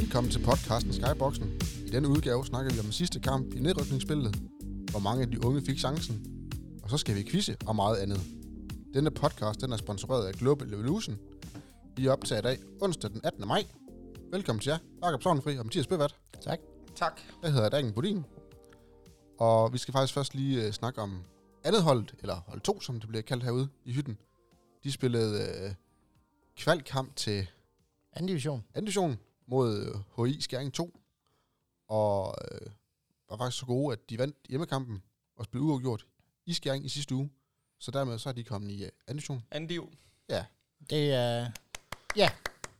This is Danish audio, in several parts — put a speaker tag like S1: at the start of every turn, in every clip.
S1: velkommen til podcasten Skyboxen. I denne udgave snakker vi om den sidste kamp i nedrykningsspillet, hvor mange af de unge fik chancen, og så skal vi quizze og meget andet. Denne podcast den er sponsoreret af Global Evolution. Vi er optaget i dag onsdag den 18. maj. Velkommen til jer, Jakob Sovnfri og Mathias Bøvat.
S2: Tak.
S3: Tak.
S1: Jeg hedder Dagen Budin, og vi skal faktisk først lige øh, snakke om andet holdet, eller hold 2, som det bliver kaldt herude i hytten. De spillede øh, kvalkamp til
S2: Anden division.
S1: anden division mod øh, HI Skæring 2, og øh, var faktisk så gode, at de vandt hjemmekampen og spillede uafgjort i Skæring i sidste uge. Så dermed så er de kommet i øh, anden division.
S3: Anden div.
S2: Det er...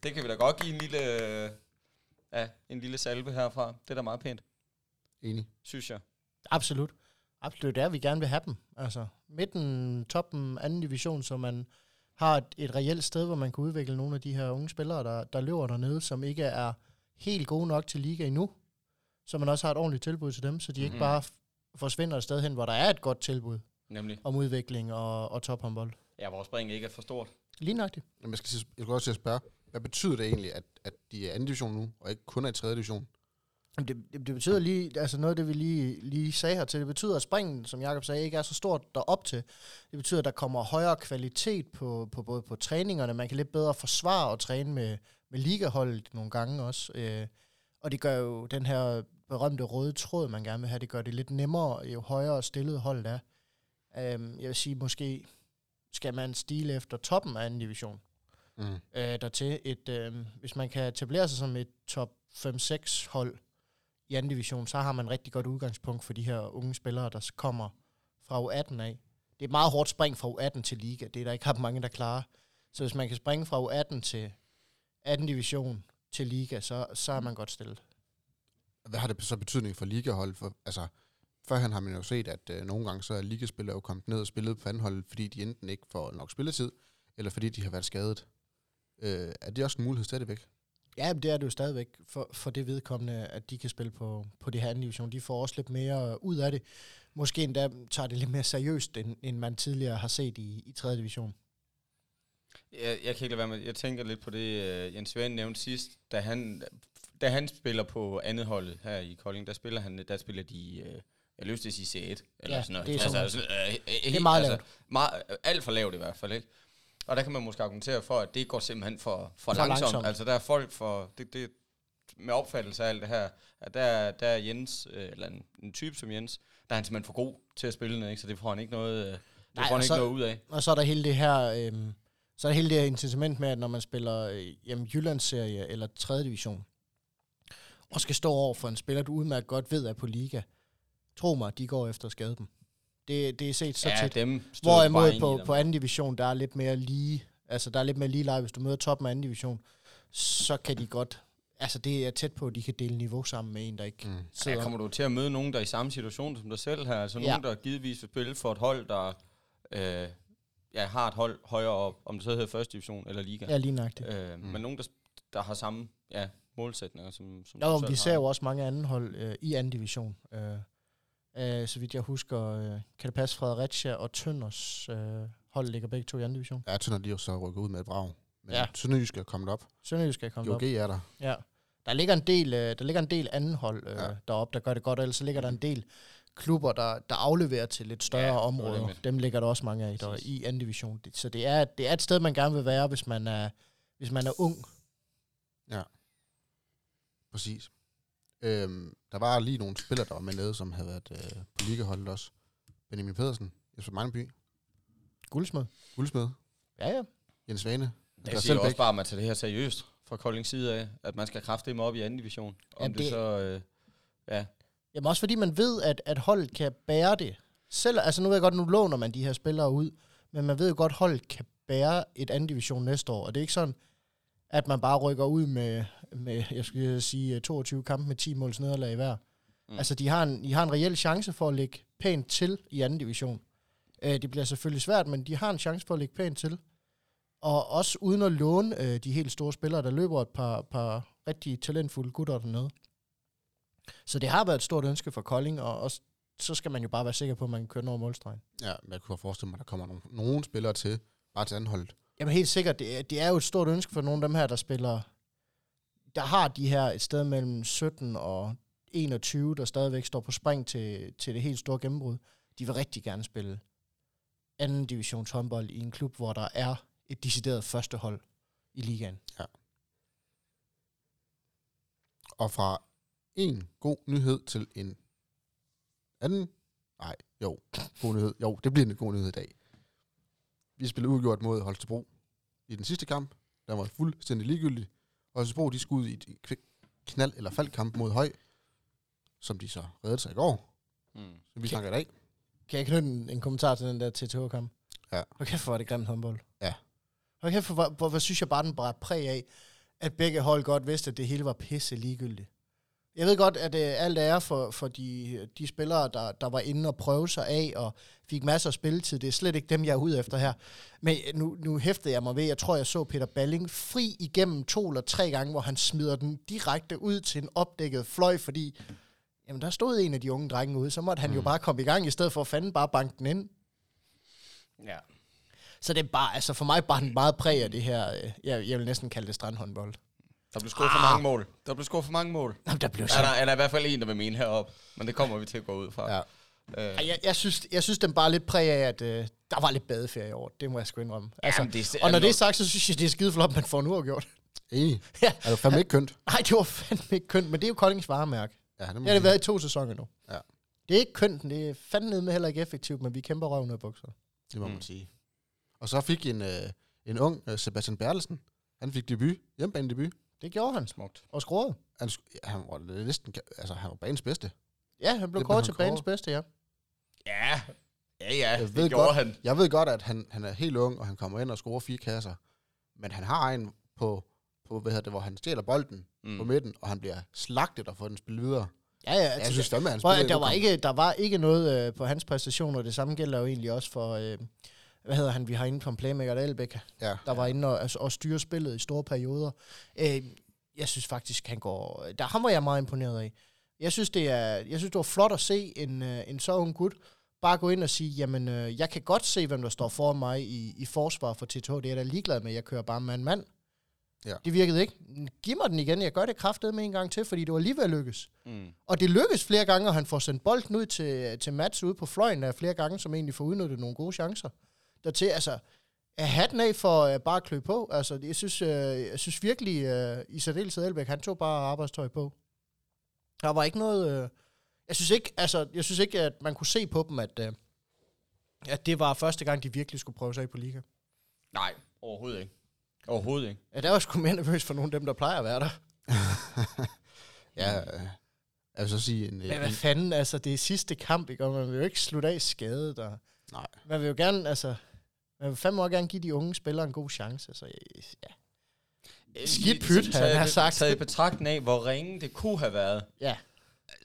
S3: Det kan vi da godt give en lille, øh, ja, en lille salve herfra. Det er da meget pænt,
S1: Enig.
S3: synes jeg.
S2: Absolut. Absolut, det er, vi gerne vil have dem. Altså, midten, toppen, anden division, så man har et, et reelt sted, hvor man kan udvikle nogle af de her unge spillere, der, der løber dernede, som ikke er helt gode nok til liga endnu. Så man også har et ordentligt tilbud til dem, så de mm. ikke
S3: Mhm.
S2: bare f- forsvinder et sted hen, hvor der er et godt tilbud
S3: Nemlig.
S2: om udvikling og, og tophåndbold.
S3: Ja, vores spring ikke er for stort.
S2: Lige nøjagtigt.
S1: Jamen, jeg, skal, sige- jeg skulle også til at spørge, hvad betyder det egentlig, at, at de er anden division nu, og ikke kun er i tredje division?
S2: Jamen, Det, det, det betyder lige, altså noget af det, vi lige, lige sagde her til, det betyder, at springen, som Jakob sagde, ikke er så stort derop til. Det betyder, at der kommer højere kvalitet på, på både på træningerne. Man kan lidt bedre forsvare og træne med, med ligaholdet nogle gange også. Øh, og det gør jo den her berømte røde tråd, man gerne vil have, det gør det lidt nemmere, jo højere stillet holdet er. Øh, jeg vil sige, måske skal man stile efter toppen af anden division
S1: Mm.
S2: øh, dertil. Et, øh, hvis man kan etablere sig som et top 5-6 hold i anden division, så har man rigtig godt udgangspunkt for de her unge spillere, der s- kommer fra U18 af. Det er et meget hårdt spring fra U18 til liga. Det er der ikke ret mange, der klarer. Så hvis man kan springe fra U18 til 18 division til liga, så, så er man godt stillet.
S1: Hvad har det så betydning for ligahold? For, altså, førhen har man jo set, at øh, nogle gange så er ligaspillere jo kommet ned og spillet på anholdet, fordi de enten ikke får nok spilletid, eller fordi de har været skadet. Øh, er det også en mulighed stadigvæk?
S2: Ja, men det er det jo stadigvæk for, for det vedkommende, at de kan spille på, på det her anden division. De får også lidt mere ud af det. Måske endda tager det lidt mere seriøst, end, end man tidligere har set i, i 3. division.
S3: Jeg, jeg kan ikke lade være med, jeg tænker lidt på det, øh, Jens Svend nævnte sidst, da han, da han spiller på andet hold her i Kolding, der spiller, han, der spiller de, øh, jeg lyst til at sige C1, eller
S2: Ja,
S3: sådan noget.
S2: det er sådan noget.
S3: øh, øh,
S2: er
S3: helt-
S2: meget lavt.
S3: Meget, øh, alt for lavt i hvert fald, ikke? Og der kan man måske argumentere for, at det går simpelthen for, for,
S2: For
S3: for langsomt.
S2: langsomt.
S3: langsomt. Altså der er folk for, det, det, med opfattelse af alt det her, at der, der er Jens, øh, eller en, en type som Jens, der er han simpelthen for god til at spille noget, ikke? så det får han ikke noget, øh, det
S2: Nej,
S3: får
S2: og
S3: han ikke
S2: så-
S3: noget ud af.
S2: Og så er der hele det her, øhm, så er der hele det her incitament med, at når man spiller øh, jamen, Jyllandsserie eller 3. division, og skal stå over for en spiller, du udmærket godt ved er på liga, tro mig, de går efter at skade dem. Det, det er set så
S3: ja,
S2: tæt.
S3: dem støder du
S2: Hvorimod
S3: bare ind i
S2: på,
S3: dem.
S2: på anden division, der er lidt mere lige, altså der er lidt mere lige leje. Hvis du møder toppen af anden division, så kan de godt, altså det er tæt på, at de kan dele niveau sammen med en, der ikke mm. sidder.
S3: Ja, kommer du til at møde nogen, der er i samme situation som dig selv her? Altså
S2: Ja.
S3: nogen, der givetvis vil spille for et hold, der øh, ja, har et hold højere op, om det så hedder første division eller liga.
S2: ja, lige nøjagtigt.
S3: Ja. Øh, Men nogen, der, der har samme ja, målsætninger som, som
S2: Nå,
S3: du
S2: men
S3: selv
S2: vi
S3: har.
S2: ser jo også mange anden hold øh, i anden division. Øh, øh, så vidt jeg husker, øh, kan det passe Fredericia og Tønders øh, hold ligger begge to i anden division.
S1: Ja, Tønder de er jo så rykket ud med et brag. Men ja.
S2: Ja.
S1: Sønderjysk er kommet op.
S2: Sønderjysk er kommet
S1: GOG
S2: op.
S1: er der.
S2: Ja. Der ligger en del, øh, der ligger en del anden hold øh,
S1: Ja.
S2: ja. deroppe, der gør det godt, og ellers så ligger der en del klubber, der, der afleverer til lidt større
S3: Ja, det
S2: ja,
S3: var
S2: områder.
S3: det med.
S2: Dem ligger der også mange af der,
S3: Præcis.
S2: i anden division. Det- Så det er, det er et sted, man gerne vil være, hvis man er, hvis man er ung.
S1: Præcis. Øhm, der var lige nogle spillere, der var med nede, som havde været øh, på ligaholdet også. Benjamin Pedersen, Jesper Meineby,
S2: Guldsmed.
S1: Guldsmed,
S2: Ja, ja.
S1: Jens Svane.
S3: Jeg siger også bare, at man tager det her seriøst fra Koldings side af, at man skal kraftedeme op i anden division. Om
S2: Jamen,
S3: det, det
S2: det-
S3: så... Øh, ja,
S2: Jamen også fordi man ved, at, at holdet kan bære det. Selv, altså nu ved jeg godt, nu låner man de her spillere ud, men man ved jo godt, at holdet kan bære et anden division næste år. Og det er ikke sådan, at man bare rykker ud med, med jeg skulle lige sige, 22 kampe med 10 måls nederlag i hver.
S3: Mm.
S2: Mm. Altså de har, en, de har en reel chance for at ligge pænt til i anden division. Øh, det bliver selvfølgelig svært, men de har en chance for at ligge pænt til. Og også uden at låne øh, de helt store spillere, der løber et par, par rigtig talentfulde gutter dernede. Så det har været et stort ønske for Kolding, og også, så skal man jo bare være sikker på, at man kan køre den over målstregen.
S1: Ja, men jeg kunne godt forestille mig, at der kommer nogle, nogle spillere til, bare til anholdet.
S2: Jamen helt sikkert, det er, det er jo et stort ønske for nogle af dem her, der spiller der har de her et sted mellem 17 og 21, der stadigvæk står på spring til, til det helt store gennembrud, de vil rigtig gerne spille anden divisions håndbold i en klub, hvor der er et decideret første hold i ligaen.
S1: Og fra en god nyhed til en anden... Nej, jo, god nyhed. Jo, det bliver en god nyhed i dag. Vi spillede udgjort mod Holstebro i den sidste kamp. Den var fuldstændig ligegyldig. Holstebro, de skulle ud i et kvi- knald- eller faldkamp mod Høj, som de så reddede sig i går,
S3: Mm.
S1: som vi snakker i dag.
S2: Kan jeg knytte en, en kommentar til den der TTH-kamp?
S1: Ja.
S2: Hvor kæft, hvor er det grimt håndbold.
S1: Ja.
S2: Hvor kæft, hvor, hvor, hvor synes jeg bare, den bræt præg af, at begge hold godt vidste, at det hele var pisse ligegyldigt. Jeg ved godt, at øh, alt er for, for de, de spillere, der, der var inde og prøve sig af og fik masser af spilletid. Det er slet ikke dem, jeg er ude efter her. Men øh, nu, nu hæftede jeg mig ved, jeg tror, jeg så Peter Balling fri igennem to eller tre gange, hvor han smider den direkte ud til en opdækket fløj, fordi jamen, der stod en af de unge drenge ude, så måtte han mm. jo bare komme i gang, i stedet for at fanden bare banke den ind.
S3: Ja.
S2: Så det er bare, altså for mig bare den meget præg af det her, øh, jeg, jeg vil næsten kalde det strandhåndbold.
S3: Der blev scoret
S2: Ah.
S3: for mange mål. Der blev scoret for mange mål.
S2: Jamen, der blev
S3: Er der, er der i hvert fald en, der vil mene heroppe. Men det kommer vi til at gå ud fra.
S1: Ja.
S3: Øh,
S2: Ej, jeg, jeg, synes, jeg synes, den bare er lidt præg af, at øh, der var lidt badeferie i år. Det må jeg sgu indrømme. Altså,
S3: Jamen, det er-
S2: og når det er sagt, så synes jeg, det er skide flot, man får nu gjort.
S1: Enig.
S2: Ja.
S1: Er du fandme ikke kønt?
S2: Nej, det var fandme ikke kønt, men det er jo Koldings varemærke.
S1: Ja, det må
S2: Det har
S1: man
S2: det været i to sæsoner nu.
S1: Mm. Ja.
S2: Det er ikke kønt, det er fandme med heller ikke effektivt, men vi kæmper røven af bukser.
S1: sige. Det må man
S3: Mm.
S1: sige. Og så fik en, øh, en ung øh, Sebastian Bertelsen, han fik debut, hjemmebane debut.
S2: Det gjorde han.
S3: Smukt.
S2: Og skruede.
S1: Han, sk- ja, han var næsten, ka- altså han var banens bedste.
S2: Ja, han blev
S1: Det blev
S2: kåret
S1: han
S2: til banens
S1: kåret.
S2: bedste, ja.
S3: Ja. Ja, ja.
S1: Jeg
S3: det
S1: ved
S3: gjorde
S1: godt.
S3: han.
S1: Jeg ved godt, at han, han er helt ung, og han kommer ind og scorer fire kasser. Men han har en på, på hvad hedder det, hvor han stjæler bolden mm. på
S3: Mm.
S1: midten, og han bliver slagtet og får den spillet videre.
S2: Ja, ja.
S1: Jeg synes fandme, at han
S2: Prøv,
S1: spiller
S2: at der, var ikke, der var ikke noget øh, på hans præstationer, det samme gælder jo egentlig også for, øh, hvad hedder han, vi har inde på en playmaker, Dahlbæk,
S1: Ja,
S2: der var inde og, altså, og styre spillet i store perioder. Øh, jeg synes faktisk, han går... Der ham var jeg meget imponeret af. Jeg synes, det, er, jeg synes, det var flot at se en, øh, en så ung gut bare gå ind og sige, jamen, øh, jeg kan godt se, hvem der står foran mig i, i forsvar for TTH. Det er jeg da ligeglad med, jeg kører bare mand-mand.
S1: Ja.
S2: Det virkede ikke. Giv mig den igen, jeg gør det kraftet med en gang til, fordi det var lige ved at lykkes.
S3: Mm.
S2: Og det lykkes flere gange, og han får sendt bolden ud til, til Mats ude på fløjen af flere gange, som egentlig får udnyttet nogle gode chancer. Dertil, altså, at hatten af for uh, bare at klø på. Altså, jeg synes, uh, jeg synes virkelig, uh, i særdeleshed Elbæk, han tog bare arbejdstøj på. Der var ikke noget... Uh, jeg synes ikke, altså, jeg synes ikke, at man kunne se på dem, at, uh, at det var første gang, de virkelig skulle prøve sig af på liga.
S3: Nej, overhovedet ikke. Overhovedet ikke.
S2: Ja, der var jeg sgu mere nervøs for nogle af dem, der plejer at være der.
S1: ja øh, jeg vil så sige en, øh,
S2: Mm. Men hvad
S1: en
S2: fanden, altså, det er sidste kamp, ikke? Og man vil jo ikke slutte af skadet, og
S1: Nej.
S2: man vil jo gerne, altså, man vil fandme også gerne give de unge spillere en god chance, så ja. Skidt pyt,
S3: Taget
S2: han har
S3: i-
S2: sagt.
S3: Taget i betragtning af, hvor ringe det kunne have været,
S2: Ja,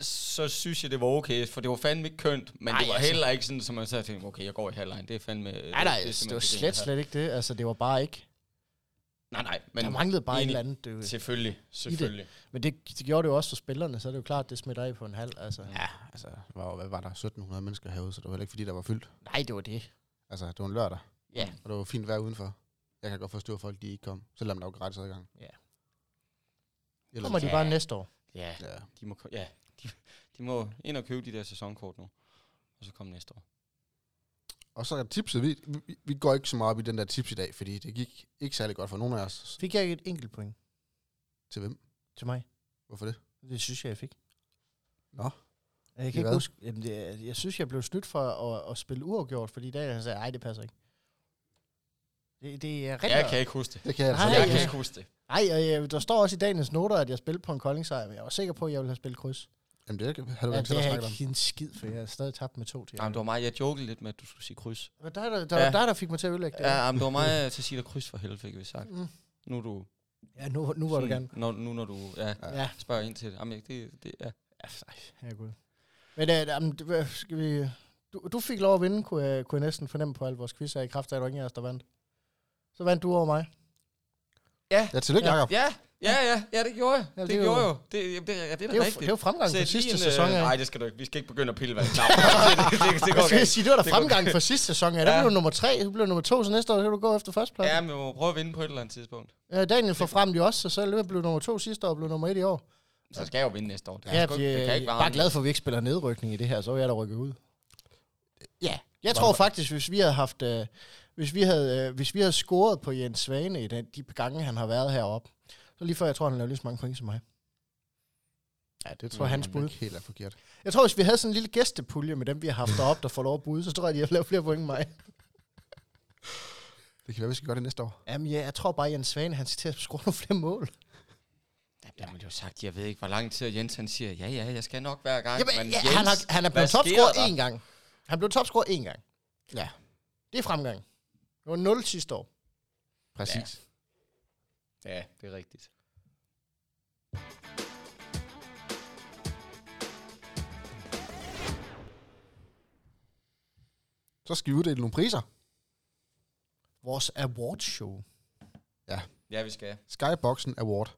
S3: så synes jeg, det var okay, for det var fandme ikke kønt, men
S2: Nej,
S3: Ej, det var
S2: altså.
S3: heller ikke sådan, som man sagde, tænkte, okay, jeg går i halvlejen, det er fandme...
S2: nej, nej,
S3: er
S2: det, det
S3: simpelthen
S2: var
S3: fortjent,
S2: slet,
S3: det her.
S2: slet ikke det. Altså, det var bare ikke.
S3: Nej, nej,
S2: Men
S3: men...
S2: der manglede bare et
S3: enig.
S2: eller andet. Det, er jo-
S3: Selvfølgelig, selvfølgelig.
S2: men det, det gjorde det jo også for spillerne, så er det jo klart, det smitter af på en halv. Altså.
S1: Ja, altså, der var, jo- hvad var der? 1700 mennesker herude, så det var heller ikke, fordi der var fyldt.
S2: Nej, det var det.
S1: Altså, det var en lørdag,
S2: Ja.
S3: Mm.
S1: og det var fint vejr udenfor. Jeg kan godt forstå, at folk de ikke kom, selvom der var gratis adgang.
S2: Ja.
S1: Ellers,
S2: Kommer de
S3: Ja.
S2: bare næste år.
S3: Ja,
S1: Ja,
S3: de må, ko- ja de, de må ind og købe de der sæsonkort nu, og så komme næste år.
S1: Og så er tipset, vi, vi, vi går ikke så meget op i den der tips i dag, fordi det gik ikke særlig godt for nogen af os.
S2: Fik jeg ikke et enkelt point
S1: Til hvem?
S2: til mig?
S1: Hvorfor det?
S2: Det synes jeg, jeg fik.
S1: Nå.
S2: Jeg
S1: I
S2: kan ikke
S1: hvad?
S2: huske. Jamen, det, jeg synes, jeg blev snydt for at, at spille uafgjort, fordi Daniel han sagde, nej, det passer ikke. Det, det er rigtigt.
S3: Jeg kan ikke huske det.
S1: Det kan jeg
S2: Nej,
S1: altså
S3: Jeg
S1: ikke.
S3: kan
S2: ja.
S3: ikke huske det.
S2: Nej, og jeg, der står også i dagens noter, at jeg spillede på en koldingsejr, men jeg var sikker på, at jeg ville have spillet kryds.
S1: Jamen, det kan- har du ikke
S2: Ja, det
S1: selv
S2: har jeg
S1: snakket om.
S2: ikke givet en skid, for jeg har stadig tabt med to til.
S3: Jamen, det var mig, jeg jokede lidt med, at du skulle sige kryds.
S2: Men der, der, der,
S3: Ja.
S2: ja. der, der fik mig til at ødelægge det.
S3: Ja, jamen, det var mig, øh, til at sige dig kryds for helvede, fik vi sagt.
S2: Mm.
S3: Nu er du...
S2: ja nu, nu var du gerne.
S3: Når, nu når du ja,
S1: Ja.
S2: Ja.
S3: spørger ind til det. Jamen, det, det er...
S2: Ja, nej, herregud. Men øh, jamen, det- hvad skal vi... Du, du fik lov at vinde, kunne jeg, kunne jeg næsten fornemme på alle vores quizzer i kraft af, at der var ingen af os, der vandt. Så vandt du over mig.
S1: Ja, tillykke,
S2: Ja.
S1: Jacob.
S3: Ja, Ja, ja, ja, det gjorde jeg. Ja, det,
S2: det er
S3: det
S2: jo-
S3: gjorde jeg jo. Det, jamen, det, ja, det er da
S2: Det er jo-
S3: rigtigt.
S2: det er jo fremgang
S3: Sæt
S2: for sidste
S3: lige en,
S2: sæson,
S3: øh,
S2: ikke?
S3: Nej, det skal du ikke. Vi skal ikke begynde at pille ved en knap. det, det, det, det
S2: Jeg
S3: går
S2: skal lige
S3: galt.
S2: sige, det var da
S3: Det går
S2: fremgang for sidste sæson. Ja, der
S3: Ja.
S2: blev du nummer tre, du blev nummer to, så næste år så kan du gå efter førstepladsen.
S3: Ja, men vi må prøve at vinde på et eller andet tidspunkt.
S2: Ja. Daniel får frem jo også, så selv jeg blev nummer to sidste år og blev nummer et i år.
S3: Så skal jeg jo vinde næste år. Det
S2: Ja,
S3: sgu
S2: vi
S3: ikke- det kan
S2: er
S3: ikke være
S2: bare
S3: ham.
S2: glad for, at vi ikke spiller nedrykning i det her, så er jeg der rykket ud. Ja, jeg tror faktisk, hvis vi havde haft... Øh, hvis vi havde, øh, hvis vi havde scoret på Jens Svane i den, de gange, han har været heroppe, så lige før, jeg tror, han lavede lige så mange point som mig. Ja, det tror jeg, hans bud.
S1: Helt er forkert.
S2: Jeg tror, hvis vi havde sådan en lille gæstepulje med dem, vi har haft deroppe, der får lov at bud, så tror jeg, de havde lavet flere point end mig.
S1: Det kan være, vi skal gøre det næste år.
S2: Jamen ja, jeg tror bare, at Jens Svane, han skal til at score nogle flere mål.
S3: Jamen, det har jo sagt, jeg ved ikke, hvor lang tid Jens han siger, ja, ja, jeg skal nok hver gang.
S2: Jamen,
S3: men
S2: ja,
S3: Jens,
S2: han, har, han er
S3: hvad
S2: blevet
S3: sker
S2: topscorer
S3: der?
S2: én gang. Han blev topscorer én gang. Ja. Det er fremgang. Det var 0 sidste år.
S1: Præcis. Ja.
S3: Ja, det er rigtigt.
S1: Så skal vi uddele nogle priser.
S2: Vores awardshow.
S3: Ja, vi skal.
S1: Skyboxen Award.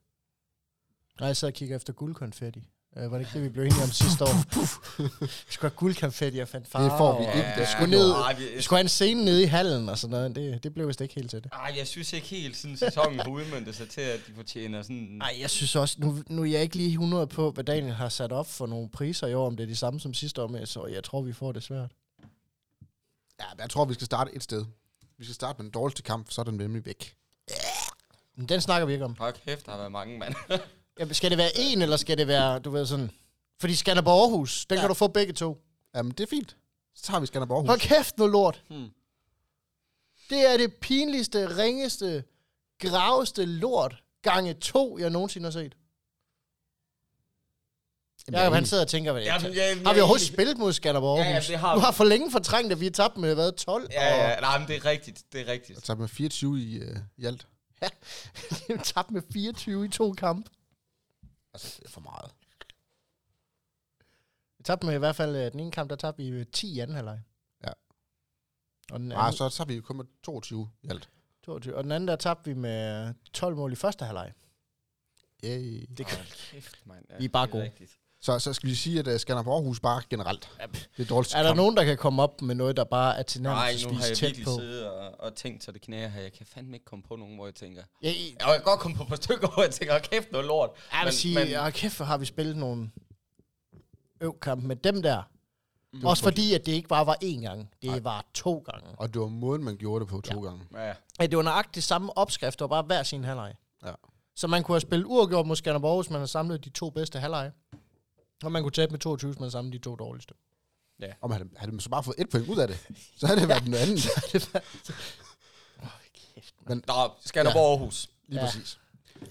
S2: Nej, jeg sad og kigger efter guldkonfetti. Øh, var det ikke det, vi blev enige om sidste år? vi skulle have guldkonfetti og fanfare.
S1: Det får vi
S2: og-
S1: ikke. Det
S2: skulle ned.
S3: Ej,
S2: Vi
S3: vi,
S2: skulle have en scene nede i hallen og sådan noget. Det, det blev vist ikke helt til det.
S3: ej, jeg synes ikke helt, sådan sæsonen har udmyndtet sig til, at de fortjener sådan...
S2: Nej, jeg synes også, nu, nu er jeg ikke lige 100 på, hvad Daniel har sat op for nogle priser i år, om det er de samme som sidste år, men så jeg tror, vi får det svært.
S1: Ja, men jeg tror, vi skal starte et sted. Vi skal starte med den dårligste kamp, så er den nemlig væk.
S2: Men den snakker vi ikke om.
S3: Hold kæft, der har været mange, mand.
S2: Jamen, skal det være en, eller skal det være, du ved sådan... Fordi Skanderborg Aarhus, den ja. kan du få begge to.
S1: Jamen, det er fint. Så tager vi Skanderborg Aarhus.
S2: Hold kæft noget lort.
S3: Hmm.
S2: Det er det pinligste, ringeste, graveste lort gange to, jeg nogensinde har set.
S1: Jamen, jeg er
S2: Jacob, han
S1: enig.
S2: sidder og tænker, hvad det er.
S3: Jamen, ja,
S2: har vi
S3: ja,
S2: overhovedet
S3: ja.
S2: spillet mod Skanderborg
S3: Ja, ja,
S2: Aarhus?
S3: det har
S2: du
S3: vi.
S2: har for længe fortrængt, at vi er tabt med, hvad, 12?
S3: Ja,
S2: Og,
S3: ja, nej, men det er rigtigt, det er rigtigt.
S1: Jeg tager med 24 i, øh, i alt.
S2: vi er tabt med 24 i to kampe.
S1: Altså, det er for meget.
S2: Vi tabte med i hvert fald øh, den ene kamp, der tabte vi øh, 10 i anden halvleg.
S1: Ja.
S2: Og
S3: Ah,
S2: den,
S1: Nej,
S2: anden,
S1: så tager vi jo kun med 22 i alt.
S2: 22. og den anden, der tabte vi med øh, 12 mål i første halvleg.
S1: Yay.
S2: Det kan-
S3: Hold kæft, mand. Ja,
S2: Vi er bare
S3: det
S2: gode.
S3: rigtigt.
S1: Så, så skal vi sige, at øh, Skanderborg Aarhus bare generelt. Det er dårligste
S2: Er der
S1: kamp.
S2: nogen, der kan komme op med noget, der bare er
S3: Nej, nu har
S2: tilnærmelsesvis
S3: jeg
S2: tæt
S3: virkelig
S2: på?
S3: siddet og, og tænkt, så det knæer her. Jeg kan fandme ikke komme på nogen, hvor jeg tænker...
S2: Ja, I-
S3: Jeg kan godt komme på et par stykker, hvor jeg tænker, hold kæft, noget lort.
S2: jeg vil sige, men, kæft, hvor har vi spillet nogle øvkampe med dem der. Mm. Også fordi, at det ikke bare var én gang. Det var to gange.
S1: Og det var måden, man gjorde det på to ja. gange.
S3: Ja,
S2: Ja, det var nøjagtigt samme opskrift, det var bare hver sin halvleg.
S1: Ja.
S2: Så man kunne have spillet uafgjort mod Skanderborg, hvis man havde samlet de to bedste halvlege. Og man kunne tabe med 22, hvis man havde samlet de to dårligste.
S1: Og man havde, havde man så bare fået et point ud af det, så havde det været noget andet.
S3: Nå, Skanderborg ja. Aarhus.
S1: Lige
S2: Ja.
S1: ja. præcis. Øh.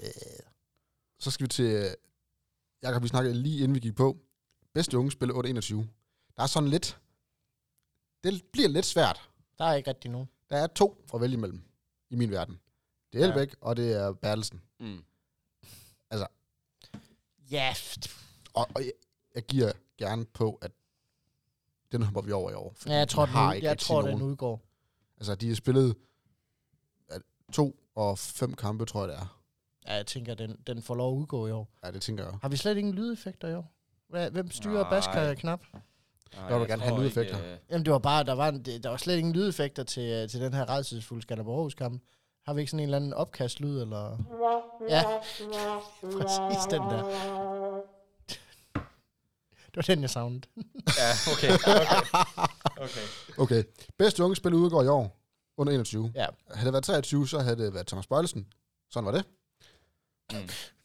S1: Så skal vi til... øh, Jakob, vi snakkede lige inden vi gik på. Bedste unge spiller 8-21. Der er sådan lidt... Det bliver lidt svært.
S2: Der er ikke rigtig nogen.
S1: Der er to at vælge imellem i min verden. Det er
S3: Ja.
S1: Elbæk, ja. og det er Bertelsen.
S3: Mm.
S2: Ja,
S1: Og, og jeg, jeg giver gerne på, at den hopper vi over i år. fordi
S2: ja jeg
S1: vi
S2: tror, den,
S1: har
S2: ud,
S1: ikke
S2: jeg
S1: rigtig
S2: tror den
S1: nogen.
S2: udgår.
S1: Altså, de har spillet ja, to og fem kampe, tror jeg, det er.
S2: Ja, jeg tænker, den, den får lov at udgå i år.
S1: Ja, det tænker jeg.
S2: Har vi slet ingen lydeffekter i år? Hvad- Hvem styrer
S3: Nej.
S2: basker knap?
S3: Ej,
S1: vil du gerne have
S3: tror
S1: lydeffekter.
S3: ikke, øh,
S2: Jamen, det var bare, der var, en, det- der var slet ingen lydeffekter til, øh, til den her redselsfulde Skanderborg kamp. Har vi ikke sådan en eller anden opkastlyd, eller... Ja, præcis den der. Det var den, jeg savnede.
S3: Ja, okay, okay. okay.
S1: Okay. Bedste unge spiller udgår i år. Under 21.
S2: Ja.
S1: Havde det været 23, så havde det været Thomas Bøjlesen. Sådan var det.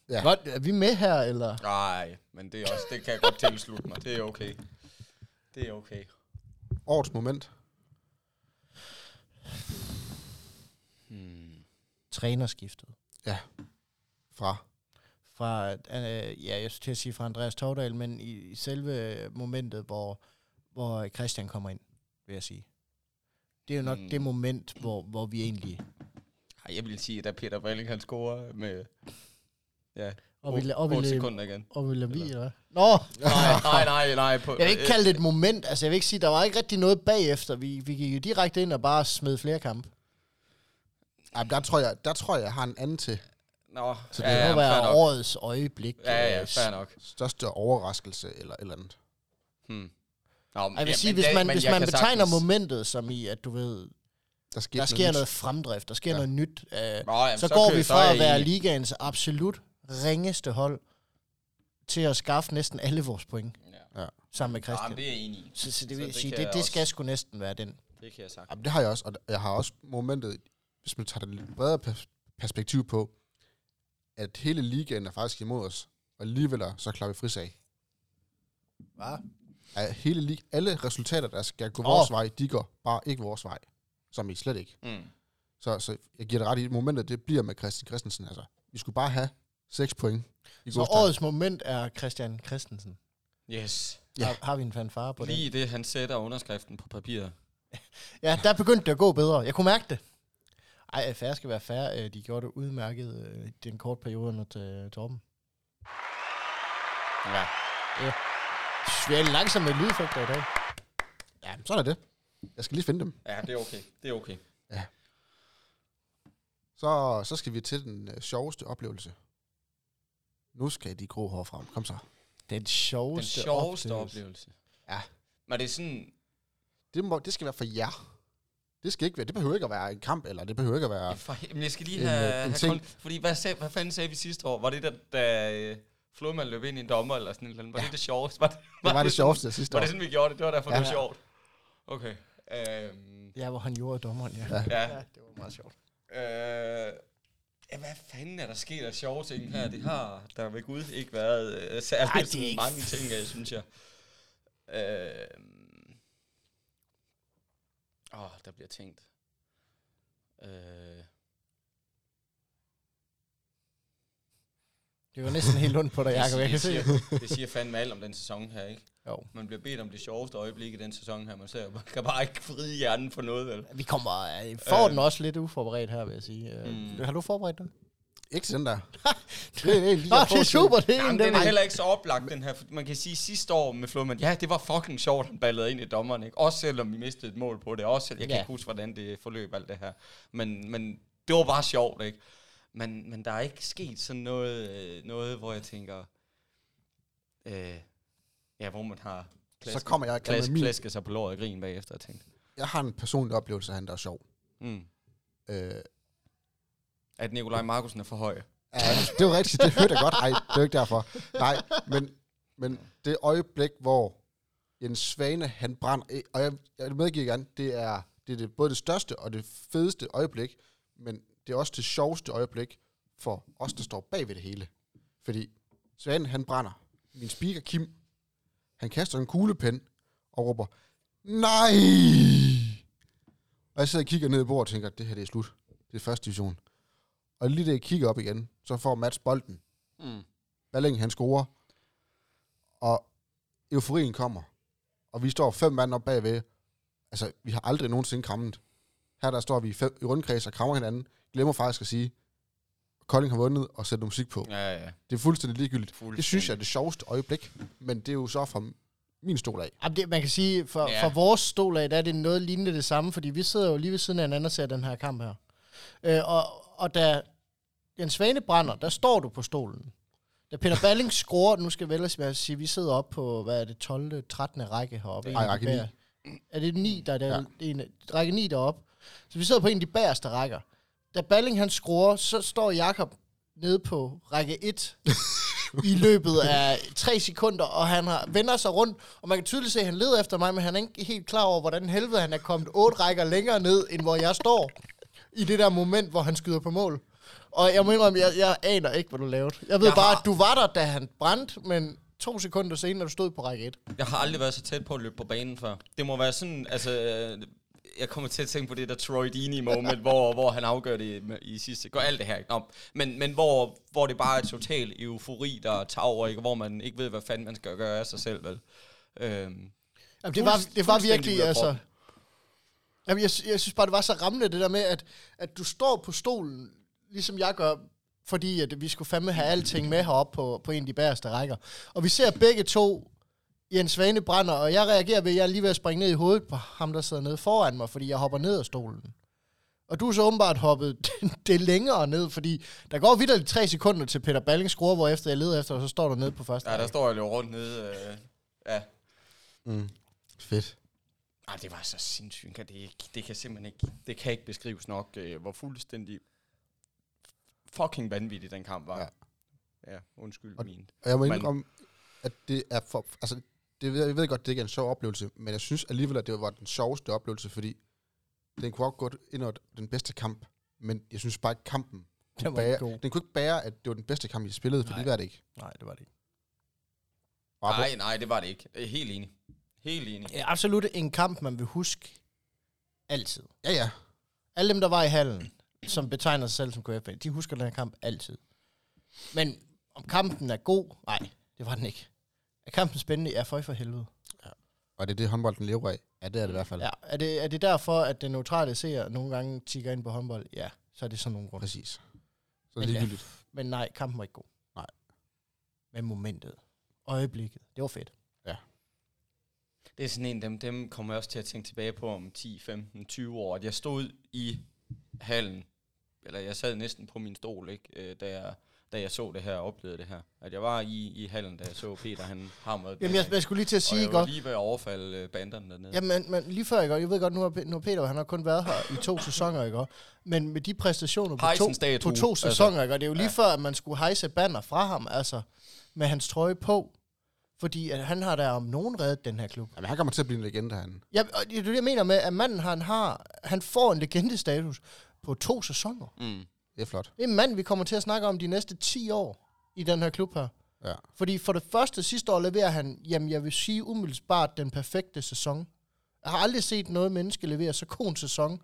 S1: Ja.
S2: Godt, er vi med her, eller?
S3: Nej, men det, er også, det kan jeg godt tilslutte mig. Det er okay. Det er okay.
S1: Årets moment.
S3: Hmm.
S2: Trænerskiftet.
S1: Ja. Fra.
S2: Fra, øh, ja, jeg skulle til at sige fra Andreas Tordal, men i, i selve momentet, hvor, hvor Christian kommer ind, vil jeg sige. Det er jo nok
S3: Mm.
S2: mm. det moment, hvor, hvor vi egentlig...
S3: Ej, jeg vil sige, at da Peter Brilling, han scorer med... Ja,
S2: Og vi, la- og øh,
S3: 8
S2: vi, la-
S3: sekunder igen.
S2: og vi lader vi, eller hvad? Nå,
S3: Nej, nej, nej, nej. På, øh,
S2: Jeg vil ikke kalde det et moment. Altså, jeg vil ikke sige, der var ikke rigtig noget bagefter. Vi, vi gik jo direkte ind og bare smed flere kampe.
S1: Ej, men der tror jeg, der tror jeg, jeg har en anden til.
S3: Nå,
S1: Så
S3: så
S1: det
S3: det
S2: Det
S3: ja,
S2: må
S3: ja,
S2: være
S3: fair nok.
S2: årets øjeblik.
S3: Ja, ja,
S2: øh,
S3: fair nok.
S1: Største overraskelse eller et eller andet.
S3: Hmm. Nå, men,
S2: Jeg vil
S3: ja,
S2: sige,
S3: men
S2: hvis
S3: det-
S2: man,
S3: men
S2: hvis
S3: jeg
S2: man
S3: kan
S2: betegner
S3: sagtens-
S2: momentet som i, at du ved,
S1: Der sker,
S2: der sker
S1: nyt.
S2: noget fremdrift, der sker
S1: Ja.
S2: noget nyt. Øh, så,
S3: Nå, jamen,
S2: så går
S3: kø-
S2: vi
S3: er
S2: fra
S3: jeg
S2: at være
S3: enig.
S2: ligaens absolut ringeste hold til at skaffe næsten alle vores point
S3: Ja.
S2: sammen med
S3: Nå, men
S2: Christian.
S3: det er jeg enig i.
S2: Så, så det
S3: så
S2: vil
S3: det
S2: sige,
S3: kan
S2: det,
S3: jeg
S2: det
S3: også.
S2: skal sgu næsten være den.
S3: Det kan jeg sagt.
S1: Jamen, det har jeg også, og jeg har også momentet, hvis man tager det lidt bredere pers- perspektiv på, at hele ligaen er faktisk imod os, og alligevel er så klar vi frisag.
S2: Hva?
S1: At hele lig- alle resultater, der skal gå
S2: Åh.
S1: vores vej, de går bare ikke vores vej. Som i slet ikke.
S3: Mm.
S1: Så, så jeg giver dig ret i, momentet det bliver med Christian Christensen. Altså, vi skulle bare have 6 point. I
S2: Så
S1: gåseøjne.
S2: årets moment er Christian Christensen.
S3: Yes.
S1: Ja.
S2: Ja. Har, har vi en fanfare på det?
S3: Lige det, han sætter underskriften på papiret.
S2: Ja, der begyndte det at gå bedre. Jeg kunne mærke det. Ej, færre skal være færre. Øh, De gjorde det udmærket øh, i den korte periode under øh, Torben.
S3: Ja.
S2: Vi er langsomt med lydeffekter i dag.
S1: Ja, sådan er det. Jeg skal lige finde dem.
S3: ja, det er okay. Det er okay.
S1: Så, så skal vi til den øh, sjoveste oplevelse. Nu skal de grå hår frem. Kom så.
S2: Den
S3: Den
S2: sjoveste,
S3: sjoveste oplevelse.
S1: Ja.
S3: Men det er sådan...
S1: Det, må, det skal være for jer. Det skal ikke være, det behøver ikke at være en kamp, eller det behøver ikke at
S3: Ja.
S1: være...
S3: For, he- men jeg skal lige
S1: En, øh,
S3: have...
S1: en
S3: have
S1: ting.
S3: kol- fordi hvad, sag, hvad fanden sagde vi sidste år? Var det der, da øh, Flodman løb ind i en dommer eller sådan et eller andet? Var ja. det det sjoveste? Var det,
S1: Det var det
S3: sådan-
S1: sjoveste sidste
S3: Var
S1: år.
S3: det sådan, vi gjorde det? Det var derfor, ja.
S1: Ja.
S3: det var sjovt. Okay. Øhm,
S2: Ja, hvor han gjorde dommeren, ja.
S1: Ja.
S3: ja.
S2: det var meget sjovt.
S3: Øh, ja, hvad fanden er der sket af sjove ting her? Det har der ved Gud ikke været øh, særlig
S2: Ej, det er
S3: sådan
S2: ikke-
S3: mange ting, øh, synes jeg. Øh, åh, der bliver tænkt. Øh,
S2: Det var næsten helt ondt på dig, Jacob. Jeg
S3: det,
S2: kan se.
S3: siger, det siger fandme alt om den sæson her, ikke?
S2: Jo.
S3: Man bliver bedt om det sjoveste øjeblik i den sæson her. Man ser, man kan bare ikke fride hjernen for noget, vel?
S2: Vi kommer, øh, får
S3: Øh.
S2: den også lidt uforberedt her, vil jeg sige. Øh,
S3: Mm.
S2: Har du forberedt noget?
S1: Ikke sådan der. det er det, lige
S2: Nå,
S1: at få
S2: det er
S1: til.
S2: super, det er en
S3: Jamen,
S2: den.
S3: den er heller ikke så oplagt, den her. For Man kan sige, sidste år med Flodman, ja, det var fucking sjovt, han ballede ind i dommeren, ikke? Også selvom vi mistede et mål på det. Også selvom, jeg kan
S2: Ja.
S3: ikke huske, hvordan det forløb, alt det her. Men, men det var bare sjovt, ikke? Men, men der er ikke sket sådan noget, øh, noget hvor jeg tænker, øh, ja, hvor man har
S1: Så kommer jeg gerne
S3: klask,
S1: med min.
S3: klasket sig på låret og grin bagefter, og tænkt.
S1: Jeg har en personlig oplevelse af han, der er sjov.
S3: Mm.
S1: Øh,
S3: At Nikolaj Markusen er for høj.
S1: Ja, det var rigtigt. Det hørte jeg godt. Nej, det er jo ikke derfor. Nej, men, men det øjeblik, hvor Jens Svane, han brænder, øh, og jeg, jeg medgiver gerne, det er, det er det, både det største og det fedeste øjeblik, men det er også det sjoveste øjeblik for os, der står bag ved det hele. Fordi Svane, han brænder. Min speaker, Kim, han kaster en kuglepen og råber, nej! Og jeg sidder og kigger ned i bordet og tænker, det her det er slut. Det er første division. Og lige da jeg kigger op igen, så får Mats bolden.
S3: Mm.
S1: Balling, han scorer. Og euforien kommer. Og vi står fem mand op bagved. Altså, vi har aldrig nogensinde krammet. Her der står vi i, fem, i rundkreds og krammer hinanden. Glemmer faktisk at sige, Kolding har vundet og sætter musik på.
S3: Ja, ja.
S1: Det er fuldstændig ligegyldigt.
S3: Fuldstændig.
S1: Det synes jeg er det sjoveste øjeblik. Men det er jo så fra min stol af.
S2: Jamen, det, man kan sige, for, ja.
S3: Ja.
S2: for vores stol af, der er det noget lignende det samme, fordi vi sidder jo lige ved siden af hinanden og ser den her kamp her. Øh, og, og da Jens Svane brænder, der står du på stolen. Da Peter Balling scorer, nu skal jeg vel sige, vi sidder oppe på, hvad er det, 12. 13. række heroppe.
S1: Ej,
S2: En af de
S1: række ni.
S2: bag- Er det 9, der er der,
S1: Ja.
S2: ja. en, række 9 deroppe? Så vi sidder på en af de bagerste rækker. Da Balling han scorer, så står Jakob nede på række 1 i løbet af tre sekunder, og han har, vender sig rundt, og man kan tydeligt se, at han leder efter mig, men han er ikke helt klar over, hvordan helvede han er kommet otte rækker længere ned, end hvor jeg står i det der moment, hvor han skyder på mål. Og jeg må indrømme, jeg, jeg aner ikke, hvad du lavede. Jeg ved jeg
S3: Jeg
S2: bare,
S3: har-
S2: at du var der, da han brændte, men to sekunder senere, du stod på række 1.
S3: Jeg har aldrig været så tæt på at løbe på banen før. Det må være sådan, altså... øh, Jeg kommer til at tænke på det der Troy Deeney-moment, hvor, hvor han afgør det med- i sidste... Går alt det her ikke om. Men, men hvor, hvor det bare er total eufori, der tager over, ikke? Hvor man ikke ved, hvad fanden man skal gøre af sig selv, vel? Øhm,
S2: Jamen, det, var, det var
S3: Fuldstændig ude
S2: virkelig,
S3: af
S2: altså...
S3: kroppen.
S2: Jamen, jeg, sy- jeg synes bare, det var så rammende, det der med, at, at du står på stolen, ligesom jeg gør, fordi at vi skulle fandme have alting med heroppe på, på en af de bagerste rækker. Og vi ser begge to, Jens Svane brænder, og jeg reagerer ved, at jeg er lige ved at springe ned i hovedet på ham, der sidder nede foran mig, fordi jeg hopper ned af stolen. Og du er så åbenbart hoppet det længere ned, fordi der går vidderligt tre sekunder til Peter Balling scorer, hvor efter jeg leder efter, og så står der nede på første.
S3: Ja, der
S2: række.
S3: står jeg jo rundt nede. Øh, ja.
S1: Mm. Fedt.
S3: Ej, det var så sindssygt. Kan det, ikke, det kan simpelthen ikke, det kan ikke beskrives nok, øh, hvor fuldstændig fucking vanvittig den kamp var. Ja, ja undskyld
S1: Og-
S3: min.
S1: Og jeg må
S3: Men-
S1: indrømme, at det er for... Altså, det, ved- jeg ved godt, det ikke er en sjov oplevelse, men jeg synes alligevel, at det var den sjoveste oplevelse, fordi den kunne også godt ind under den bedste kamp, men jeg synes bare, at kampen
S2: Den
S1: kunne
S2: var
S1: bære,
S2: ikke god.
S1: den kunne ikke bære, at det var den bedste kamp, I spillede, for
S2: Nej.
S1: det var det ikke.
S2: Nej, det var det ikke.
S1: Bare
S3: Nej, nej, det var det ikke. Jeg er Helt enig. Helt enig.
S2: Ja, absolut en kamp, man vil huske altid.
S1: Ja, ja.
S2: Alle dem, der var i hallen, som betegner sig selv som KF, de husker den her kamp altid. Men om kampen er god, nej, det var den ikke. Er kampen spændende? Ja, for i for helvede.
S1: Og det er det, håndbolden lever af. Ja, det er det i hvert fald.
S2: Ja, er det, er det derfor, at den neutrale seer nogle gange tigger ind på håndbold? Ja, så er det sådan nogle grunde.
S1: Præcis. Så er
S2: Men
S1: det
S2: ja.
S1: ligegyldigt.
S2: Men nej, kampen var ikke god.
S1: Nej.
S2: Men momentet, øjeblikket, det var fedt.
S3: Det er sådan en af dem, dem kommer jeg også til at tænke tilbage på om 10, 15, 20 år, at jeg stod i hallen, eller jeg sad næsten på min stol, ikke, øh, da, jeg, da jeg så det her og oplevede det her. At jeg var i, i hallen, da jeg så Peter, han hamrede
S2: Jamen, jeg,
S3: banderne,
S2: jeg skulle lige til at
S3: og
S2: sige
S3: jeg
S2: godt,
S3: var lige ved at overfalde øh, banderne dernede.
S2: Ja, men, men lige før, ikke? Og Jeg ved godt, nu har, Pe- nu har Peter, han har kun været her i to sæsoner, ikke? Og- Men med de præstationer på to,
S3: Hejsen-statue,
S2: på to
S3: altså.
S2: sæsoner, ikke? Og Det er jo lige ja. før, at man skulle hejse et banner fra ham, altså med hans trøje på. Fordi at han har da om nogen reddet den her klub.
S1: Jamen, han kommer til at blive en legende herinde.
S2: Ja, og det er det, jeg mener med, at manden han har, han får en legendestatus på to sæsoner.
S3: Mm.
S1: Det er flot.
S2: Det er en mand, vi kommer til at snakke om de næste 10 år i den her klub her.
S1: Ja.
S2: Fordi for det første sidste år leverer han, jamen jeg vil sige umiddelbart, den perfekte sæson. Jeg har aldrig set noget menneske levere så god en sæson,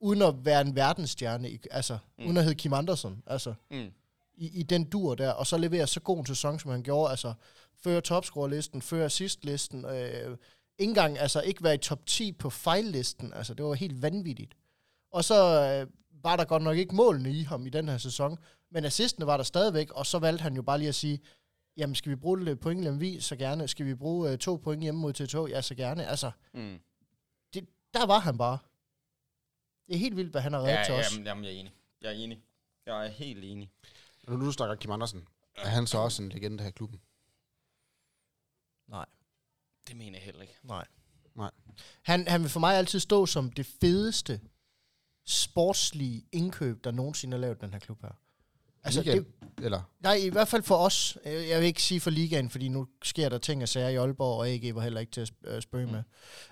S2: uden at være en verdensstjerne, i- altså mm. uden at hedde Kim Andersen, altså
S3: Mm.
S2: i, i den dur der, og så levere så god en sæson, som han gjorde, altså før topscorerlisten, før assistlisten, øh, ikke engang, altså ikke være i top 10 på fejllisten, altså det var helt vanvittigt. Og så øh, var der godt nok ikke målene i ham i den her sæson, men assistene var der stadigvæk, og så valgte han jo bare lige at sige, jamen skal vi bruge det point eller vi, så gerne. Skal vi bruge øh, to point hjemme mod T2, ja, så gerne. Altså,
S3: Mm.
S2: det, der var han bare. Det er helt vildt, hvad han har reddet
S3: Ja,
S2: til os.
S3: jamen, jamen, jeg er enig. Jeg er enig. Jeg er helt enig.
S1: Og nu du snakker Kim Andersen, er han så også en legende her i klubben?
S2: Nej.
S3: Det mener jeg heller ikke.
S2: Nej.
S1: Nej.
S2: Han, han vil for mig altid stå som det fedeste sportslige indkøb, der nogensinde er lavet den her klub her. Altså,
S1: Ligaen,
S2: det,
S1: øh, Eller?
S2: nej, i hvert fald for os. Øh, Jeg vil ikke sige for ligaen, fordi nu sker der ting og sager i Aalborg, og AG var heller ikke til at sp- øh,
S3: Mm.
S2: spøge med.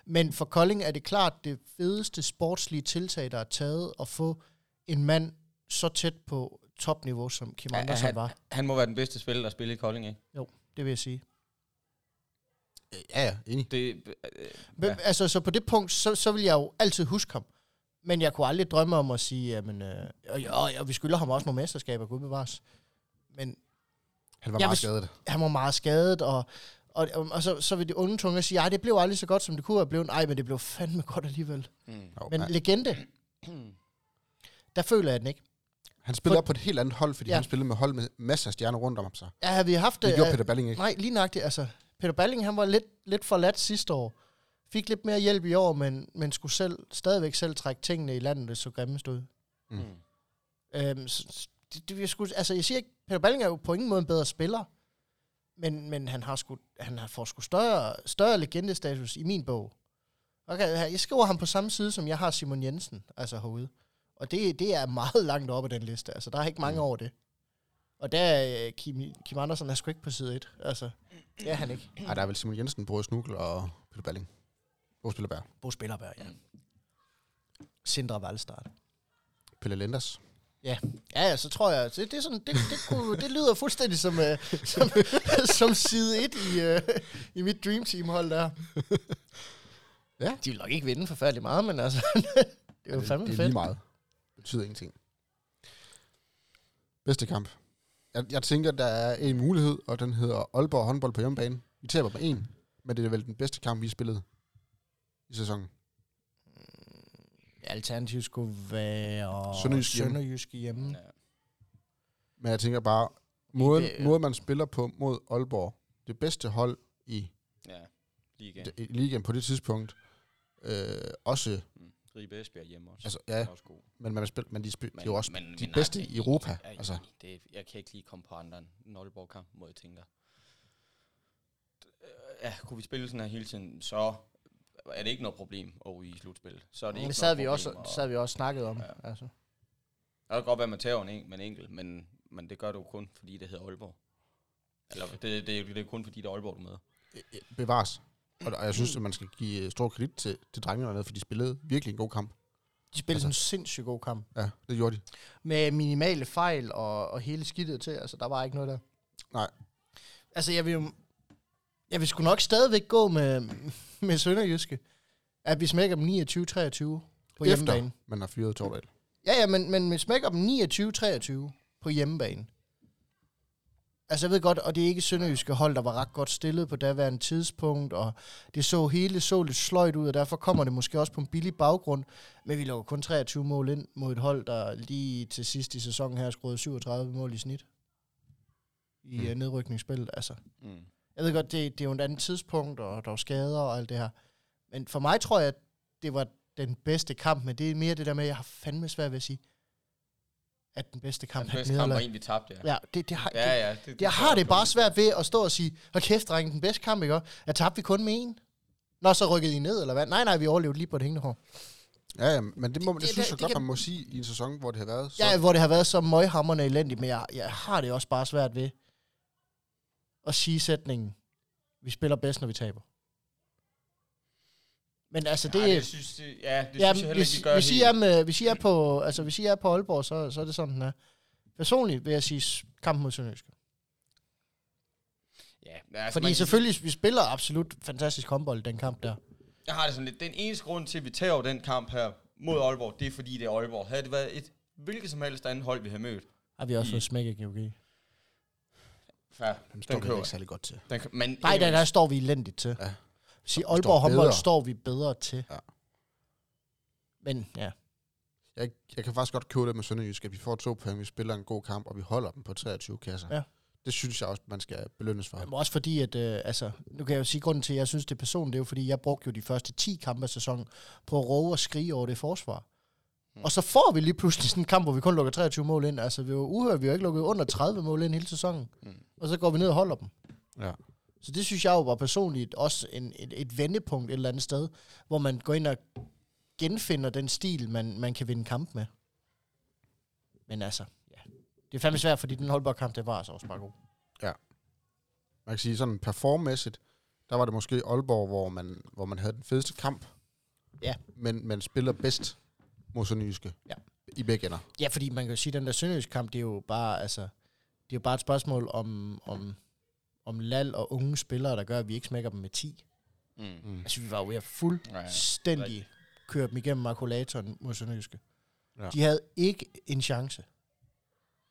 S2: Men for Kolding er det klart det fedeste sportslige tiltag, der er taget at få en mand så tæt på topniveau, som Kim
S3: Ja,
S2: Andersen var.
S3: Han må være den bedste spiller, der spiller i Kolding, ikke?
S2: Det vil jeg sige. Øh,
S1: Ja, ja, enig.
S3: Det, øh,
S2: Men,
S3: Ja.
S2: ja. Altså, så på det punkt, så, så vil jeg jo altid huske ham. Men jeg kunne aldrig drømme om at sige, jamen, øh, og, og, og vi skylder ham også nogle mesterskaber, gud bevares. Men
S1: Han var
S2: Jeg
S1: meget
S2: vil-
S1: skadet.
S2: han var meget skadet, og, og, og, og så, så vil de onde tunger sige, ej, det blev aldrig så godt, som det kunne have blevet. Nej, men det blev fandme godt alligevel.
S3: mm.
S1: Jo,
S2: Men
S1: ja.
S2: legende, der føler jeg den ikke.
S1: Han spillede
S2: For-
S1: op på et helt andet hold, fordi
S2: Ja.
S1: ja. han spillede med hold med masser af stjerner rundt om sig.
S2: Ja, havde vi haft...
S1: Det
S2: øh,
S1: gjorde Peter Balling ikke.
S2: Nej, lige nøjagtigt. Altså, Peter Balling, han var lidt, lidt forladt sidste år. Fik lidt mere hjælp i år, men, men skulle selv, stadigvæk selv trække tingene i landet, det så grimmest ud.
S1: Mm.
S3: Mm.
S2: Øhm, s- s- det, det, jeg, skulle, altså, jeg siger ikke, Peter Balling er jo på ingen måde en bedre spiller, men, men han, har sku, han har får sgu større, større legendestatus i min bog. Okay, jeg skriver ham på samme side, som jeg har Simon Jensen, altså herude. Og det, det er meget langt op ad den liste. Altså, der er ikke mange
S1: Mm.
S2: over det. Og der er øh, Kim, Kim Andersen er sgu ikke på side 1. Altså, det er han ikke.
S1: Ej, der er vel Simon Jensen, Boris Nugel og Peter Balling. Boris Spillerberg.
S2: Bo Spillerberg, ja. Sindre Valstart.
S1: Pelle Lenders.
S2: Ja, ja, så tror jeg, det, det, er sådan, det, det, kunne, det lyder fuldstændig som, øh, som, som side 1 i, øh, i mit Dream Team-hold der.
S1: Ja.
S2: De vil nok ikke vinde forfærdelig meget, men altså, det er jo
S1: det,
S2: fandme
S1: det er
S2: fedt.
S1: lige meget. Det betyder ingenting. Bedste kamp. Jeg, jeg tænker, der er en mulighed, og den hedder Aalborg håndbold på hjemmebane. Vi taber med en, men det er vel den bedste kamp, vi spillede i sæsonen.
S2: Alternativet skulle være
S1: Sønderjysk hjemme.
S2: Sønderjysk hjemme.
S3: Mm. Ja.
S1: Men jeg tænker bare, måden,
S3: Det-
S1: det, måden man spiller på mod Aalborg, det bedste hold i,
S3: ja. Lige igen.
S1: yeah. i ligaen på det tidspunkt, øh, også
S3: Mm. gribe Esbjerg hjemme også.
S1: Altså, ja,
S3: Den er også god.
S1: men, man spil, men de, spil, men, de er jo også men, de
S3: nej,
S1: bedste
S3: men
S1: i Europa.
S3: jeg er
S1: altså,
S3: enig. Det, jeg kan ikke lige komme på andre end Nolborg-kamp mod Tinker. øh, Ja, kunne vi spille sådan her hele tiden, så er det ikke noget problem over i slutspillet. Så er det, ikke
S2: Det sad
S3: noget
S2: vi, også,
S3: problem, og-
S2: det sad vi også snakket om.
S3: Ja.
S2: Altså.
S3: Det kan godt være, at man tager en, en, men enkelt, men, men det gør du kun, fordi det hedder Aalborg. Eller det, det, det er kun, fordi det er Aalborg, du med.
S1: øh, bevares. Og, og jeg synes, at man skal give øh, stor kredit til, til drengene dernede, for de spillede virkelig en god kamp.
S2: De spillede
S1: Altså.
S2: altså. en sindssygt god kamp.
S1: Ja, det gjorde de.
S2: Med minimale fejl og, og hele skidtet til. Altså, der var ikke noget der.
S1: Nej.
S2: Altså, jeg vil jo... Jeg vil sgu nok stadigvæk gå med, med Sønderjyske. At vi smækker dem 29-23 på
S1: Efter.
S2: hjemmebane.
S1: Man har fyret Tordal.
S2: Ja, ja, men, men vi smækker dem 29-23 på hjemmebane. Altså, jeg ved godt, og det er ikke Sønderjyske hold, der var ret godt stillet på daværende tidspunkt, og det så hele så lidt sløjt ud, og derfor kommer det måske også på en billig baggrund. Men vi lå kun 23 mål ind mod et hold, der lige til sidst i sæsonen her skruede 37 mål i snit i
S1: Mm.
S2: mm. nedrykningsspillet. Altså,
S3: Mm.
S2: jeg ved godt, det, det er jo et andet tidspunkt, og der var skader og alt det her. Men for mig tror jeg, at det var den bedste kamp, men det er mere det der med, at jeg har fandme svært ved at sige, at den bedste kamp
S3: Den
S2: er et
S3: første kamp var
S2: nederlag.
S3: en, vi tabte, ja.
S2: Ja, det, det har,
S3: ja,
S2: det,
S3: ja det,
S2: jeg har det bare svært ved at stå og sige, hvor kæft, drenge, den bedste kamp, ikke? også? Jeg tabte vi kun med en. Nå, så rykkede I ned, eller hvad? Nej, nej, vi overlevede lige på et hængende hår.
S1: Ja, ja, men det, må, det, det
S2: det-
S1: synes jeg
S2: det
S1: godt,
S2: kan-
S1: man må sige i en sæson, hvor det har været så
S2: Ja, hvor det har været så møghamrende elendigt, men jeg, jeg har det også bare svært ved at sige sætningen, vi spiller bedst, når vi taber. Men altså, det,
S3: Nej, det synes, det, ja,
S2: ja,
S3: det synes jeg heller
S2: hvis,
S3: ikke, vi gør
S2: hvis, I
S3: helt.
S2: er med, hvis, I er på, altså, hvis I er på Aalborg, så, så er det sådan, den er. Personligt vil jeg sige s- kampen mod Sønderjyske.
S3: Ja, men altså,
S2: Fordi
S3: man kan
S2: selvfølgelig, vi spiller absolut fantastisk håndbold, den kamp der.
S3: sige- Jeg har det sådan lidt. Den eneste grund til, at vi tager den kamp her mod Aalborg, det er fordi, det er Aalborg. Havde det været et hvilket som helst andet hold, vi havde mødt,
S2: Har vi også
S3: I-
S2: fået smæk af GOG.
S3: ja,
S1: Dem står
S3: den
S1: vi heller
S3: køber.
S1: ikke særlig godt til.
S3: Den, kø- men
S2: Nej, der,
S3: anyways,
S2: der står vi elendigt til.
S1: Ja.
S2: Ja.
S1: Står-
S2: Sige,
S1: står
S2: Aalborg håndbold
S1: bedre.
S2: står vi bedre til.
S1: Ja.
S2: Ja. Men ja,
S1: Jeg, jeg kan faktisk godt købe det med Sønderjysk, at vi får to point, vi spiller en god kamp, og vi holder dem på 23 kasser.
S2: Ja.
S1: Det synes jeg også, man skal belønnes for.
S2: men også fordi, at øh, altså, nu kan jeg jo sige, grunden til, at jeg synes, det er personligt, det er jo fordi, jeg brugte jo de første 10 kampe af sæsonen på at råbe og skrige over det forsvar.
S3: Mm.
S2: Og så får vi lige pludselig sådan en kamp, hvor vi kun lukker 23 mål ind. Altså, vi var uhørt, vi har ikke lukket under 30 mål ind hele sæsonen.
S3: Mm.
S2: Mm. Og så går vi ned og holder dem.
S1: Ja.
S2: Så det synes jeg jo var personligt også en, et, et vendepunkt et eller andet sted, hvor man går ind og genfinder den stil, man, man kan vinde kamp med. Men altså, ja. Det er fandme svært, fordi den holdboldkamp, det var altså også bare god.
S1: Man kan sige sådan performmæssigt, der var det måske Aalborg, hvor man, hvor man havde den fedeste kamp.
S2: Ja.
S1: Men man spiller bedst mod Sønderjyske.
S2: Ja.
S1: I begge ender.
S2: Ja, fordi man kan jo sige, at den der sønderjysk kamp, det er jo bare, altså, det er jo bare et spørgsmål om, om, om lal og unge spillere, der gør, at vi ikke smækker dem med 10.
S3: Mm.
S1: Mm.
S2: Altså, vi var jo ved at
S3: Ja, ja.
S2: fuldstændig køre dem igennem makulatoren mod Sønderjyske.
S1: Ja.
S2: Ja. De havde ikke en chance.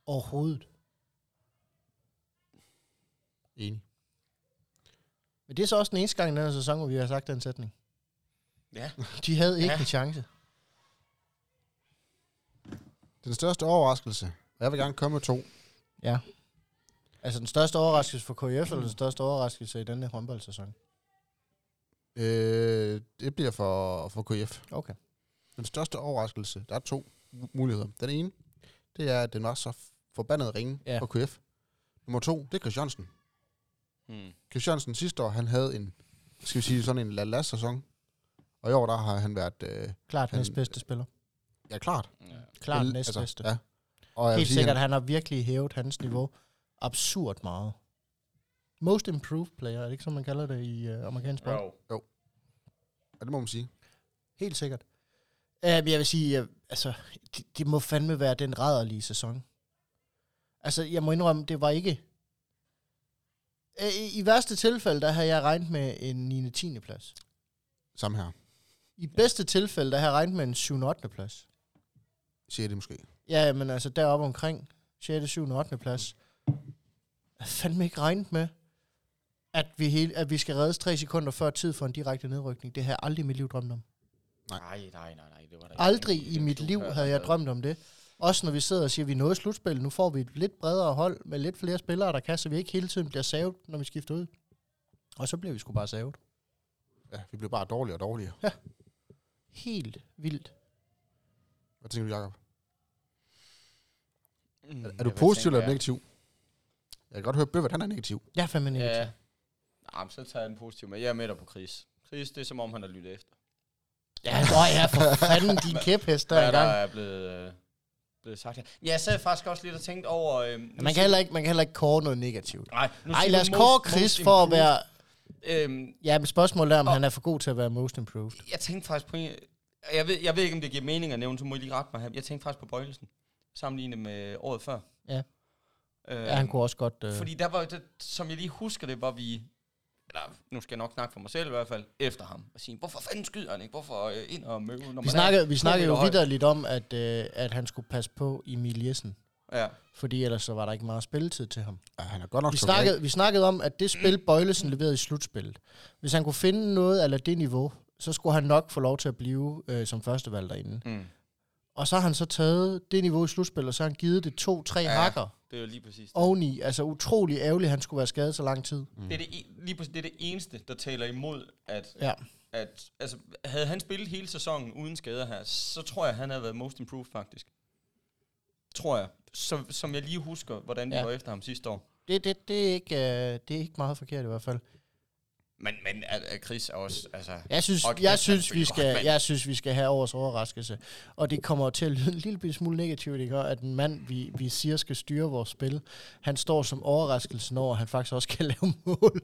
S2: Overhovedet.
S1: Enig.
S2: Men det er så også den eneste gang i den her sæson, hvor vi har sagt den sætning.
S3: Ja.
S2: De havde ikke
S3: Ja.
S2: ja. en chance.
S1: Den største overraskelse, og jeg vil gerne komme med to,
S2: Altså den største overraskelse for KF, eller den største overraskelse i denne håndboldsæson.
S1: øh, det bliver for, for KF.
S2: Okay.
S1: Den største overraskelse, der er to mu- muligheder. Den ene, det er, at den var så forbandet ringe ja.
S2: Ja.
S1: for KF. Nummer to, det er Christiansen.
S3: Mm.
S1: Christiansen sidste år, han havde en, skal vi sige, sådan en la-la-sæson. Og i år, der har han været, øh,
S2: Klart
S1: Han-
S2: den bedste spiller.
S1: ja, klart.
S3: Ja.
S2: Klart
S1: El-
S2: den
S3: altså,
S2: næstbedste.
S1: Ja. Og jeg vil
S2: Helt
S1: sige,
S2: sikkert,
S1: han,
S2: han har virkelig hævet hans niveau absurd meget. Most improved player, er det ikke, som man kalder det i øh, amerikansk sport?
S3: Jo.
S1: og det må man sige.
S2: Helt sikkert. Uh, jeg vil sige, uh, altså, det, det må fandme være den rædderlige sæson. Altså, jeg må indrømme, det var ikke... Uh, i, I værste tilfælde, der havde jeg regnet med en 9. 10. plads.
S1: Samme her,
S2: I bedste tilfælde, der havde jeg regnet med en 7. 8. plads.
S1: siger det måske.
S2: Ja, men altså deroppe omkring 6. 7. 8. plads. Jeg havde fandme ikke regnet med, at vi, hele, at vi skal reddes 3 sekunder før tid for en direkte nedrykning. Det har jeg aldrig i mit liv drømt om.
S3: Nej, nej, nej, nej, det Mm. var der ikke
S2: Aldrig
S3: nogen
S2: i mit
S3: klub
S2: liv
S3: her,
S2: havde
S3: der
S2: jeg drømt om det. Også når vi sidder og siger, at vi nåede slutspillet, nu får vi et lidt bredere hold med lidt flere spillere, der kan, så vi ikke hele tiden bliver savet, når vi skifter ud. Og så bliver vi sgu bare savet.
S1: Ja, vi blev bare dårligere og dårligere.
S2: helt vildt.
S1: Hvad tænker du, Jacob?
S3: Mm,
S1: Er, er
S3: jeg
S1: du
S3: ved
S1: positiv
S3: ikke,
S1: eller
S3: hvad-
S1: negativ? Jeg kan godt høre, Bøvert, han er negativ.
S2: Jeg er fandme negativ.
S3: Ja. Nå, men så tager jeg den positive med. Jeg er med dig på Chris. Chris, det er som om, han har lyttet efter.
S2: Ja, nå ja, for fanden din kæphest der
S3: Hvad der
S2: engang.
S3: er blevet, øh, blevet sagt her. Men jeg sad faktisk også lidt og tænkte over... Øh, nu
S2: Man kan, heller ikke, man kan heller ikke kåre noget negativt.
S3: Nej, nu
S2: Nej,
S3: siger
S2: lad
S3: du
S2: os
S3: most-
S2: kåre
S3: most
S2: Chris for at
S3: improved.
S2: være...
S3: Øhm,
S2: Ja, men spørgsmålet er, om
S3: Og-
S2: han er for god til at være most improved.
S3: jeg tænkte faktisk på en... Jeg ved, jeg ved ikke, om det giver mening at nævne, så må I lige rette mig her. Jeg tænkte faktisk på Bøjlesen, sammenlignet med året før.
S2: Ja.
S3: Øhm,
S2: Ja, han kunne også godt... Øh,
S3: Fordi der var, det, som jeg lige husker det, var vi, eller nu skal jeg nok snakke for mig selv i hvert fald, efter ham. Og sige, hvorfor fanden skyder han ikke? Hvorfor øh, ind og møve? Når
S2: vi snakkede, vi
S3: to
S2: snakkede jo
S3: meter høj?"
S2: vidderligt om, at, øh, at han skulle passe på Emil Jessen.
S3: Ja.
S2: Fordi ellers så var der ikke meget spilletid til ham.
S1: Ja, han er godt nok
S2: Vi
S1: stukket af.
S2: snakkede, vi snakkede om, at det spil, Bøjlesen leverede i slutspillet, hvis han kunne finde noget af det niveau, så skulle han nok få lov til at blive øh, som førstevalg derinde.
S3: Mm.
S2: Og så har han så taget det niveau i slutspillet, og så har han givet det to-tre
S3: Ja.
S2: ja. hakker
S3: Det er jo lige præcis det.
S2: oveni. Altså utrolig ærgerligt, at han skulle være skadet så lang tid.
S3: Det er det, en- lige præcis, det er det eneste, der taler imod, at,
S2: Ja.
S3: at altså, havde han spillet hele sæsonen uden skader her, så tror jeg, han havde været most improved faktisk. Tror jeg. Så, som jeg lige husker, hvordan de
S2: Ja.
S3: var efter ham sidste år.
S2: Det, det, det, er ikke, øh, det er ikke meget forkert i hvert fald.
S3: Men, men at, at Chris er også, altså...
S2: Jeg synes,
S3: Og
S2: jeg
S3: kæft,
S2: synes,
S3: han
S2: vi
S3: spiller godt,
S2: skal,
S3: mand.
S2: jeg synes, vi skal have årets overraskelse. Og det kommer til at lyde en lille bitte smule negativt, ikke? at en mand, vi, vi siger skal styre vores spil, han står som overraskelsen over, at han faktisk også kan lave mål.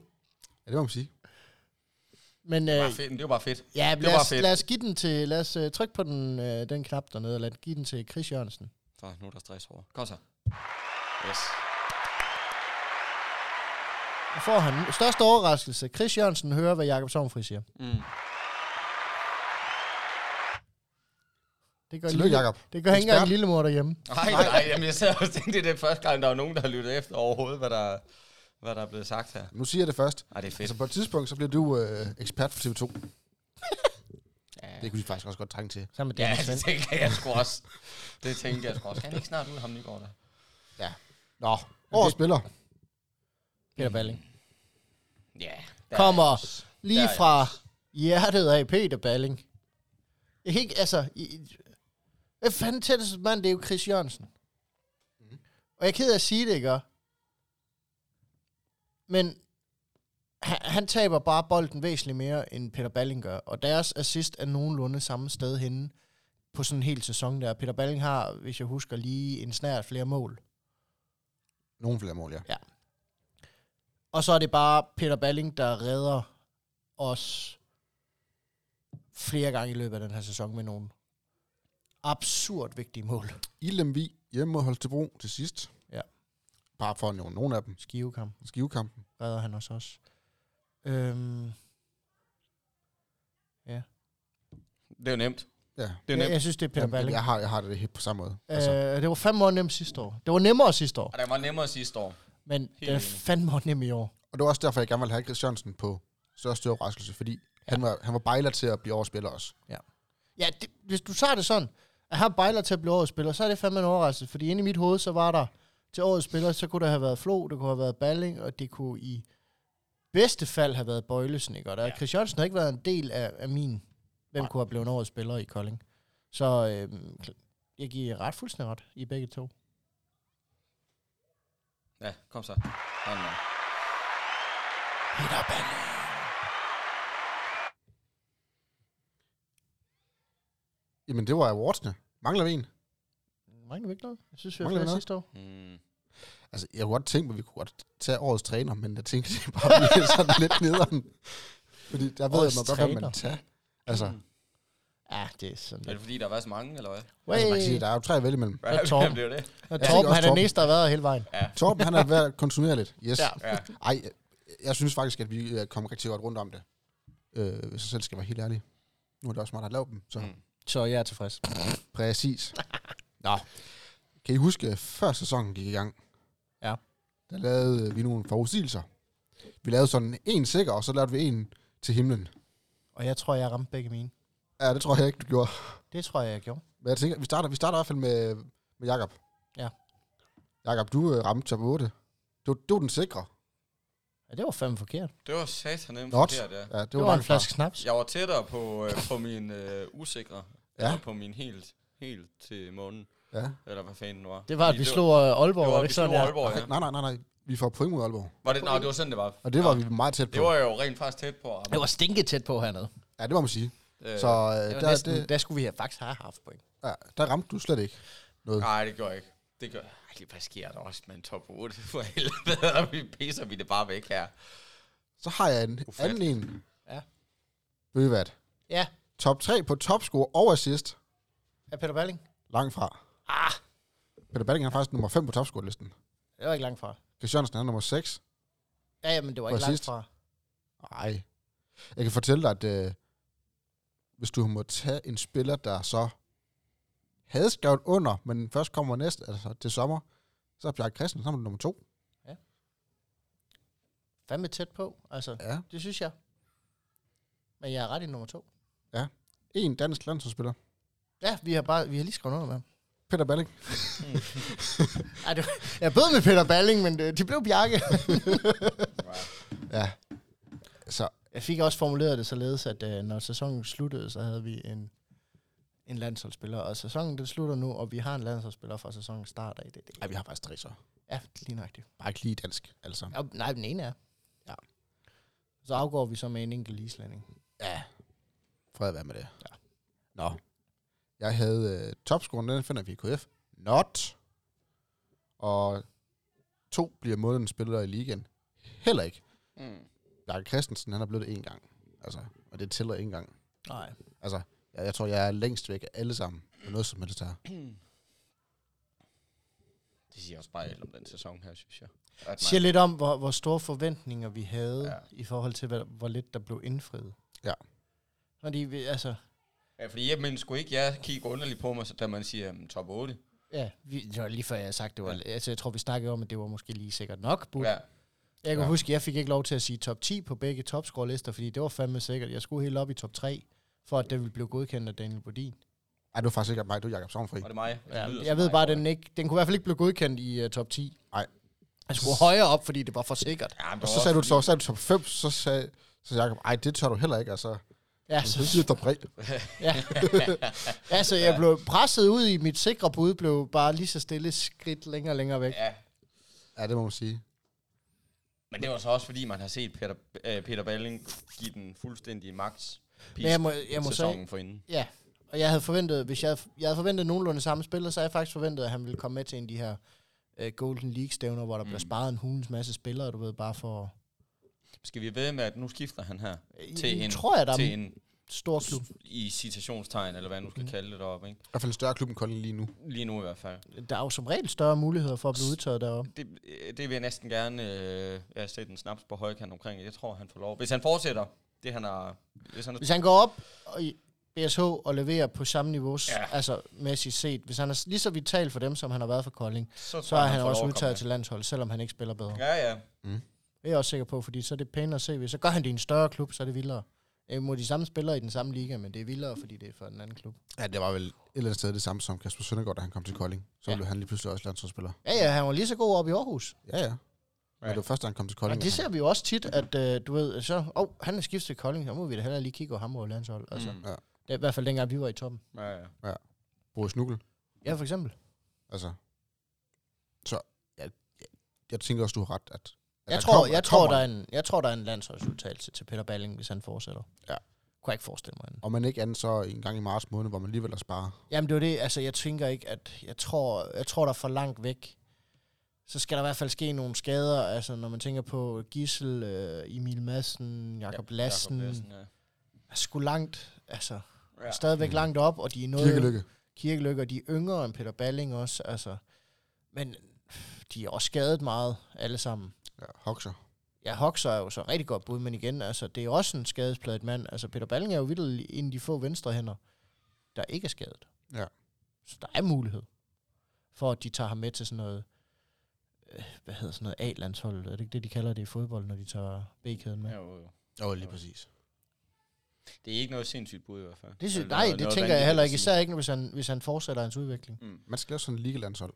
S1: Ja, det må man sige.
S2: Men
S3: Det var,
S2: øh,
S3: fedt, det var bare fedt.
S2: ja,
S3: var
S2: lad os,
S3: fedt.
S2: lad os give den til, lad os øh, trykke på den, øh, den knap dernede, og lad os give den til Chris Jørgensen.
S3: Så nu er der stress over. Kom så. Yes.
S2: Og får han største overraskelse. Chris Jørgensen hører, hvad Jakob Sovnfri siger.
S3: Mm.
S2: Det gør,
S1: Tillykke,
S2: lille,
S1: Jacob.
S2: det gør ikke engang
S1: Ekspert.
S2: lillemor derhjemme.
S3: Nej, nej, jamen, jeg sad også og tænkte, det er den første gang, der er nogen, der har lyttet efter overhovedet, hvad der, hvad der er blevet sagt her.
S1: Nu siger jeg det først.
S3: Ej, det er fedt.
S1: Altså på et tidspunkt, så bliver du øh, ekspert på TV2. Det kunne de faktisk også godt trænge til.
S2: Sammen med
S3: Ja,
S2: Daniel
S3: det
S2: Svend.
S3: tænker jeg sgu også. Det tænker jeg sgu også. Kan han ikke snart ud ham Nygaard der?
S1: Nå, årets spiller.
S2: Peter Balling.
S3: Ja.
S2: Kommer
S3: Der
S2: lige
S3: er jeg
S2: fra hjertet af Peter Balling. Jeg kan ikke, altså... I, i- hvad fanden tætteste mand, det er jo Chris Jørgensen.
S3: Mhm.
S2: Og jeg er ked af at sige det, ikke? også? Men han, han taber bare bolden væsentligt mere, end Peter Balling gør. Og deres assist er nogenlunde samme sted henne på sådan en hel sæson der. Peter Balling har, hvis jeg husker, lige en snært flere mål.
S1: Nogle flere mål, ja.
S2: Og så er det bare Peter Balling, der redder os flere gange i løbet af den her sæson med nogle absurd vigtige mål.
S1: I Lemvi hjemme mod Holstebro til sidst.
S2: Ja.
S1: Bare for at nævne nogle af dem.
S2: Skivekamp
S1: Skivekampen.
S2: redder han os også. Øhm,
S3: Det er jo nemt.
S1: Ja.
S3: Det er
S2: jeg,
S3: nemt.
S2: jeg synes, det er Peter
S1: Jamen,
S2: Balling.
S1: jeg, har, jeg har det helt på samme måde. Altså,
S2: Øh, det var fandme nemt sidste år. Det var nemmere sidste år,
S3: Og det var nemmere sidste år.
S2: men det er
S3: enig.
S2: fandme nem i år.
S1: og det var også derfor, jeg gerne ville have Chris Jørgensen på største overraskelse, fordi han, var, han var bejler til at blive overspiller også.
S2: Ja, det, hvis du tager det sådan, at han bejler til at blive årets spiller, så er det fandme en overraskelse. Fordi inde i mit hoved, så var der til årets spiller, så kunne der have været Flo, det kunne have været Balling, og det kunne i bedste fald have været Bøjlesen, ikke? Og der, ja. Chris Jørgensen har ikke været en del af, af min, hvem kunne have blevet en årets spiller i Kolding. Så øhm, kl- jeg giver jer ret fuldstændig ret i begge to.
S3: Ja, kom så. Kom nu.
S2: Peter Balling.
S1: Jamen, det var awardsene. Mangler vi en?
S2: Mangler vi ikke noget? Jeg synes, vi har
S1: Mangler vi
S2: flere
S1: noget?
S2: sidste år.
S3: Mm.
S1: Altså, jeg kunne godt tænke mig, at vi kunne godt tage årets træner, men jeg tænkte, det bare bliver sådan lidt nederen. Fordi der ved
S2: Årets
S1: man godt, hvad
S2: træner. Hmm.
S1: man tager. Altså,
S3: Mm.
S2: Ja, det er sådan
S3: Er det
S2: lidt.
S3: fordi, der har været så mange, eller hvad?
S1: altså man kan sige, der er jo tre at vælge imellem.
S2: er Torben.
S3: blev det?
S2: Og
S1: tænker
S2: Torben,
S1: også
S2: han er den
S1: Torben.
S2: eneste, der har været her hele vejen.
S1: Torben, han har været kontinuerligt. Yes.
S2: Ja.
S1: Ja.
S3: Ja.
S1: Ej, jeg, jeg synes faktisk, at vi øh, kom rigtig godt rundt om det. Øh, hvis jeg selv skal være helt ærlig. Nu er det også mig, der har lavet dem. Så. Mm.
S3: Mm.
S2: Så jeg er tilfreds.
S1: Præcis. Nå. Kan I huske, øh, før sæsonen gik i gang?
S2: Ja.
S1: Der lavede øh, vi nogle forudsigelser. Vi lavede sådan en sikker, og så lavede vi en til himlen.
S2: Og jeg tror, jeg ramte begge mine.
S1: Ja, det tror jeg ikke, du gjorde.
S2: Det tror jeg, jeg gjorde.
S1: Men jeg tænker, vi starter, vi starter i hvert fald med, med Jakob.
S2: Ja.
S1: Jakob, du øh, ramte top 8. Det var, det var den sikre.
S2: Ja, Ja, det var fandme forkert. Det
S3: Det var satan nemt
S1: Not.
S3: forkert, ja.
S1: Ja, det,
S2: var,
S1: var,
S2: var en
S1: langt fra.
S2: flaske snaps.
S3: Jeg var tættere på, øh, på min øh, usikre,
S1: Ja.
S3: ja. eller på min helt, helt til månen,
S1: Ja.
S3: eller hvad fanden det var.
S2: Det var, at
S3: Fordi
S2: vi slog øh, Aalborg,
S3: det
S2: var
S3: var,
S2: det
S3: vi
S2: ikke
S3: slog
S2: sådan, ja?
S3: Aalborg, ja.
S1: Nej, nej, nej, nej. Vi får point mod Aalborg.
S3: Var det, nej, det var sådan, det var.
S1: Og det var vi meget tæt på.
S3: Det var jo rent faktisk tæt på.
S2: Det var stinket tæt på hernede.
S1: Ja, det må man sige.
S3: Øh,
S1: Så øh,
S2: Det var
S1: der,
S2: der, næsten,
S1: det,
S2: det... der skulle vi have faktisk have haft point.
S1: ja, der ramte du slet ikke noget.
S3: Nej, det gør jeg ikke. Det gør Ej, det- hvad sker der også med en top 8? For helvede, vi pisser vi det bare væk her.
S1: Så har jeg en anden
S3: Ufatteligt.
S1: en.
S2: Ja.
S1: Ved I hvad?
S2: Ja,
S1: Top 3 på topscore og assist.
S2: af Peter Balling.
S1: Langt fra.
S2: Ah,
S1: Peter Balling er faktisk nummer 5 på topscore-listen.
S2: det var ikke langt fra.
S1: Chris Jørgensen er nummer 6.
S2: Ja, ja, men det var ikke
S1: Præcis.
S2: langt fra.
S1: Nej. Jeg kan fortælle dig, at øh, hvis du må tage en spiller, der så havde skrevet under, men først kommer næste, altså til sommer, så er Bjarke Christensen sammen nummer 2.
S2: Fandme tæt på, altså.
S1: Ja.
S2: Det synes jeg. Men jeg er ret i nummer to.
S1: En dansk landsholdsspiller.
S2: Ja, vi har, bare, vi har lige skrevet under med ham.
S1: Peter Balling.
S2: Ej, det var, jeg bød med Peter Balling, men det, det blev Bjarke.
S1: Ja. Så
S2: Jeg fik også formuleret det således, at øh, når sæsonen sluttede, så havde vi en, en landsholdsspiller. Og sæsonen den slutter nu, og vi har en landsholdsspiller fra sæsonens start af. Det, det.
S1: ja, vi har faktisk tre så.
S2: Ja, lige nøjagtigt.
S1: Bare ikke lige dansk, altså.
S2: Ja, nej, den ene er.
S1: Ja.
S2: Så afgår vi så med en enkelt islænding.
S1: Ja. Fred at være med det. Ja. Nå. Jeg havde øh, topscoren, den finder vi i KF. Not. Og to bliver månedens spiller i ligaen. Heller ikke.
S3: Mm.
S1: Bjarke Christensen, han har blevet det én gang. Altså, og det tæller én gang.
S2: Nej.
S1: Altså, jeg, jeg tror, jeg er længst væk af alle sammen. Med noget som helst her.
S3: Det siger også bare alt om den sæson her, synes jeg. Ret
S2: siger lidt om, hvor, hvor store forventninger vi havde
S3: Ja.
S2: ja. i forhold til, hvad, hvor lidt der blev indfriet.
S1: Ja.
S2: Fordi vi, altså,
S3: meget. Ja, fordi jeg men skulle ikke jeg kigge underligt på mig, så- da man siger um, top 8.
S2: ja, vi, det var lige før jeg havde sagt, det var,
S3: Ja.
S2: ja. altså, jeg tror, vi snakkede om, at det var måske lige sikkert nok. Ja.
S3: Ja.
S2: Jeg kan
S1: Ja.
S2: ja. huske, jeg fik ikke lov til at sige top 10 på begge topscore-lister, fordi det var fandme sikkert. Jeg skulle helt op i top 3, for at det ville blive godkendt af Daniel Bodin.
S1: Ej, du er faktisk ikke mig, du er Jacob Sovnfri.
S3: Var det mig? Det
S2: Ja,
S3: lyder
S2: jeg
S3: som
S2: ved
S3: mig,
S2: bare, at
S3: tror
S2: den, ikke, den kunne i hvert fald ikke blive godkendt i uh, top 10.
S1: Nej.
S2: Jeg skulle højere op, fordi det var for sikkert.
S3: Ja, men
S1: Og så sagde du, så, sagde du top 5, så sagde, så sagde Jacob, ej, det tør du heller ikke, altså.
S2: Ja,
S1: Så siger du top 3.
S2: Ja. altså, jeg blev presset ud i mit sikre bud, blev bare lige så stille skridt længere og længere væk.
S3: Ja.
S1: Ja, det må man sige.
S3: Men det var så også, fordi man har set Peter, øh, Peter Balling give den fuldstændige max
S2: Men jeg må, jeg må
S3: sæsonen
S2: sige,
S3: for inden.
S2: ja. Og jeg havde forventet, hvis jeg, jeg havde forventet nogenlunde samme spiller, så havde jeg faktisk forventet, at han ville komme med til en af de her øh, Golden League-stævner, hvor der mm. bliver sparet en hulens masse spillere, du ved, bare for...
S3: Skal vi ved med, at nu skifter han her
S2: Øh,
S3: til en,
S2: tror jeg, der er
S3: til
S2: en
S3: en
S2: stor klub.
S3: i citationstegn, eller hvad nu skal mm. kalde det deroppe, ikke?
S1: I hvert fald en større klub end Kolding lige nu.
S3: Lige nu i hvert fald.
S2: Der er jo som regel større muligheder for at blive udtaget deroppe.
S3: Det, øh, det vil jeg næsten gerne øh, jeg sætte en snaps på højkant omkring. Jeg tror, han får lov. Hvis han fortsætter, det han har... Hvis han er,
S2: Hvis han går op og i BSH og leverer på samme niveau,
S3: Ja.
S2: ja. altså mæssigt set, hvis han er lige så vital for dem, som han har været for Kolding,
S3: så,
S2: så er han også
S3: får lov at komme
S2: udtaget til landshold, selvom han ikke spiller bedre.
S3: med.
S2: Ja.
S3: Ja, ja.
S2: Det er jeg også sikker på, fordi så er det pænere CV. Så gør han det i en større klub, så er det vildere. Øh, Mod de samme spillere i den samme liga, men det er vildere, fordi det er for en anden klub.
S1: Ja, det var vel et eller andet sted det samme som Kasper Søndergaard, da han kom til Kolding. Så
S2: Ja.
S1: blev han lige pludselig også landsholdsspiller.
S2: Ja, ja, han var lige så god op i Aarhus.
S1: Ja, ja. Men det var først, da han kom til
S2: Og
S1: Kolding.
S2: det ser vi jo også tit, at øh, du ved, så, oh, han er skiftet til Kolding, så må vi da heller lige kigge på ham over landshold. Altså,
S3: Mm.
S2: Det er i hvert fald dengang, vi var i toppen.
S3: ja, ja.
S1: Boris Nukkel.
S2: Ja, for eksempel.
S1: Altså. Så jeg, jeg, jeg tænker også, du har ret, at... at
S2: Jeg
S1: der
S2: tror,
S1: kommer-
S2: jeg, tror,
S1: kommer
S2: der er
S1: en-
S2: en, jeg tror, der er en landsholdsudtalelse til Peter Balling, hvis han fortsætter.
S1: Ja.
S2: Kunne jeg ikke forestille mig. andet.
S1: Om man ikke andet så en gang i marts måned, hvor man alligevel er sparer.
S2: Jamen det er jo det, altså jeg tænker ikke, at jeg tror, jeg tror der er for langt væk. Så skal der i hvert fald ske nogle skader, altså når man tænker på Gissel, øh, Emil Madsen, Jakob ja, Lassen.
S3: Jakob
S2: Lassen.
S3: ja.
S2: Er sgu langt, altså
S3: Ja.
S2: ja. stadigvæk
S1: Mm.
S2: mm. langt op, og de er noget...
S1: Kirkelykke.
S2: Kirkelykke, og de er yngre end Peter Balling også, altså. Men de er også skadet meget, alle sammen.
S1: Ja, Hoxer.
S2: Ja, Hoxer er jo så rigtig godt bud, men igen, altså, det er jo også en skadespladet mand. Altså, Peter Balling er jo vildt en af de få venstrehænder, der ikke er skadet.
S1: Ja.
S2: Så der er mulighed for, at de tager ham med til sådan noget, øh, hvad hedder sådan noget A-landshold. Er det ikke det, de kalder det i fodbold, når de tager B-kæden med?
S3: Ja,
S2: Ja.
S3: jo, jo.
S1: Åh, oh, lige præcis.
S3: Det er ikke noget sindssygt bud i hvert fald.
S2: Det synes,
S3: Eller
S2: nej,
S3: noget-
S2: det
S3: noget
S2: tænker jeg heller ikke.
S3: vanvittigt at
S2: Især ikke, hvis han, hvis han fortsætter hans udvikling.
S3: sige. Mm.
S1: Man skal lave sådan en ligelandshold.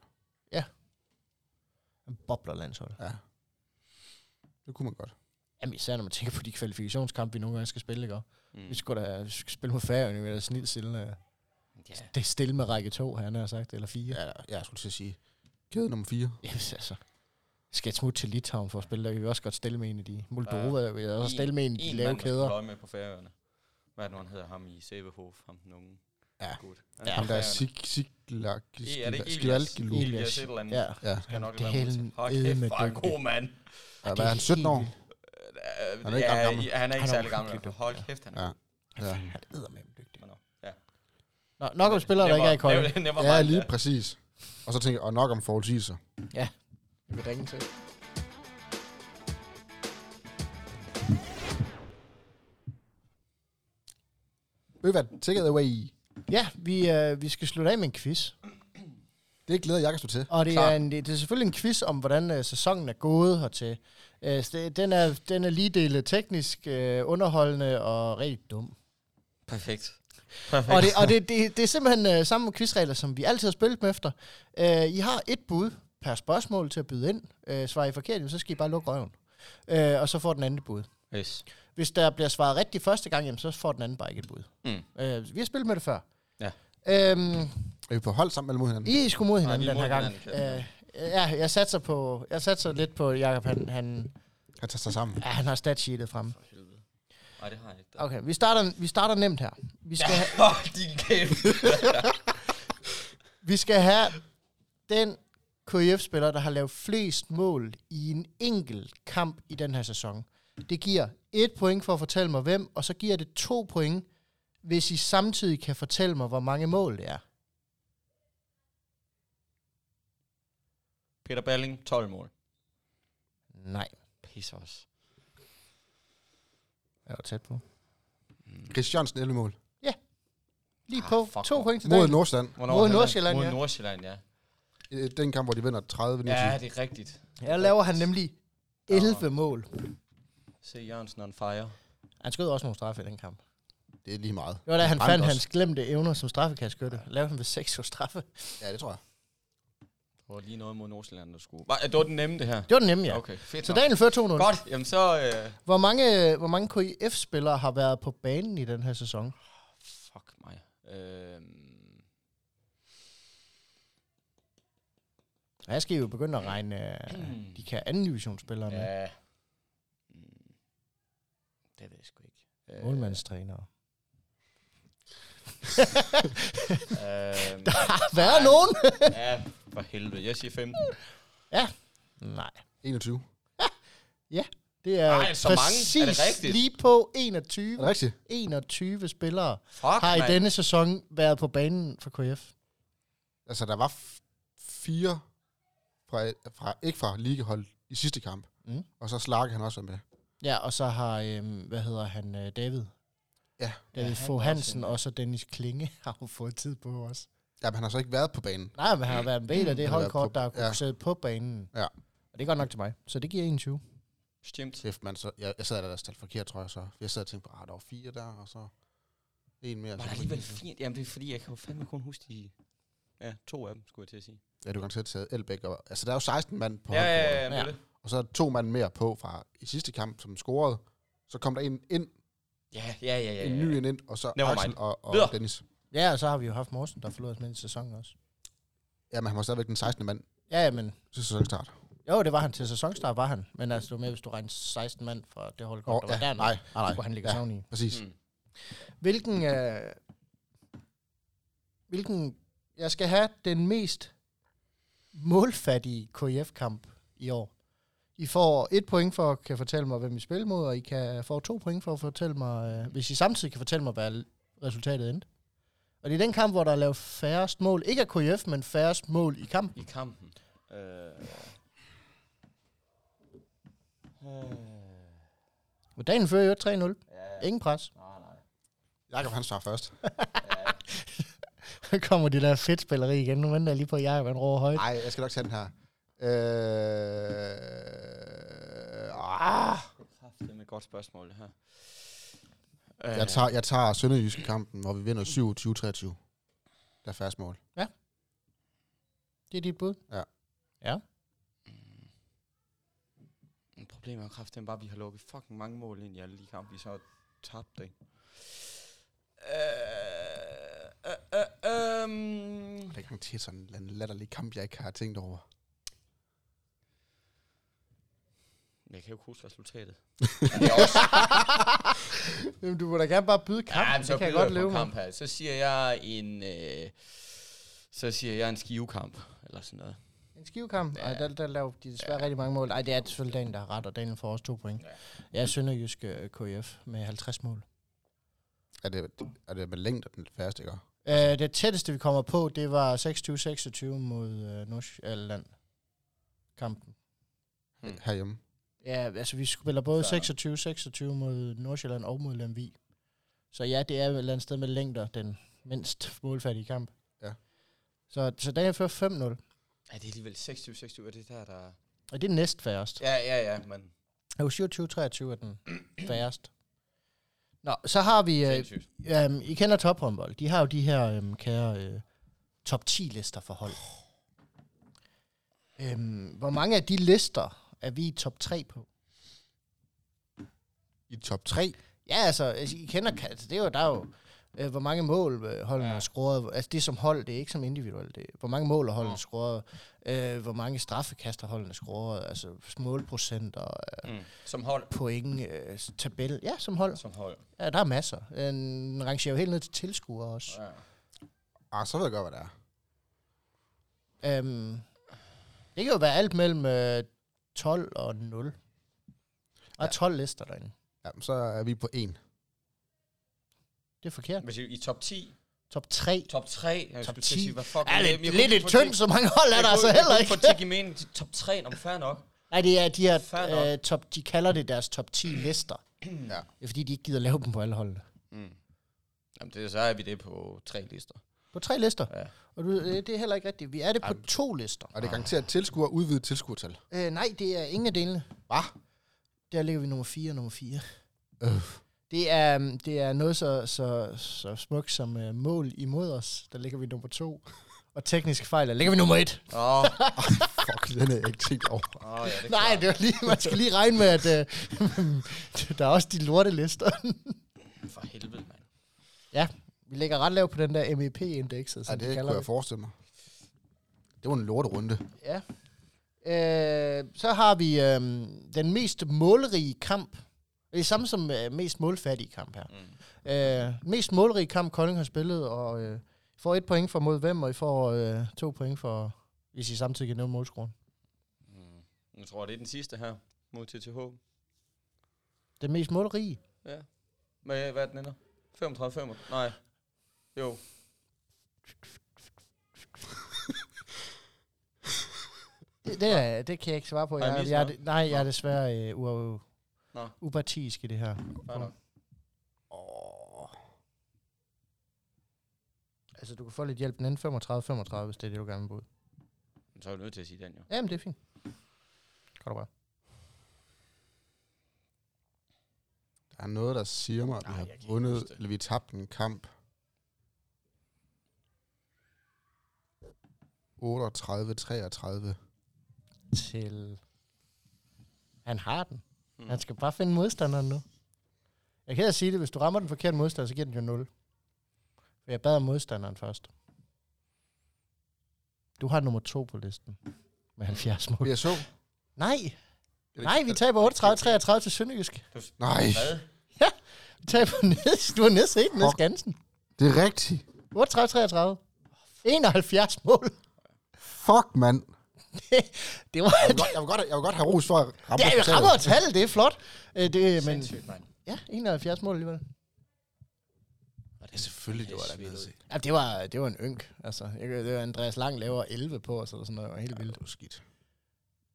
S2: Han bobler landshold.
S1: Ja. Det kunne man godt.
S2: Jamen især når man tænker på de kvalifikationskampe, vi nogle gange skal spille, ikke? også?
S3: Mm.
S2: Vi skulle da vi skal spille mod Færøerne, vi er da snit stille, øh,
S3: Ja.
S2: det er stille med række 2, han har sagt, eller 4.
S1: Ja, jeg skulle til at sige. Kæde nummer 4.
S2: Jamen altså, skal jeg smutte til Litauen for at spille, der kan vi også godt stille med en af de. Moldova, der vil jeg også
S3: En-
S2: stille med en af de
S3: En
S2: lave
S3: mand, der
S2: kæder.
S3: holde med på færøerne. Hvad er det nu, han hedder? Ham i Sæbehof, ham den unge.
S1: Ja.
S3: Godt.
S2: Ja,
S1: Ham der er sig, sig, lak,
S3: I- er det ikke
S1: skvalgelu.
S2: Elias?
S3: Elias et eller andet.
S2: Ja,
S1: Ja,
S3: Skal nok
S2: det er
S3: lade være med
S2: helen
S3: at sige. Hold kæft,
S2: edme
S3: hvor er han
S2: dygtig.
S3: god mand.
S1: Ja, hvad er han, 17 år?
S3: Øh,
S1: Han er ikke ret
S3: ja,
S1: gammel.
S3: i- Han er ikke
S2: er
S3: særlig gammel.
S2: virkelig dygtig.
S3: Hold kæft, han er.
S1: Ja. Ja.
S2: Han er med dygtig.
S3: Men nå, Ja.
S2: Nå, nok om spillere, der ikke er i
S3: Never-
S2: kolde.
S3: never
S1: Ja,
S3: mind,
S1: lige præcis. Og så tænker jeg, og nok om forudsigelser.
S2: Ja, det vil ringe til.
S1: Ved I hvad? Take it away.
S2: Ja, vi, øh, vi skal slutte af med en quiz.
S1: Det glæder jeg kan stå til.
S2: Og det
S3: Klar.
S2: er, en, det, det er selvfølgelig en quiz om, hvordan øh, sæsonen er gået hertil. Øh, så det, den, er, den er lige dele teknisk, øh, underholdende og rigtig dum.
S3: Perfekt. Perfekt.
S2: Og, det, og det, det, det er simpelthen øh, samme quizregler, som vi altid har spillet med efter. Øh, I har et bud per spørgsmål til at byde ind. Øh, svarer I forkert, jamen, så skal I bare lukke røven. Øh, og så får den anden et bud.
S3: Yes.
S2: Hvis der bliver svaret rigtigt første gang, jamen, så får den anden bare ikke et bud.
S3: Mm.
S2: Øh, vi har spillet med det før.
S3: Ja.
S2: Øhm,
S1: Er vi på hold sammen eller mod hinanden?
S2: I er sgu mod hinanden
S3: vi er
S2: den her
S3: mod
S2: gang.
S3: hinanden,
S2: Øh, ja, jeg satser, på, jeg satser lidt på, at Jacob han, han,
S1: Han tager sig sammen.
S2: ja, han har statsheetet frem.
S3: For helvede. Nej, det har jeg ikke.
S2: Okay, vi starter, vi starter nemt her. Vi skal, ja.
S3: Hold din kæft.
S2: Vi skal have den KIF-spiller, der har lavet flest mål i en enkelt kamp i den her sæson. Det giver et point for at fortælle mig hvem, og så giver det to point, hvis I samtidig kan fortælle mig, hvor mange mål det er.
S3: Peter Balling, 12 mål.
S2: Nej,
S3: Pisse os.
S2: jeg var tæt på.
S1: Chris Jørgensen 11 mål.
S2: Lige
S3: Ah,
S2: på.
S3: fuck,
S2: to
S3: hvor-
S2: point til
S1: Mod
S2: Dan.
S1: Nordsjælland.
S3: Hvornår
S2: Mod
S3: var det?
S2: Nordsjælland,
S3: Mod
S2: ja.
S3: Nordsjælland, ja.
S1: Øh, Den kamp, hvor de vinder 30
S3: Ja,
S1: 29
S3: det er rigtigt.
S2: Her laver han nemlig 11 mål.
S3: Se Jørgensen on fire.
S2: Han skød også nogle straffe i den kamp.
S1: Det er lige meget.
S2: Det var da, han
S1: Brændte
S2: fandt
S1: også.
S2: hans glemte evner som straffekastskytte. Lavede han ved seks års straffe.
S1: Ja, det tror jeg.
S3: Det var lige noget mod Nordsjælland, der skulle. Var, det var den nemme, det her.
S2: Det var den nemme, ja.
S3: Okay, fedt.
S2: Så
S3: nok.
S2: Daniel fører 2-0.
S3: Godt, jamen så... Øh,
S2: Hvor mange, hvor mange KIF-spillere har været på banen i den her sæson?
S3: fuck mig. Øh,
S2: Og Her skal I jo begynde at regne øh, de kan anden divisionsspillere med.
S3: Hmm. ja. Mm. Det ved jeg sgu ikke. Øh,
S2: Målmandstrænere.
S3: Øh,
S2: Hvad er nogen?
S3: ja, for helvede. Jeg siger 15.
S2: Nej.
S1: 21.
S2: Det er
S3: Ej, så mange. Er det
S2: præcis
S3: rigtigt?
S2: lige på
S1: Er det
S2: 21.
S1: rigtigt?
S2: 21 spillere
S3: Fuck,
S2: har i
S3: mand.
S2: denne sæson været på banen for KF.
S1: Altså, der var f- fire fra, fra, ikke fra ligehold i sidste kamp.
S2: Mm.
S1: Og så Slarke han også var med.
S2: Ja, og så har, øhm, hvad hedder han, øh, David?
S1: Ja.
S2: David
S3: Ja,
S2: ja,
S3: han
S2: Fogh
S3: var også
S2: Hansen,
S3: en-
S2: og så Dennis Klinge har jo fået tid på os.
S1: Ja, men han har så ikke været på banen.
S2: Nej, men han har været en del af det
S1: Han har været
S2: holdkort,
S1: på-
S2: der har kunne
S1: ja.
S2: sidde på banen.
S1: Ja.
S2: Og det er godt nok til mig. Så det giver 21.
S3: Stemt.
S1: Kæft, man, så, jeg, jeg sad der, der talte forkert, tror jeg så. Jeg sad og tænkte på, ah, der var fire der, og så en mere. og
S3: Var
S1: så var
S3: der alligevel
S1: en mere.
S3: fint? Jamen, det er fordi, jeg kan jo fandme kun huske de... Ja, to af dem, skulle jeg til at sige.
S1: Ja, du kan godt tage Elbæk. Og, altså, der er jo 16 mand på
S3: Ja, ja, ja,
S1: holdkortet.
S2: Ja.
S3: ja, ja. det.
S1: Og så er to mand mere på fra i sidste kamp, som scorede. Så kom der en ind,
S3: Ja, ja, ja, ja.
S1: en ny en ind, og så
S3: Never
S1: Axel
S3: mind.
S1: og, og
S3: Videre.
S1: Dennis.
S2: Ja, og så har vi jo haft Morsen, der forlod os med i sæsonen også.
S1: Ja, men han var stadigvæk den 16. mand
S2: Ja, ja, men
S1: til sæsonstart.
S2: jo, det var han. Til sæsonstart var han. Men altså, du er med, hvis du regner 16 mand fra det hold, oh, der var
S1: ja,
S2: der
S1: nej, nej,
S2: hvor
S1: nej.
S2: han ligger ja. i.
S1: Præcis. Mm.
S3: Mm.
S2: Hvilken, øh, hvilken, jeg skal have den mest målfattige KIF-kamp i år. I får et point for at kan fortælle mig, hvem I spiller mod, og I kan få to point for at fortælle mig, øh, hvis I samtidig kan fortælle mig, hvad resultatet endte. Og det er den kamp, hvor der er lavet færrest mål. Ikke af KIF, men færrest mål i kampen.
S3: I kampen. Øh. Øh.
S2: Og dagen fører jo 3-0.
S3: Ja,
S2: Ingen pres.
S3: nej, nej.
S1: Jakob, han svarer først.
S2: Så kommer det der fedt spilleri igen. Nu venter jeg lige på, at Jacob han råber højt.
S1: Nej, jeg skal nok tage den her. Øh, ah.
S3: Det er et godt spørgsmål, det her. Øh,
S1: jeg, tager, jeg tager Sønderjyske kampen, hvor vi vinder 27-23. Der er færrest mål.
S2: Det er dit bud.
S3: Mm. problemet er kraften bare, at vi har lukket fucking mange mål ind i alle de kampe, vi så har tabt, ikke? Øh, øh, øh, øhm.
S1: Det er garanteret sådan en eller anden latterlig kamp, jeg ikke har tænkt over.
S3: Jeg kan jo ikke huske resultatet. Men det er også,
S2: Jamen, du må da gerne bare byde kampen,
S3: ja,
S2: ja,
S3: men
S2: det
S3: så
S2: kan jeg
S3: byder
S2: godt
S3: jeg
S2: leve
S3: på
S2: med.
S3: kamp her. Så siger jeg en... Øh, så siger jeg en skivekamp, eller sådan noget.
S2: En skivekamp? Ja. Ej,
S3: Ja.
S2: der, der laver de desværre ja. rigtig mange mål. Ej, det er selvfølgelig Daniel, der har ret, og Daniel får også to point.
S3: Ja.
S2: Ja. Jeg er Sønderjysk øh, KF med 50 mål.
S1: Er det, er det med længder den færreste, ikke?
S2: Øh, det tætteste, vi kommer på, det var 26-26 mod øh, Nordsjælland kampen.
S1: Mm.
S3: Hmm.
S1: Herhjemme.
S2: Ja, altså vi spiller både
S3: Så-
S2: 26-26 mod Nordsjælland og mod Lemvig. Så ja, det er et eller andet sted med længder, den mindst målfattige kamp.
S1: Ja.
S2: Så, så dagen før 5-0,
S3: Ja, det er alligevel 26-26, og det er der, der...
S2: og det er næst færrest.
S3: Ja, ja, ja, men...
S2: Jo, 27-23 er den færrest. Nå, så har vi... Øh,
S3: sindssygt.
S2: Øhm, I kender Top Humble. De har jo de her øhm, kære øh, top 10-lister for hold. Øhm, hvor mange af de lister er vi i top 3 på?
S1: I top 3.
S2: Ja, altså, altså I kender, ka- altså, det er jo, der er jo, øh, hvor mange mål øh, holdene
S3: Ja.
S2: ja. har scoret. Altså, det er som hold, det er ikke som individuelt. Det er, hvor mange mål har holdene
S3: Nå.
S2: ja. scoret. Øh, hvor mange straffekast har holdene scoret. Altså, målprocenter, øh,
S3: Mm. Som hold.
S2: point, øh, tabel. Ja, som hold.
S3: Som hold.
S2: Ja, der er masser. Øh, Den rangerer jo helt ned til tilskuere også.
S3: Ja.
S1: Ah, så ved jeg godt, hvad det er.
S2: Øhm, det kan jo være alt mellem øh, 12 og 0. Der er
S1: Ja.
S2: 12 lister derinde.
S1: Ja, men så er vi på 1.
S2: Det er forkert.
S3: Hvis I, I top 10,
S2: Top 3.
S3: top 3, jeg
S2: Top
S3: skulle til at
S2: 10.
S3: sige, hvad fuck
S2: Er
S3: Jeg
S2: lidt,
S3: kunne
S2: lidt
S3: ikke
S2: et
S3: få
S2: tyndt,
S3: til-
S2: så mange hold er
S3: jeg
S2: der
S3: kunne-
S2: så heller
S3: Jeg
S2: ikke.
S3: kunne ikke få til i mening til top 3, om fair nok.
S2: Nej, det er de her,
S3: Fair nok.
S2: øh, top, de kalder det deres top 10 lister.
S1: Ja.
S2: Det er fordi, de ikke gider lave dem på alle holdene.
S3: Mm. Jamen, det, så er vi det på tre lister.
S2: På tre lister.
S3: Ja.
S2: Og du, øh, det er heller ikke rigtigt. Vi er det på
S1: Ej,
S2: to lister.
S1: Og det er garanteret tilskuer udvidet tilskuertal.
S2: Øh, nej, det er ingen af delene.
S1: Hva?
S2: Der ligger vi nummer 4 og nummer 4.
S1: Øh.
S2: Det er, øhm, det er noget så, så, så smukt som uh, mål imod os. Der ligger vi nummer 2. Og teknisk fejl, der ligger vi nummer 1.
S3: Åh,
S1: Fuck, den har jeg ikke tænkt over.
S3: oh, ja, det er
S2: Nej,
S3: klart.
S2: det var lige, man skal lige regne med, at uh, der er også de lortelister.
S3: For helvede, mand.
S2: ja, vi ligger ret lavt på den der MEP-indekset,
S1: Ja,
S2: som
S1: det
S2: de kalder
S1: kunne
S2: det.
S1: jeg forestille mig. Det var en lorterunde.
S2: Ja. Øh, så har vi øh, den mest målrige kamp. Det er samme som øh, mest målfattige kamp her. Mm. Øh, mest målrige kamp, Kolding har spillet, og øh, I får et point for mod hvem, og I får øh, to point for, hvis I samtidig kan nå målskruen.
S3: Mm. Jeg tror, det er den sidste her mod TTH.
S2: Den mest målrige.
S3: Ja. Med, hvad er den ender? 35, 35. Nej. Jo.
S2: Det, det, er, det kan jeg ikke svare på.
S3: Har jeg
S2: Jeg, jeg,
S3: misset
S2: jeg, er
S3: noget?
S2: de- nej, jeg er desværre øh, u-
S3: Nå.
S2: upartisk i det her.
S3: Fair nok.
S1: Åh.
S2: Altså, du kan få lidt hjælp den anden 35-35, hvis det er det, du gerne vil bruge.
S3: Men Så er jeg nødt til at sige den, jo.
S2: Jamen, det er fint. Kan du bare.
S1: Der er noget, der siger mig, at vi
S3: Nej,
S1: har
S3: jeg kan ikke
S1: vundet,
S3: huske det.
S1: eller vi tabte en kamp. 38-33.
S2: til... Han har den.
S3: Mm.
S2: Mm. Han skal bare finde modstanderen nu. Jeg kan da sige det, hvis du rammer den forkerte modstander, så giver den jo 0. For jeg bad om modstanderen først. Du har nummer 2 på listen med 70 mål.
S1: BSO?
S2: Nej,
S1: Er det-
S2: nej, vi taber 38-33 til Sønderjysk.
S3: Du,
S1: Nej,
S3: hvad?
S2: Vi taber næst, du har næsten set næst
S1: Fuck.
S2: Gansen.
S1: det er rigtigt.
S2: 38-33. 71 mål.
S1: Fuck, mand.
S2: Det var...
S1: Jeg vil godt, jeg vil godt, jeg vil godt have ros for at ramme
S2: Det er jo
S1: resultatet.
S2: rammer tal, det er flot. Øh, Det, men,
S3: Sindssygt, mand.
S2: ja, 71 mål alligevel.
S3: Og
S1: Ja, selvfølgelig, det var der nede til.
S2: Ja, det var, det var en ynk. Altså, jeg, kan- det var Andreas Lang laver 11 på os, eller sådan noget. Det var helt vildt.
S1: Det var skidt.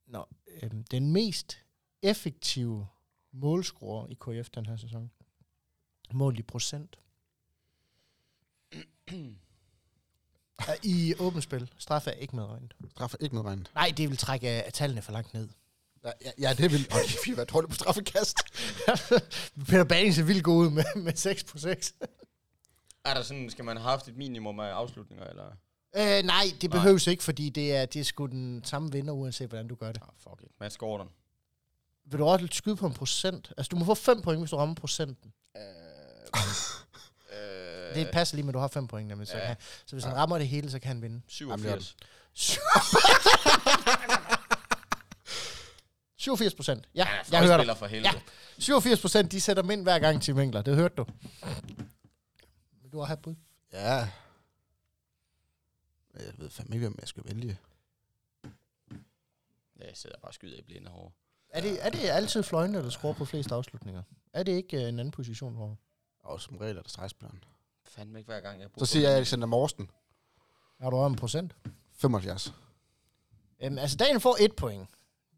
S2: Nå, øhm, den mest effektive målscorer i KF den her sæson. Målt i procent. Er I åbent spil. Straf er ikke medregnet.
S1: Straffe ikke medregnet.
S2: Nej, det vil trække øh, tallene for langt ned.
S1: Ja, ja, ja, det ville... Åh, vi har været dårlige på straffekast.
S2: Peter Banes er vildt god ud med, med 6 på 6.
S3: Er der sådan, skal man have haft et minimum af afslutninger, eller?
S2: Øh, nej, det
S3: Nej.
S2: behøves ikke, fordi det er, det er sgu den samme vinder, uanset hvordan du gør det.
S3: Ah, fuck it. Mads Gordon.
S2: vil du også skyde på en procent? Altså, du må få 5 point, hvis du rammer procenten.
S3: Øh,
S2: Det passer lige med, at du har 5 point, nemlig. Så,
S3: Ja.
S2: kan, så hvis han rammer det hele, så kan han vinde.
S3: 87.
S2: 87 procent. Ja,
S3: Han er
S2: jeg hører dig.
S3: fløjspiller for helvede.
S2: 87 procent, de sætter mind hver gang til Winkler. Det hørte du. Vil du også have et bud?
S1: Ja. Jeg ved fandme ikke, hvem jeg skal vælge.
S3: Ja. Jeg sidder bare og skyder i blinde hår.
S2: Er det, er det altid fløjende, der scorer på flest afslutninger? Er det ikke øh, en anden position, hvor...
S1: Og som regel er det stregspilleren.
S3: Fandme ikke hver gang, jeg bruger
S1: Så siger jeg Alexander Morsten.
S2: Har du over en procent?
S1: 75.
S2: Øhm, altså, dagen får et point.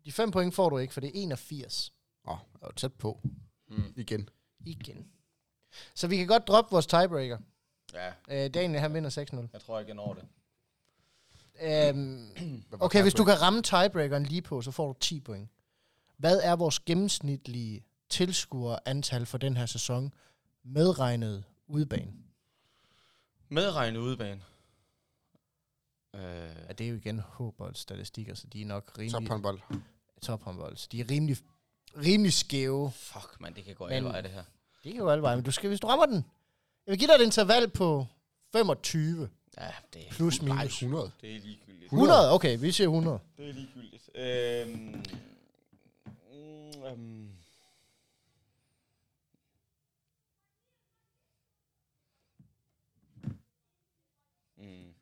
S2: De fem point får du ikke, for det er 81.
S1: Åh, jeg var tæt på.
S3: Mm.
S1: Igen.
S2: Igen. Så vi kan godt droppe vores tiebreaker.
S3: Ja,
S2: Øh, Daniel, han vinder 6-0.
S3: jeg tror ikke, jeg når det.
S2: Øhm,
S1: Hvad var
S2: okay, hvis du
S1: tiebreaker?
S2: kan ramme tiebreakeren lige på, så får du 10 point. Hvad er vores gennemsnitlige tilskuerantal for den her sæson, medregnet udebane?
S3: Medregnet udebane. Øh,
S2: Ja, det er jo igen håboldstatistikker, så de er nok
S1: Så
S2: rimelig
S1: på en bold.
S2: tophåndbold. Så de er rimelig, rimelig skæve.
S3: fuck, man, det kan gå
S2: Men-
S3: alle veje, det her.
S2: Det kan jo alle veje, men du skal, hvis du rammer den. Jeg vil give dig et interval på 25
S3: Ja, det er,
S2: plus
S1: Nej,
S2: minus.
S1: 100.
S3: det er ligegyldigt.
S2: 100? Okay, vi siger 100.
S3: Det er ligegyldigt. Øhm, mm, øhm. Mm.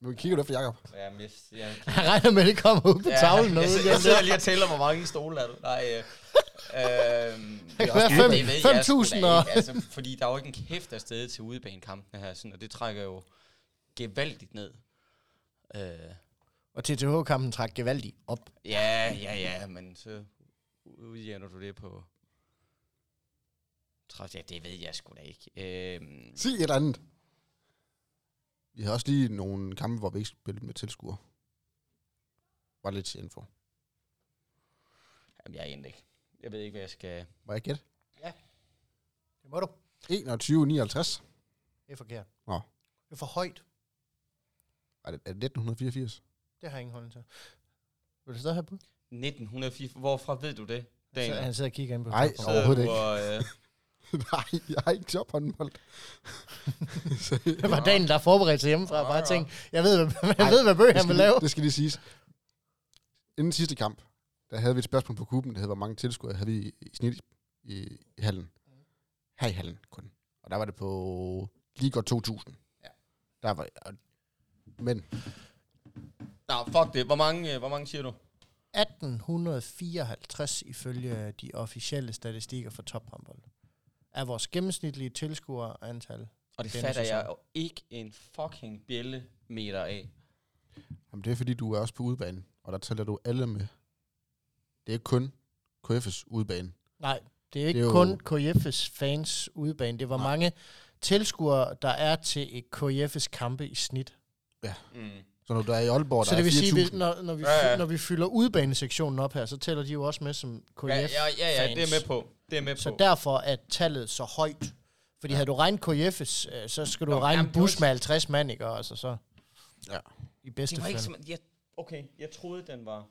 S1: Nu kigger du efter Jacob.
S3: Ja, jeg mist, ja.
S2: Jeg regner med, at det kommer ud på tavlen.
S3: jeg,
S2: noget.
S3: jeg, jeg sidder lige og tæller, hvor mange stole er du. Nej, øh, øhm,
S2: Det kan
S3: er
S2: være
S3: også-
S2: fem-
S3: det ved jeg
S2: fem
S3: sgu da
S2: tusind
S3: ikke,
S2: og-
S3: Altså, fordi der er jo ikke en kæft af sted til udebanekampene her, sådan, og det trækker jo gevaldigt ned. Øh,
S2: Og TTH-kampen trak gevaldigt op.
S3: ja, ja, ja, men så udjævner du det på... 30, ja, det ved jeg sgu da ikke. Øhm,
S1: Sig et eller andet. Vi havde også lige nogle kampe, hvor vi ikke spillede med tilskuere. Var lidt til info.
S3: jamen, jeg er egentlig ikke. Jeg ved ikke, hvad jeg skal...
S1: Var jeg gæt?
S2: Det må du.
S1: 21, 59.
S2: Det er forkert.
S1: Nå.
S2: Det er for højt.
S1: Er det, er det 1984?
S2: Det har jeg ingen holdning til. Vil du stadig have bud?
S3: 1904, hvorfra ved du det? Daniel?
S2: Så, han sidder og kigger ind på
S1: Nej,
S2: tavlen.
S3: Sidder
S1: overhovedet
S3: du Og, øh,
S1: Nej, jeg har ikke tophåndbold.
S2: Det var Daniel, der forberedte sig hjemmefra og bare tænkte, jeg ved, hvad, jeg ved, hvad Bøge
S1: Det
S2: han
S1: skal,
S2: vil lave.
S1: lige, det skal lige siges. Inden sidste kamp, der havde vi et spørgsmål på kuben, der hed, hvor mange tilskuere havde vi i, i snit i, i hallen. Her i hallen kun. Og der var det på lige godt 2.000.
S2: Ja.
S1: Der var, og- men
S3: Nå, fuck det. Hvor mange, øh, hvor mange siger du?
S2: 1854 ifølge de officielle statistikker for tophåndbold er vores gennemsnitlige tilskuerantal.
S3: Og det
S2: Denne
S3: fatter jeg
S2: sæson.
S3: jo ikke en fucking bjællemeter af.
S1: Jamen, det er fordi, du er også på udebane, og der tæller du alle med. Det er kun KF's udebane.
S2: Nej, det er ikke
S1: Det
S2: det
S1: er
S2: er
S1: jo-
S2: kun KF's fans udebane. Det var
S1: Nej.
S2: mange tilskuere, der er til et KF's kampe i snit.
S3: Mm.
S1: Så når du er i Aalborg,
S2: Så
S1: der
S2: det vil
S1: er 4.000.
S2: sige, hvis- når, når, vi,
S3: Ja, ja.
S2: når vi fylder udbanesektionen op her, så tæller de jo også med som KF.
S3: Ja, ja, ja, ja, det er med på. Det er med
S2: Så
S3: på.
S2: derfor er tallet så højt. Fordi havde du regnet KF's, øh, så skal du
S3: Nå,
S2: Nå, regne
S3: jamen,
S2: en
S3: det var
S2: bus
S3: ikke-
S2: med 50 mand, ikke? Og Altså, så
S1: Ja.
S2: I
S3: det
S2: bedste
S3: var
S2: fald.
S3: ikke som, jeg, okay, jeg troede, den var...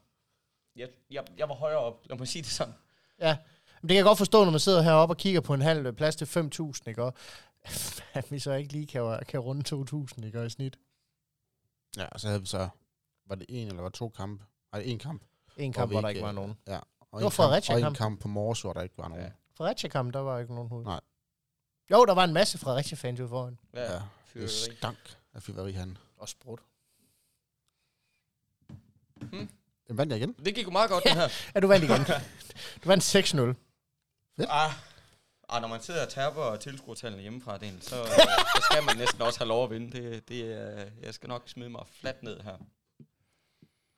S3: Jeg, jeg, jeg var højere op. Lad mig sige det sådan.
S2: Ja, men det kan jeg godt forstå, når man sidder heroppe og kigger på en halv øh, plads til 5.000, ikke? Og at vi så ikke lige kan, kan runde 2.000, ikke? Og I snit.
S1: Ja, og så havde vi så, var det en eller var det to kampe? Nej, en kamp.
S2: En kamp,
S1: vi
S2: hvor der
S1: ikke,
S2: ikke var
S1: øh,
S2: nogen.
S1: Og
S2: Det var
S1: en kamp,
S2: Fredericia
S1: og en
S2: kamp.
S1: kamp på Mors, hvor der ikke var nogen.
S3: Ja.
S1: Ja.
S2: Fredericia-kamp, der var ikke nogen hoved.
S1: Nej.
S2: Jo, der var en masse Fredericia-fans ude foran.
S1: Ja,
S3: fyrværkeri.
S1: det stank af fyrværkeri han.
S2: Og sprudt.
S1: Den vandt jeg igen.
S3: Det gik jo meget godt, den her.
S2: Ja, du vandt igen. du vandt 6-0.
S3: Ah. Ah, når man sidder og taber og tilskuertallene hjemmefra, den, så, øh, så skal man næsten også have lov at vinde. Det, det, er- jeg skal nok smide mig fladt ned her.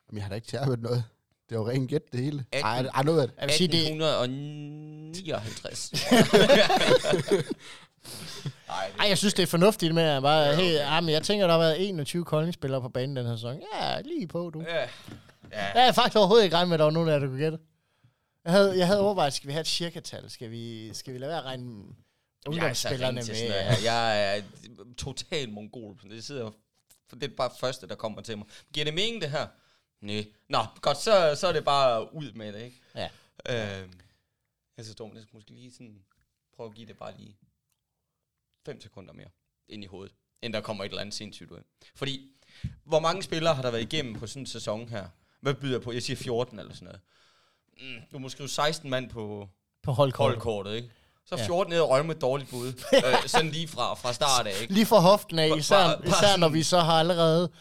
S1: Men jeg har da ikke tærpet noget. Det var rent gæt, det hele.
S3: Atten.
S1: Nej, ej, noget af det.
S2: Jeg vil sige, det,
S3: 1859. Nej,
S2: Ej, jeg synes, det er fornuftigt med, at bare, hey, ah, men jeg tænker, der har været 21 koldingspillere på banen den her sæson. Ja, lige på, du.
S3: Ja.
S2: Der er jeg faktisk overhovedet ikke regnet med, at der var nogen af jer, der kunne gætte. Jeg havde, jeg havde overvejet, skal vi have et cirka-tal? Skal vi, skal vi lade være at regne ungdomsspillerne
S3: Jeg er så ringe altså, til
S2: med? øh,
S3: sådan noget her. Jeg er total mongol. Det sidder for det er bare første, der kommer til mig. Giver det mening, det her? Nej. Nå, godt, så, så er det bare ud med det, ikke?
S4: Ja.
S3: Øhm, jeg synes, Dorm, det skal måske lige sådan... Prøv at give det bare lige 5 sekunder mere ind i hovedet, inden der kommer et eller andet sindssygt ud. Fordi, hvor mange spillere har der været igennem på sådan en sæson her? Hvad byder jeg på? Jeg siger 14 eller sådan noget. Mm, du må skrive 16 mand på
S2: På holdkort.
S3: holdkortet, ikke? Så
S2: Ja.
S3: 14 ned og rømme et dårligt bud. øh, sådan lige fra, fra start af, ikke?
S2: Lige fra hoften af,
S3: Bare-
S2: især,
S3: bare- bare
S2: især når
S3: sådan-
S2: vi så har allerede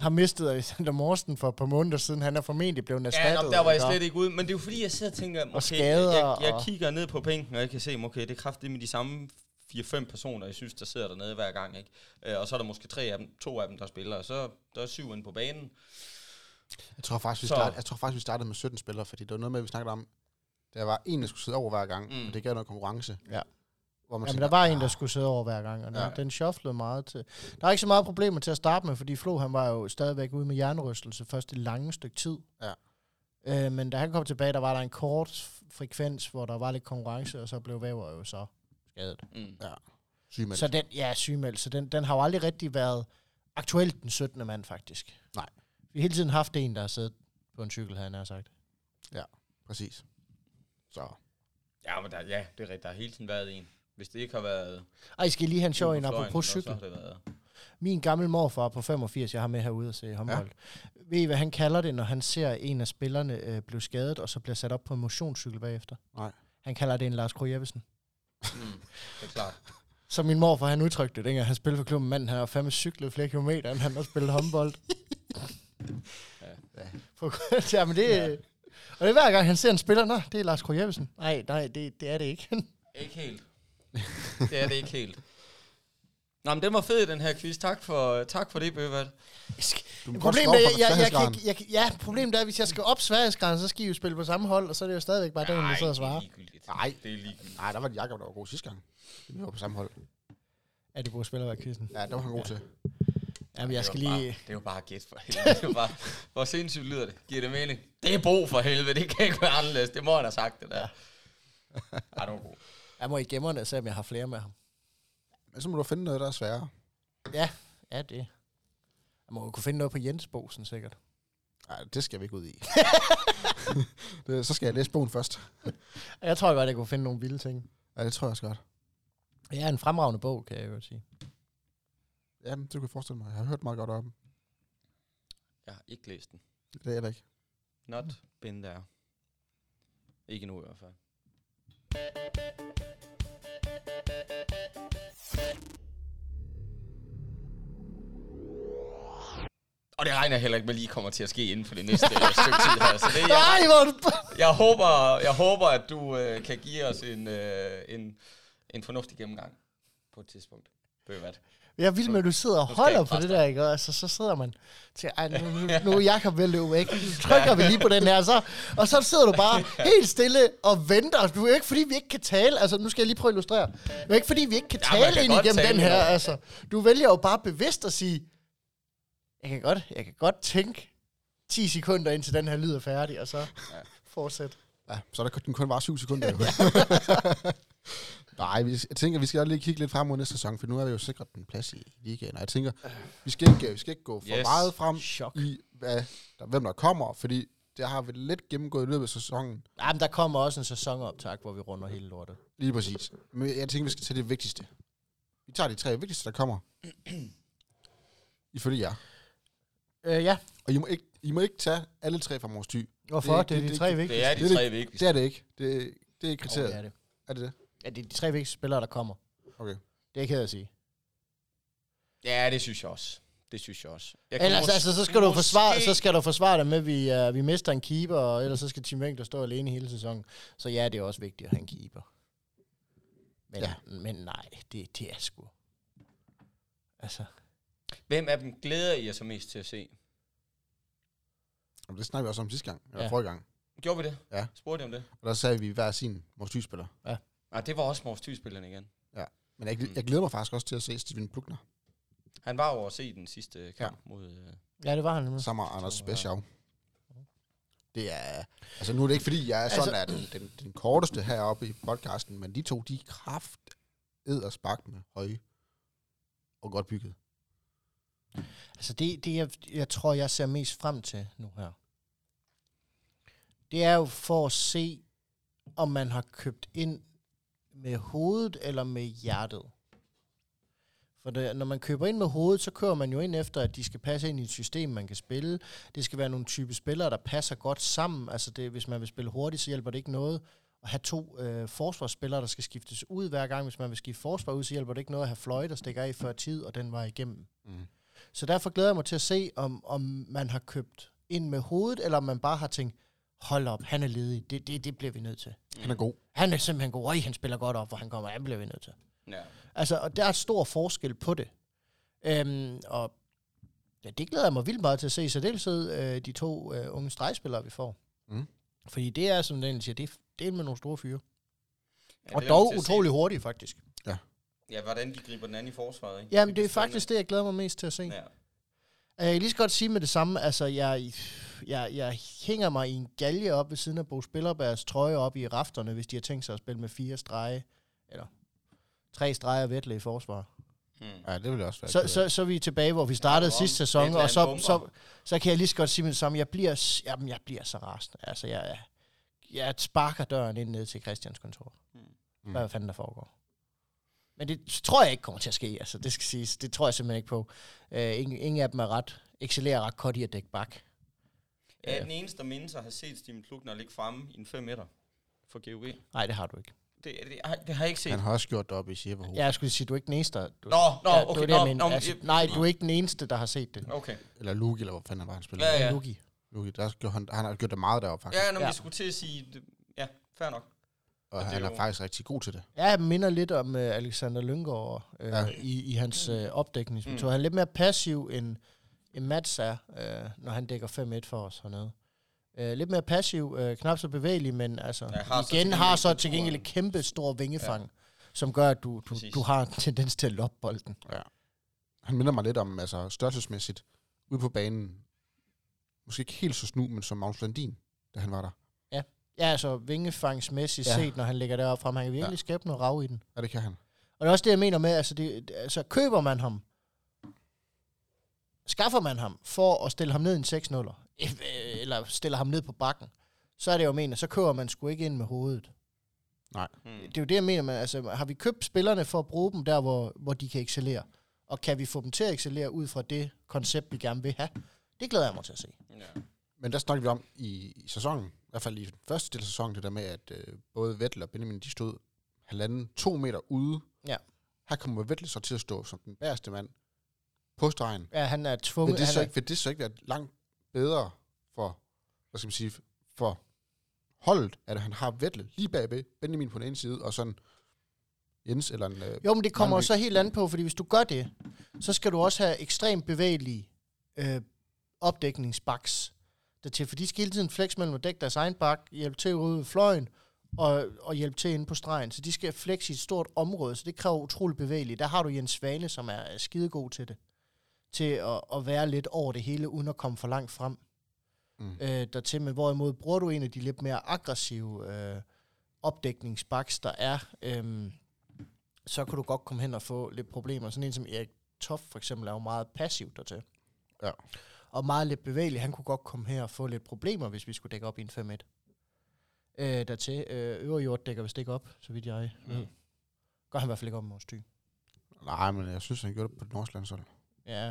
S2: har mistet Alexander Morsten for et par måneder siden. Han er formentlig blevet erstattet.
S3: Ja, nå, der var jeg
S2: ikke?
S3: slet ikke ude. Men det er jo fordi, jeg sidder og tænker, okay,
S2: skader
S3: jeg, jeg, jeg
S2: og-
S3: kigger ned på bænken, og jeg kan se, okay, det er kraftigt med de samme 4-5 personer, jeg synes, der sidder dernede hver gang. Ikke? Øh, og så er der måske tre af dem, to af dem, der spiller, og så der er syv inde på banen.
S1: Jeg tror faktisk, vi,
S3: Så-
S1: start, jeg tror faktisk, vi startede med 17 spillere, fordi det var noget med, vi snakkede om, der var en, der skulle sidde over hver gang,
S3: Mm.
S1: mm. og det gav noget konkurrence.
S2: Ja.
S1: Hvor man "Ah,
S2: Jamen,
S1: tænker,
S2: der var en, der skulle sidde over hver gang, og den,
S3: Ja.
S2: ja. den shufflede meget til. Der er ikke så meget problemer til at starte med, fordi Flo han var jo stadigvæk ude med hjernerystelse først det lange stykke tid.
S1: Ja.
S2: Øh, men da han kom tilbage, der var der en kort frekvens, hvor der var lidt konkurrence, og så blev Væver jo så skadet.
S3: Mm.
S1: syg mand.
S2: Så den, ja, sygemeldt, så den, den har jo aldrig rigtig været aktuelt den 17. mand, faktisk.
S1: Nej.
S2: Vi har hele tiden haft en, der har siddet på en cykel, havde han nær sagt.
S1: Præcis. Så
S3: Ja, men der, ja, det er rigtigt. Der har hele tiden været en. Hvis det ikke har været...
S2: Ej, skal jeg lige have en sjov
S3: ude
S2: en
S3: på fløjen,
S2: apropos
S3: så
S2: cykel?
S3: har det været-
S2: Min gammel morfar på 85, jeg har med herude og se håndbold. Ja. Ved I, hvad han kalder det, når han ser en af spillerne øh, blive skadet, og så bliver sat op på en motionscykel bagefter?
S1: Nej.
S2: Han kalder det en Lars Kroh Jeppesen.
S3: Mm, det er klart.
S2: Så min morfar, han udtrykte det, dengang han spillede for klubben. Manden, han har fandme cyklet flere kilometer, end han har spillet håndbold. ja. men det... Ja. Og det er hver gang, han ser en spiller, nå, det er Lars Kroh Jeppesen. Nej, nej, det, det er det ikke.
S3: Ikke helt. Det er det ikke helt. Nå, men den var fed, den her quiz. Tak for, tak for det, Bøvert.
S1: du må godt slå
S2: Problemet
S1: over
S2: er,
S1: på
S2: jeg, jeg, jeg, kan
S1: Sverigesgraden.
S2: ikke, jeg, kan- ja, problemet er, at hvis jeg skal op Sverigesgrænsen, så skal I jo spille på samme hold, og så er det jo stadigvæk bare den, der sidder og
S3: det er
S2: svarer.
S3: ligegyldigt.
S1: Nej.
S3: Det er ligegyldigt.
S1: Nej, der var det Jacob, der var god sidste gang. Vi var på samme hold.
S2: Er det gode spillere at være quizzen?
S1: Ja, der var han god ja. til.
S2: Jamen, jeg
S3: Det
S2: skal
S3: var
S2: lige...
S3: Bare, det er jo bare gæt for helvede. Det er jo bare, hvor sindssygt lyder det. Giver det mening? Det er Bo for helvede. Det kan ikke være anderledes. Det må han have sagt, det der. Ja. Ej, det var god.
S2: Jeg må i gemmerne, selvom jeg har flere med ham.
S1: Men så må du finde noget, der er sværere.
S2: Ja, ja det. Jeg må jo kunne finde noget på Jensbosen, sikkert.
S1: Nej, det skal vi ikke ud i. det, så skal jeg læse bogen først.
S2: Jeg tror godt, jeg kunne finde nogle vilde ting.
S1: Ja, det tror jeg også godt.
S2: Ja, en fremragende bog, kan jeg jo sige.
S1: Jamen, det kan jeg forestille mig. Jeg har hørt meget godt om. den.
S3: Jeg har ikke læst den.
S1: Det er jeg da ikke.
S3: Not been there. Ikke nu i hvert fald. Og det regner jeg heller ikke med lige kommer til at ske inden for det næste øh, stykke tid her. Så det er jeg
S2: Nej, hvor er du...
S3: jeg håber, jeg håber, at du øh, kan give os en, øh, en, en fornuftig gennemgang på et tidspunkt. Ved du hvad?
S2: Jeg er vild med, at du sidder og
S3: Nu skal jeg
S2: holder
S3: ikke
S2: på det
S3: presse
S2: der, ikke? Og Altså, så sidder man til, ej, nu, nu- nu er Jacob ved at løbe væk. Nu trykker vi lige på den her, og så, og så sidder du bare helt stille og venter. Du er jo ikke, fordi vi ikke kan tale. Altså, nu skal jeg lige prøve at illustrere. Det er jo ikke, fordi vi ikke kan
S3: Ja, man
S2: tale
S3: kan
S2: ind
S3: godt
S2: igennem
S3: tale
S2: den her,
S3: henover.
S2: altså. Du vælger jo bare bevidst at sige, jeg kan godt, jeg kan godt tænke 10 sekunder, indtil den her lyd er færdig, og så fortsæt.
S1: Ja, så er der kun- den kun var syv sekunder. jo. Nej, vi, jeg tænker, vi skal også lige kigge lidt frem mod næste sæson, for nu er vi jo sikret en plads i ligaen. Og jeg tænker, vi skal ikke, vi skal ikke gå for
S3: Yes.
S1: yes. meget frem
S2: Chok.
S1: i, hvad, der, hvem der kommer, fordi det har vi lidt gennemgået i løbet af sæsonen.
S2: Ej, men der kommer også en sæsonoptag, hvor vi runder hele lortet.
S1: Lige præcis. Men jeg tænker, vi skal tage det vigtigste. Vi tager de tre vigtigste, der kommer. Ifølge jer.
S2: Øh, ja.
S1: Og I må ikke, I må ikke tage alle tre fra Mors Thy.
S2: Hvorfor?
S1: Det-
S2: Det, det, det,
S1: det-
S2: er de
S1: det-
S2: tre
S1: det-
S2: vigtigste.
S3: Det er de
S1: Det er
S3: tre vigtigste.
S1: Det er det ikke. Det, det er kriteriet.
S2: Jo, det
S1: er,
S2: er det.
S1: er det det?
S2: Ja, det er de tre vigtigste spillere, der kommer.
S1: Okay.
S2: Det er ikke at sige.
S3: Ja, det synes jeg også. Det synes jeg også. Jeg kan
S2: Ellers
S3: mås-
S2: altså, så skal, du
S3: måske-
S2: forsvare, så skal du forsvare dig med, at vi, uh, vi mister en keeper, og ellers så skal Tim Winkler stå alene hele sæsonen. Så ja, det er også vigtigt at have en keeper. Men,
S1: Ja.
S2: ja. men nej, det, det er sgu. Altså,
S3: Hvem af dem glæder I jer så mest til at se?
S1: Jamen, det snakkede vi også om sidste gang. Eller
S2: Ja.
S1: ja. forrige gang.
S3: Gjorde vi det?
S1: Ja.
S3: Spurgte I om det?
S1: Og der sagde vi hver sin Mors Thy-spiller.
S3: Nej, det var også Mors Thy-spilleren igen.
S1: Men jeg,
S3: Mm.
S1: jeg glæder mig faktisk også til at se Steven Plukner.
S3: Han var over at se den sidste kamp ja. mod... Øh,
S2: ja, det var han. nemlig.
S1: Sammen med Anders Special. Det er... Altså nu er det ikke fordi, jeg er sådan, altså, at den, den, den korteste heroppe i podcasten, men de to, de er kraft ed og spark med høje og godt bygget.
S2: Altså, det, det jeg, jeg tror, jeg ser mest frem til nu her, det er jo for at se, om man har købt ind med hovedet eller med hjertet. For det, når man køber ind med hovedet, så kører man jo ind efter, at de skal passe ind i et system, man kan spille. Det skal være nogle type spillere, der passer godt sammen. Altså det, hvis man vil spille hurtigt, så hjælper det ikke noget at have to øh, forsvarsspillere, der skal skiftes ud hver gang. Hvis man vil skifte forsvar ud, så hjælper det ikke noget at have fløje, der stikker af før tid, og den var igennem.
S1: Mm.
S2: Så derfor glæder jeg mig til at se, om, om man har købt ind med hovedet, eller om man bare har tænkt, hold op, han er ledig, det, det, det bliver vi nødt til.
S1: Han
S3: Mm.
S1: er god.
S2: Han er simpelthen god, Øj, han spiller godt op, hvor han kommer, han bliver vi nødt til.
S3: Ja.
S2: Altså, og der er stor forskel på det. Øhm, og ja, det glæder jeg mig vildt meget til at se, så dels øh, de to øh, unge stregspillere, vi får.
S1: Mm.
S2: Fordi det er, som den siger, det, er- det er med nogle store fyre.
S3: Ja,
S2: Og
S3: det er
S2: dog
S3: til at se.
S2: utrolig hurtigt, faktisk.
S3: Ja, hvordan de griber den anden i forsvaret, ikke?
S2: Jamen, det er
S3: bliver
S2: faktisk det, jeg glæder mig mest til at se.
S3: spændende. Ja.
S2: Øh, Jeg kan lige så godt sige med det samme, altså jeg, jeg, jeg hænger mig i en galge op ved siden af Bo Spillerbergs trøje op i rafterne, hvis de har tænkt sig at spille med fire strege, eller tre streger vettle i forsvar.
S3: Hmm.
S1: Ja, det vil jeg også være.
S2: Så,
S1: ked af.
S2: så, så er vi tilbage, hvor vi Mm. startede
S3: Ja,
S2: sidste
S3: Rom,
S2: sæson,
S3: Vettle er
S2: og
S3: en
S2: så,
S3: bomber.
S2: så, så kan jeg lige så godt sige med det samme, jeg bliver, s- jamen, jeg bliver så rasende. Altså jeg, jeg sparker døren ind ned til Christians kontor.
S1: Mm.
S2: Hvad fanden der foregår? Men det tror jeg ikke kommer til at ske, altså det skal siges. Det tror jeg simpelthen ikke på. Øh, ingen, ingen af dem er ret, excellerer ret godt i at dække bak.
S3: Jeg
S2: Ja.
S3: er den eneste, der mindes at have set Steven Klugner ligge fremme i en 5 meter for GOG. Det,
S2: Nej, det har du ikke.
S3: det, ej, det har jeg ikke set.
S1: Han har også gjort det op i Sjæberhoved.
S2: Ja, jeg skulle sige, du er ikke den eneste, der... Du,
S3: Nå, nå,
S2: ja, det var
S3: okay,
S2: det, jeg
S3: nå,
S2: mente.
S3: nå, men
S2: altså,
S3: jeg-
S2: nej, du er ikke den eneste, der har set det.
S3: Okay.
S1: Eller Luke, eller hvor fanden han var, han spillede.
S3: Ja,
S1: Ja.
S3: ja.
S2: Luki.
S1: Luke, der gjorde han, han har gjort det meget deroppe, faktisk.
S3: Ja, når
S2: Ja.
S3: vi skulle til at sige... det- Ja, fair nok.
S1: og
S3: det
S1: han
S3: er
S1: er
S3: jo-
S1: faktisk rigtig god til det.
S2: Ja, jeg minder lidt om uh, Alexander Lyngård uh,
S1: Ja.
S2: ja. i, i hans uh, opdækningsmetode. Mm. Han er lidt mere passiv, end, end Mats er, uh, når han dækker 5-1 for os hernede. Uh, lidt mere passiv, uh, knap så bevægelig, men altså,
S3: Ja,
S2: ja,
S3: har så til
S2: igen
S3: gengæld
S2: har så til
S3: kulturen.
S2: gengæld et kæmpe stor vingefang, ja. som gør, at du, du,
S3: Præcis.
S2: du har en tendens til at loppe bolden.
S1: Han minder mig lidt om, altså størrelsesmæssigt, ude på banen. Måske ikke helt så snu, men som Magnus Landin, da han var der.
S2: Ja, altså vingefangsmæssigt
S1: Ja.
S2: ja. set, når han ligger deroppe frem. Han kan virkelig
S1: Ja.
S2: ja. skabe noget rav i den.
S1: Ja, det kan han.
S2: Og det er også det, jeg mener med, altså, det, det- altså køber man ham, skaffer man ham for at stille ham ned i en 6 0 eller stiller ham ned på bakken, så er det jo jeg mener, så køber man sgu ikke ind med hovedet.
S3: Hmm.
S2: Det er jo det, jeg mener med, altså har vi købt spillerne for at bruge dem der, hvor, hvor de kan excellere? Og kan vi få dem til at excellere ud fra det koncept, vi gerne vil have? Det glæder jeg mig til at se.
S3: Ja.
S1: Men der snakkede vi om i, i sæsonen, i hvert fald i den første del af sæsonen, det der med, at øh, både Vettel og Benjamin, de stod halvanden, to meter ude.
S2: Ja.
S1: Her kommer Vettel så til at stå som den værste mand på stregen.
S2: Ja, han er tvunget.
S1: Vil det,
S2: han
S1: så
S2: er,
S1: ikke, vil det så ikke være langt bedre for, hvad skal man sige, for holdet, at han har Vettel lige bagved Benjamin på den ene side, og sådan Jens eller en... Øh,
S2: Jo, men det kommer jo
S1: Mandvik.
S2: så helt an på, fordi hvis du gør det, så skal du også have ekstremt bevægelige øh, opdækningsbaks dertil, for de skal hele tiden flex mellem at dække deres egen bak, hjælpe til ude ved fløjen, og, og hjælpe til inde på stregen. Så de skal flex i et stort område, så det kræver utrolig bevægeligt. Der har du Jens Svane, som er er skidegod til det, til at, at være lidt over det hele, uden at komme for langt frem
S1: Mm.
S2: øh, dertil. Men hvorimod bruger du en af de lidt mere aggressive øh, opdækningsbaks, der er... Øh, så kan du godt komme hen og få lidt problemer. Sådan en som Erik Toff for eksempel er jo meget passiv dertil.
S1: Ja.
S2: Og meget lidt bevægelig. Han kunne godt komme her og få lidt problemer, hvis vi skulle dække op i en 5-1. Øh, dertil. Øh, Øverjord dækker vist ikke op, så vidt jeg ved.
S3: Mm.
S2: Mm. Gør han i hvert fald ikke op mod Sty.
S1: Nej, men jeg synes, han gjorde det på Nordsjælland selv.
S2: Ja.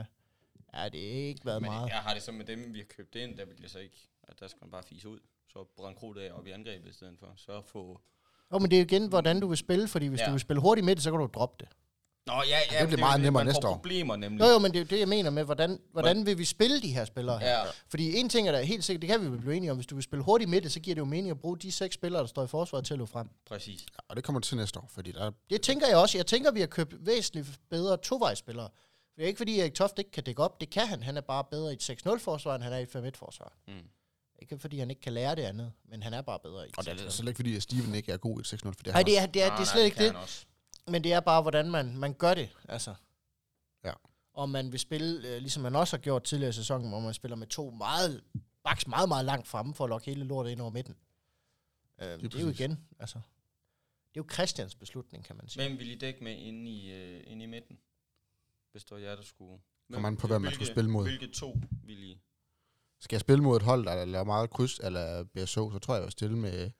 S2: ja, det har ikke været
S3: Men
S2: meget.
S3: jeg har det så med dem, vi har købt ind, der vil jeg så ikke... At der skal man bare fise ud. Så brænde krudt af op i angrebet i stedet for. Så få...
S2: Jo, men det er igen, hvordan du vil spille, fordi hvis
S3: Ja.
S2: ja. du vil spille hurtigt med det, så kan du droppe det.
S3: Nå, ja, ja,
S1: bliver
S3: men er
S1: meget
S3: jo det,
S1: nemmere
S3: man får
S1: næste år.
S3: problemer nemlig.
S2: Jo, jo, men det er jo det, jeg mener med, hvordan, hvordan vil vi spille de her spillere her?
S3: Ja.
S2: Fordi en ting er da helt sikkert, det kan vi vel blive enige om, hvis du vil spille hurtigt med det, så giver det jo mening at bruge de seks spillere, der står i forsvaret til at løbe frem.
S3: Præcis.
S1: Ja, og det kommer til næste år, fordi der,
S2: Det tænker jeg også. Jeg tænker, vi har købt væsentligt bedre tovejsspillere. Det er ikke fordi, Erik Toft ikke kan dække op. Det kan han. Han er bare bedre i et 6-0-forsvar, end han er i et 5-1-forsvar.
S3: Mm.
S2: Ikke fordi han ikke kan lære det andet, men han er bare bedre i et
S1: og det
S2: 6-0.
S1: er altså, slet ikke fordi, at Steven ikke er god i 6-0, for det er
S2: Nej,
S1: han
S2: det er, det er,
S3: Nå,
S2: det er
S3: nej,
S2: slet ikke
S3: kan
S2: det.
S3: han også.
S2: Men det er bare, hvordan man, man gør det, altså.
S1: Ja.
S2: Og man vil spille, øh, ligesom man også har gjort tidligere i sæsonen, hvor man spiller med to meget, baks meget, meget langt fremme for at lokke hele lortet ind over midten. Øh, det, det er jo
S1: præcis.
S2: igen, altså. Det er jo Christians beslutning, kan man sige.
S3: Hvem ville I dække med inde i, øh, inde i midten? Hvis det var jer, der skulle...
S1: Kommer an på, hvem man skulle spille mod.
S3: Hvilke to ville I?
S1: Skal jeg spille mod et hold, der laver meget kryds, eller BSO, så tror jeg, jeg vil stille med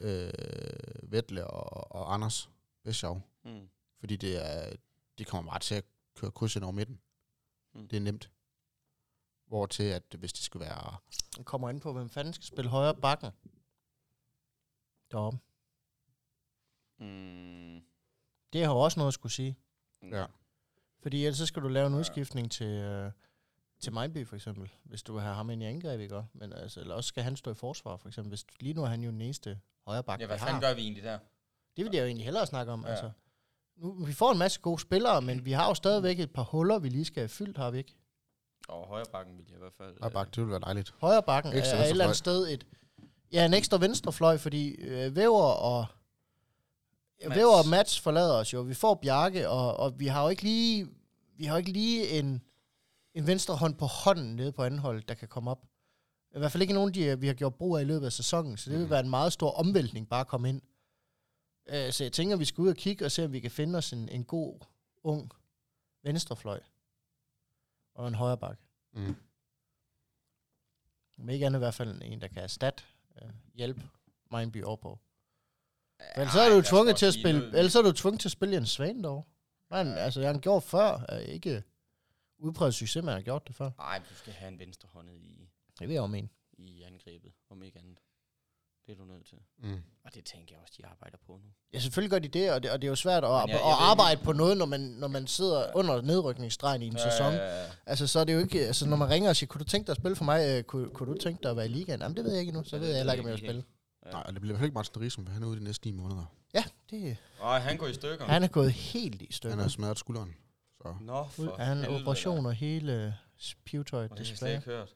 S1: øh, Vettle og, og Anders Beshav.
S3: Mm.
S1: Fordi det, er, det kommer meget til at køre kryds ind over midten.
S3: Mm.
S1: Mm. Det er nemt. Hvor til, at hvis det skulle være...
S2: Det kommer ind på, hvem fanden skal spille højre bakken. Deroppe.
S3: Mm.
S2: Det har jo også noget at skulle sige.
S1: Ja.
S2: Fordi ellers så skal du lave en udskiftning til, øh, til Mejby for eksempel, hvis du vil have ham ind i angreb, ikke? også? Men altså, eller også skal han stå i forsvar for eksempel. Hvis, lige nu er han jo den eneste højre bak,
S3: Ja,
S2: vi
S3: hvad
S2: har.
S3: fanden gør vi egentlig der?
S2: Det vil jeg jo egentlig hellere snakke om.
S3: Ja.
S2: Ja. Altså. Nu, vi får en masse gode spillere, men vi har jo stadigvæk et par huller, vi lige skal have fyldt, har vi ikke?
S3: Og højre bakken vil jeg i hvert fald...
S1: Ja. Bak, det ville være dejligt.
S2: Højre bakken er,
S1: Ekstra
S2: er et eller andet sted et... Ja, en ekstra venstrefløj, fordi øh, Væver og...
S3: Mats.
S2: Mats. Væver og Mats forlader os jo. Vi får Bjarke, og, og vi har jo ikke lige, vi har jo ikke lige en, en venstre hånd på hånden nede på anden hold, der kan komme op. I hvert fald ikke nogen, de, øh, vi har gjort brug af i løbet af sæsonen, så det vil
S1: Mhm.
S2: være en meget stor omvæltning bare at komme ind. Øh, så jeg tænker, vi skal ud og kigge og se, om vi kan finde os en, en god, ung venstrefløj og en højre bak.
S1: Mm.
S2: Om ikke andet i hvert fald en, der kan erstatte, øh, hjælpe Mindby Aarborg.
S3: Øh,
S2: Men ellers så er
S3: ej,
S2: du
S3: der
S2: tvunget
S3: skal
S2: til at
S3: også lige
S2: spille,
S3: noget-
S2: ellers så er du tvunget til at spille Jens Svane dog. Han,
S3: Ja.
S2: altså, han gjorde før, er ikke udpræget succes, men han har gjort det før.
S3: Ej, du skal have en venstre håndet i,
S2: Det vil jeg jo mene.
S3: i angrebet, om ikke andet. Det er du nødt til.
S1: Mm.
S3: Og det tænker jeg også, de arbejder på nu.
S2: Ja, selvfølgelig gør de det, og det, og det er jo svært at, jeg,
S3: jeg- jeg
S2: at
S3: ved
S2: arbejde på noget, når man, når man sidder under nedrykningsstregen i en sæson.
S3: Øh,
S2: Altså, så er det jo ikke... Altså, når man ringer og siger, kunne du tænke dig at spille for mig? Øh, kunne, kunne du tænke dig at være i ligaen? Jamen, det ved jeg ikke endnu. Så
S3: Ja,
S2: ved
S3: det
S2: jeg heller
S3: ved
S2: ikke, om
S3: jeg
S2: jeg vil
S3: ikke
S2: spille.
S3: Ja.
S1: Nej, og det bliver i hvert fald ikke Martin Riesum, for han er ude de næste 9 måneder.
S2: Ja, det...
S3: og han går i stykker.
S2: Han er gået helt i
S1: Han har
S2: stykker.
S1: smadret skulderen. Så
S3: Nå, for
S2: Ud af han
S3: helvede,
S2: operationer hele pivtøjet,
S3: Og det har jeg
S2: desværre.
S3: slet ikke hørt.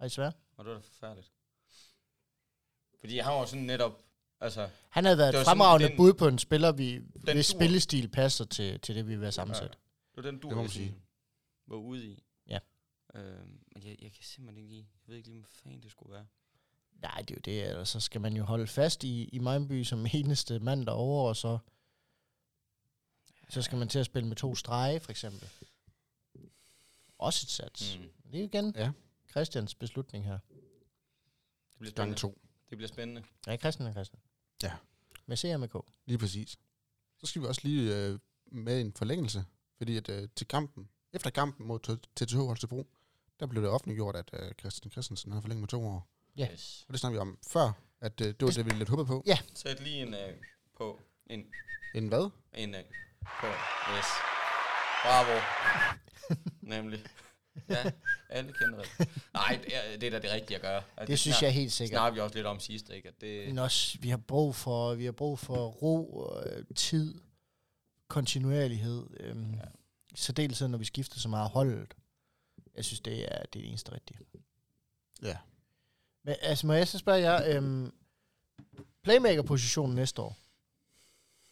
S2: Ej, desværre.
S3: Og det var da forfærdeligt. Fordi han var jo sådan netop... Altså,
S2: Han havde været
S3: Det var
S2: et
S3: sådan
S2: fremragende
S3: den-
S2: bud på en spiller, vi, hvis
S3: dur.
S2: spillestil passer til, til det, vi vil være sammensat.
S3: øh, det var den du ligesom
S1: Det må man sige.
S3: var ude i.
S2: Ja.
S3: Øhm, men jeg, jeg kan simpelthen ikke lige... Jeg ved ikke lige, hvad fanden det skulle være.
S2: Nej, det er jo det. Ellers så skal man jo holde fast i, i Mejnby som eneste mand derovre, og så, så skal man til at spille med to strege, for eksempel. Også et sats. Mm.
S3: Mm.
S2: Det er jo igen
S1: Ja.
S2: ja. Christians beslutning her.
S3: Det bliver
S1: gang
S3: spændende.
S1: to.
S3: Det bliver spændende.
S2: Ja, Christian og Christian.
S1: Ja.
S2: Med CMK.
S1: Lige præcis. Så skal vi også lige øh, med en forlængelse, fordi at øh, til kampen, efter kampen mod T- TTH Holstebro, der blev det offentliggjort, at øh, Christian Christensen havde forlænget med to år.
S2: Ja.
S3: Yes.
S1: Og det snakker vi om før, at øh, det var det, vi lidt håbede på.
S2: Ja.
S3: Sæt lige en øh, på. En,
S1: En hvad?
S3: en øh, på. Yes. Bravo. Nemlig. Ja, alle kender det. Nej, det er, det er da det rigtige at gøre. Og
S2: Det synes jeg helt
S3: Det
S2: sikkert.
S3: snakker vi også lidt om sidst, ikke? At det,
S2: Men også, vi har brug for, vi har brug for ro, øh, tid, kontinuerlighed. Øhm, ja. Så dels når vi skifter så meget holdet. Jeg synes, det er det, er det eneste rigtige.
S1: Ja.
S2: Men altså, må jeg så spørge jer, øhm, playmaker-positionen næste år.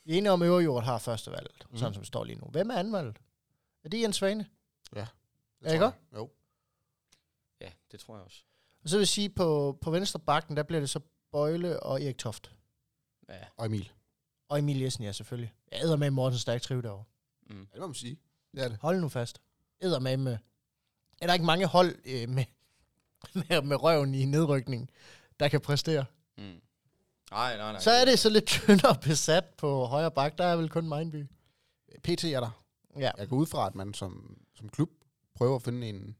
S2: Vi er enige om, at Øverjord har første valget, mm.
S1: Mhm.
S2: sådan som det står lige nu. Hvem er anden valget? Er det Jens Svane?
S1: Det
S2: Er det
S1: tror jeg. Jo.
S3: ja, det tror jeg også.
S2: Og så vil jeg sige, på, på venstre bakken, der bliver det så Bøjle og Erik Toft.
S3: Ja.
S1: Og Emil.
S2: Og Emil Jessen, ja, selvfølgelig. Jeg æder med Morten Stærk trive derovre.
S3: Mm.
S1: Ja, det må man sige. Det er det.
S2: Hold nu fast. Eddermame. Er der ikke mange hold øh, med, med, med røven i nedrykning, der kan præstere?
S3: Mm. Nej, nej, nej.
S2: Så er det så lidt tyndere besat på højre bak. Der er vel kun Mindby.
S1: PT er der.
S2: Ja.
S1: Jeg går ud fra, at man som, som klub prøver at finde en... men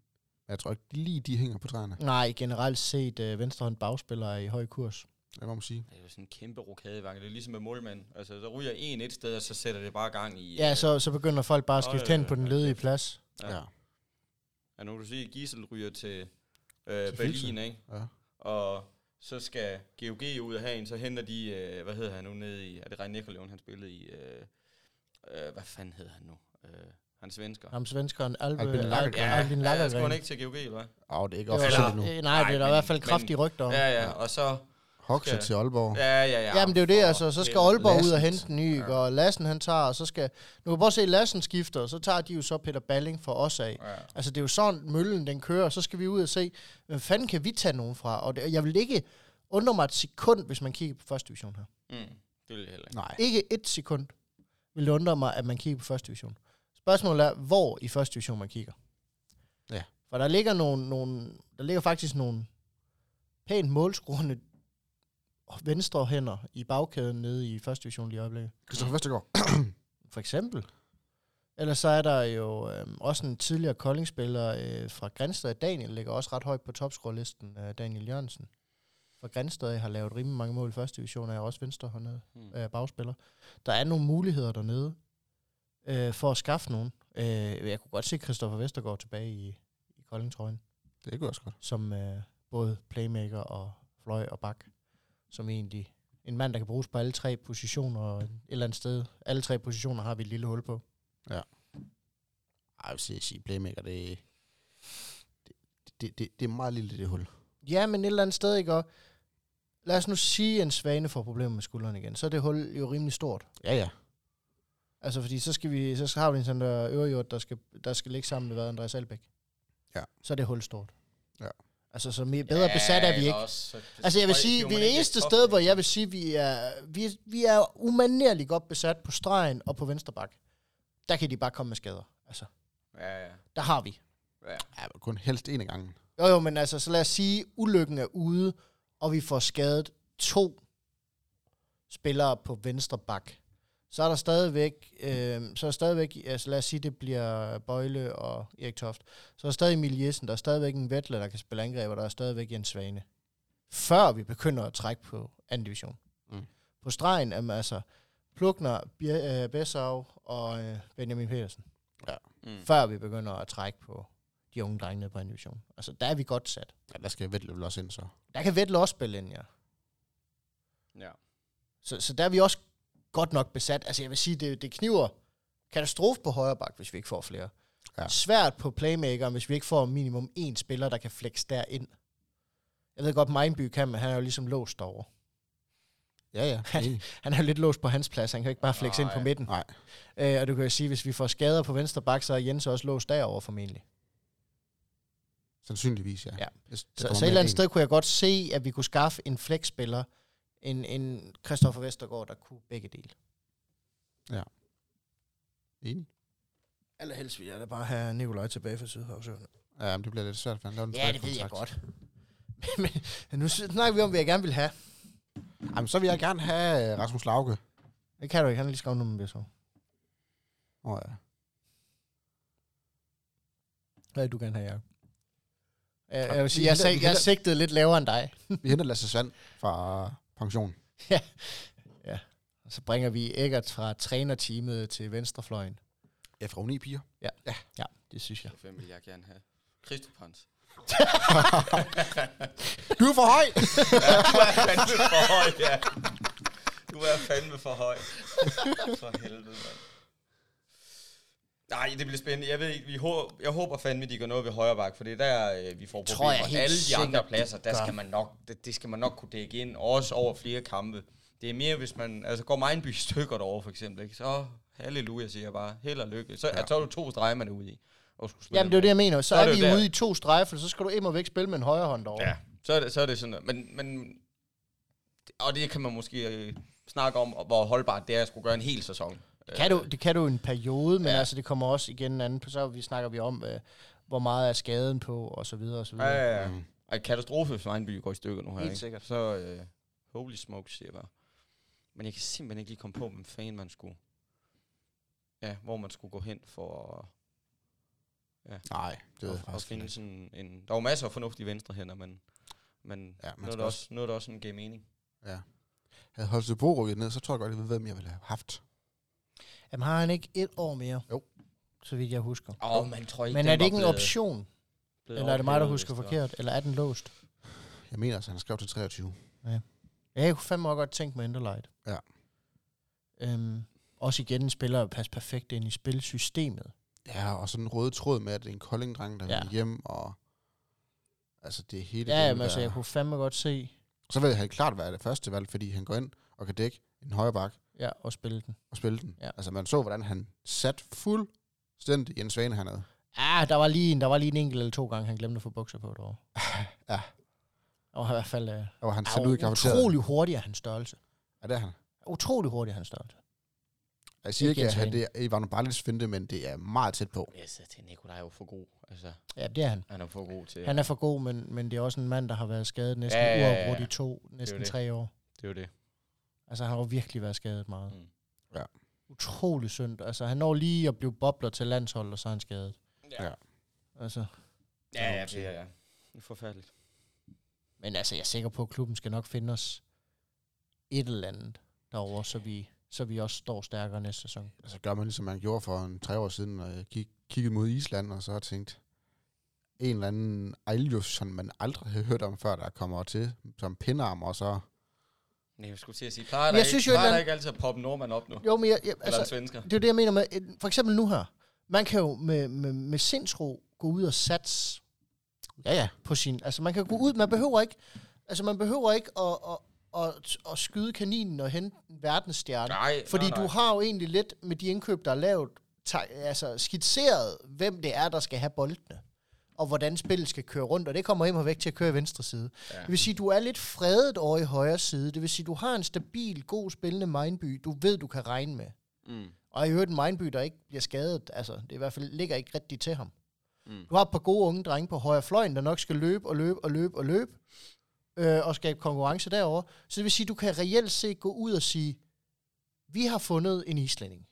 S1: Jeg tror ikke lige, de hænger på træerne.
S2: Nej, generelt set øh, venstrehånd bagspiller i høj kurs.
S1: Det må man sige.
S3: Det er jo sådan en kæmpe rokadebakke. Det er ligesom med målmanden. Altså, så ryger en et sted, og så sætter det bare gang i... øh,
S2: Ja, så, så begynder folk bare at
S3: Øj,
S2: skifte hen på den ledige plads.
S3: Ja.
S1: Ja. ja.
S3: Ja, nu kan du sige, at Gisel ryger til, øh,
S1: Til
S3: Berlin,
S1: Filse.
S3: ikke?
S1: ja.
S3: Og så skal GOG ud af hagen, så henter de... Øh, hvad hedder han nu nede i... Er det Rein Nikolajevn, han spillede i? Øh, øh, hvad fanden hedder han nu? Øh, han er svensker.
S2: Ham svenskeren Albe,
S1: Albin
S2: Al-
S1: Lagergren.
S2: Albin
S3: ja, skulle han
S2: Lagergren.
S3: ikke til GOG, eller hvad?
S1: Åh, det er ikke
S2: Det var-
S1: officielt
S3: Eller-
S1: nu.
S2: Øh, Nej, det er
S3: Nej,
S2: der i hvert fald
S3: men-
S2: kraftige rygter om.
S3: Ja, ja, og så...
S1: Hoxha
S3: skal-
S1: til Aalborg. Ja.
S3: Ja, ja, ja.
S2: Ja, men det er jo det, altså. Så skal Aalborg ud og
S1: Lassens.
S2: hente en ny, ikke? og Lassen han tager, og så skal... Nu kan prøve at se, Lassen skifter, og så tager de jo så Peter Balling fra os af.
S3: Ja.
S2: Altså, det er jo sådan, møllen den kører, og så skal vi ud og se, hvem fanden kan vi tage nogen fra? Og det, jeg vil ikke undre mig et sekund, hvis man kigger på første division her.
S3: Mm, det vil jeg heller ikke.
S1: Nej.
S2: Ikke et sekund vil det undre mig, at man kigger på første division. Spørgsmålet er, hvor i første division man kigger.
S1: Ja.
S2: For der ligger, nogle, nogle, der ligger faktisk nogle pænt målskruende venstre hænder i bagkæden nede i første division lige i øjeblikket.
S1: Kristoffer Vestergaard.
S2: For eksempel. Ellers så er der jo øh, også en tidligere koldingspiller øh, fra Grænsted. Daniel ligger også ret højt på topscorelisten, øh, Daniel Jørgensen. Fra Grænsted har lavet rimelig mange mål i første division, og er også venstrehåndet
S3: Mm.
S2: øh, bagspiller. Der er nogle muligheder dernede øh, for at skaffe nogen. Øh, jeg kunne godt se Christoffer Vestergaard tilbage i, i Koldingtrøjen,
S1: Det kunne jeg også godt.
S2: som øh, både playmaker og fløj og bak, som egentlig en mand, der kan bruges på alle tre positioner, og et eller andet sted. Alle tre positioner har vi et lille hul på.
S1: Ej, jeg vil sige- sige, playmaker, det, det, det, det, det er meget lille, det hul.
S2: Ja, men et eller andet sted, ikke? Og lad os nu sige, at en svane får problemer med skulderen igen. Så er det hul jo rimelig stort.
S1: Ja, ja.
S2: Altså, fordi så, skal vi, så har vi en sådan der øverjord, der skal, der skal ligge sammen med hvad, Andreas Albæk.
S1: Ja.
S2: Så er det hul stort.
S1: Ja.
S2: Altså, så mere, bedre ja, besat er vi ikke. Altså, jeg vil sige, vi er det eneste sted, hvor jeg vil sige, vi er, vi, vi er umanerligt godt besat på stregen og på venstre bak. Der kan de bare komme med skader. Altså,
S3: Ja, ja.
S2: der har vi.
S3: ja.
S1: ja men kun helst en af gangen.
S2: Jo, jo, men altså, så lad os sige, ulykken er ude, og vi får skadet to spillere på venstre bak. Så er der stadigvæk, øh, så er stadigvæk, altså lad os sige, det bliver Bøjle og Erik Toft. Så er der stadig Emil Jessen, der er stadigvæk en Vettle, der kan spille angreb, og der er stadigvæk Jens Svane. Før vi begynder at trække på anden division.
S1: Mm.
S2: Mm. På stregen er man altså Plukner, Bir- øh, Bessau og øh, Benjamin Petersen
S3: Mm.
S2: før vi begynder at trække på de unge drenge nede på anden division. Altså, der er vi godt sat.
S1: Ja, der skal Vettel vel også ind, så.
S2: Der kan Vettel også spille ind, ja.
S3: ja.
S2: Så, så der er vi også godt nok besat. Altså, jeg vil sige, det, det kniver katastrofe på højre bak, hvis vi ikke får flere.
S1: Ja.
S2: Ja. Svært på playmakeren, hvis vi ikke får minimum én spiller, der kan flex derind. Jeg ved godt, Meinby kan, men han er jo ligesom låst derovre.
S1: Ja, ja. enig.
S2: Han er jo lidt låst på hans plads. Han kan jo ikke bare flex ind
S3: Nej.
S2: på midten.
S1: Nej.
S2: Øh, og du kan jo sige, hvis vi får skader på venstre bak, så er Jens også låst derovre formentlig.
S1: Sandsynligvis, ja.
S2: Ja.
S1: Hvis det
S2: Så,
S1: kommer
S2: så et
S1: mere
S2: eller andet
S1: end.
S2: sted kunne jeg godt se, at vi kunne skaffe en flexspiller, en, en Christoffer Vestergaard, der kunne begge dele.
S1: Enig.
S2: Allerhelst ville jeg da bare have Nikolaj tilbage fra Sydhavsøerne.
S1: Ja, men det bliver lidt svært, for han laver en
S2: Ja, det ved jeg
S1: kontrakt.
S2: godt. Men nu snakker vi om, hvad jeg gerne vil have.
S1: Jamen, så vil jeg gerne have øh, Rasmus Lauke.
S2: Det kan du ikke, han har lige skrevet nummer med så.
S1: Åh, oh, ja.
S2: Hvad vil du gerne have, Jacob? Jeg,
S1: Ja,
S2: jeg vil sige,
S1: vi
S2: jeg,
S1: henter-
S2: sig,
S1: vi
S2: jeg
S1: henter-
S2: sigtede lidt lavere end dig.
S1: Vi henter Lasse Sand fra øh, pension.
S2: Og Så bringer vi Eggert fra trænerteamet til venstrefløjen.
S1: Ja, fra 9 piger.
S2: Ja, det synes jeg.
S3: Hvem vil jeg gerne have? Kristopans.
S1: Du er for høj!
S3: Ja, du er fandme for høj, ja. Du er fandme for høj. For helvede, mand. Nej, det bliver spændende. Jeg ved ikke, vi håber, jeg håber fandme, de gør noget ved højre bak, for det er der, øh, vi får
S2: Tror
S3: problemer.
S2: jeg helt
S3: Alle de
S2: sikkert,
S3: andre
S2: de
S3: pladser, der
S2: gør.
S3: skal man nok, det, det, skal man nok kunne dække ind, også over flere kampe. Det er mere, hvis man, altså går Mejnby i stykker derovre, for ekseld, ikke? så halleluja, siger jeg bare. Held og lykke. Så, ja. så er du to streger, man er ude i. Og skulle spille
S2: Jamen, det er jo
S3: med.
S2: det, jeg mener. Så,
S3: Så
S2: så
S3: er
S2: er,
S3: det
S2: vi
S3: jo der.
S2: ude i to streger, for så skal du ind og væk spille med en højre hånd derovre.
S3: Ja, så er det, så er det sådan noget. Men, men, og det kan man måske øh, snakke om, og hvor holdbart det er at skulle gøre en hel sæson.
S2: Det kan du, det kan du i en periode, men
S3: Ja.
S2: ja. altså det kommer også igen en anden, så vi snakker vi om, øh, hvor meget er skaden på, og så videre, og så
S3: Ja,
S2: videre.
S3: ja, ja.
S1: Mm.
S3: Mm. Og en katastrofe, hvis Vejnby går i stykker nu her.
S2: Helt
S3: ikke?
S2: sikkert.
S3: Så øh, holy smokes, siger jeg bare. Men jeg kan simpelthen ikke lige komme på, hvem fanden man skulle... Ja, hvor man skulle gå hen for at,
S1: Nej, det ved jeg
S3: at, at
S1: faktisk
S3: finde
S1: ikke.
S3: sådan en... Der var masser af fornuftige venstrehænder, men, men
S1: Ja,
S3: ja,
S1: man
S3: nu, er
S1: skal
S3: det også, nu er det også en gav mening.
S1: Havde Holstebro rykket ned, så tror jeg godt, jeg ved, hvem jeg ville have haft.
S2: Jamen har han ikke et år mere?
S1: Jo.
S2: Så vidt jeg husker.
S3: Åh, oh, man tror ikke,
S2: Men
S3: den
S2: er det
S3: var
S2: ikke en
S3: blevet-
S2: option?
S3: blevet
S2: Eller er det mig, der
S3: ophævet,
S2: husker
S3: hvis det var.
S2: forkert? Eller er den låst?
S1: Jeg mener altså, han skrev til 23.
S2: Ja, jeg kunne fandme også godt tænke mig Enderlight.
S1: Ja.
S2: Øhm, også igen en spiller, der passer perfekt ind i spilsystemet.
S1: Ja, og sådan en røde tråd med, at det er en koldingdreng, der
S2: Ja.
S1: ja. vil hjem, og... Altså, det er hele...
S2: Ja,
S1: det,
S2: jamen
S1: der-
S2: altså jeg kunne fandme godt se,
S1: Så vil han klart være det første valg, fordi han går ind og kan dække en højre bak
S2: ja, og spille den.
S1: og spille den.
S2: Ja.
S1: Altså, man så, hvordan han sat fuldstændig Jens Svane hernede.
S2: Ah, der var lige en, der var lige en enkelt eller to gange, han glemte at få bukser på derovre.
S1: Ja.
S2: Og i hvert fald... Øh,
S1: Og hvor han
S2: er
S1: sendte
S2: jo
S1: ud i kafeteriet.
S2: utrolig hurtig af hans størrelse.
S1: Ja, det er han. Altså,
S2: Utrolig hurtig af hans størrelse.
S1: Jeg siger
S2: Ikke
S1: ikke, at
S2: Jens
S1: han- det er Ivan Barlits finte, men det er meget tæt på.
S3: Jeg sagde til Nikolaj er jo for god. Altså,
S2: Ja, det er han.
S3: han er for god til.
S2: Han er for god, men, men det er også en mand, der har været skadet næsten
S3: Ja,
S2: ja,
S3: ja, ja, ja.
S2: uafbrudt i to, næsten
S3: det.
S2: tre år.
S3: Det er jo det.
S2: Altså, han har jo virkelig været skadet meget.
S3: Mm.
S1: Ja.
S2: Utrolig synd. Altså, han når lige at blive bobler til landshold, og så er han skadet.
S1: Ja. Ja.
S2: Altså,
S3: Ja, ja,
S2: Det
S3: det er ja. forfærdeligt.
S2: men altså, jeg er sikker på, at klubben skal nok finde os et eller andet derovre, så vi, så vi også står stærkere næste sæson.
S1: Altså gør man ligesom man gjorde for en tre år siden, og jeg gik, kiggede mod Island, og så har tænkt, en eller anden Aljus, som man aldrig har hørt om før, der kommer til som pindarm, og så...
S3: Nej, jeg skulle til at sige, plejer
S2: Jeg
S3: der, ikke,
S2: synes jo,
S3: synes jo, plejer
S2: at-
S3: der ikke altid at poppe Norman op nu?
S2: Jo, men jeg, jeg,
S3: Eller en
S2: altså,
S3: svensker?
S2: det er jo det, jeg mener med, et- for eksempel nu her. Man kan jo med, med, med sindsro gå ud og satse
S1: Ja, ja.
S2: på sin... Altså, man kan gå ud, man behøver ikke... Altså, man behøver ikke at, at, at, at skyde kaninen og hente en verdensstjerne.
S3: Nej,
S2: Fordi
S3: nej, nej.
S2: du har jo egentlig lidt med de indkøb, der er lavet, ta- altså skitseret, hvem det er, der skal have boldene, og hvordan spillet skal køre rundt, og det kommer hjem og væk til at køre i venstre side. Ja.
S3: Ja.
S2: Det vil sige, du er lidt fredet over i højre side. Det vil sige, du har en stabil, god spillende Mindby, du ved, du kan regne med.
S3: Mm.
S2: Og i øvrigt en Mindby, der ikke bliver skadet, altså det i hvert fald ligger ikke rigtigt til ham.
S3: Mm.
S2: Du har et par gode unge drenge på højre fløjen, der nok skal løbe og løbe og løbe og løbe, øh, og skabe konkurrence derover. Så det vil sige, du kan reelt set gå ud og sige, vi har fundet en islænding,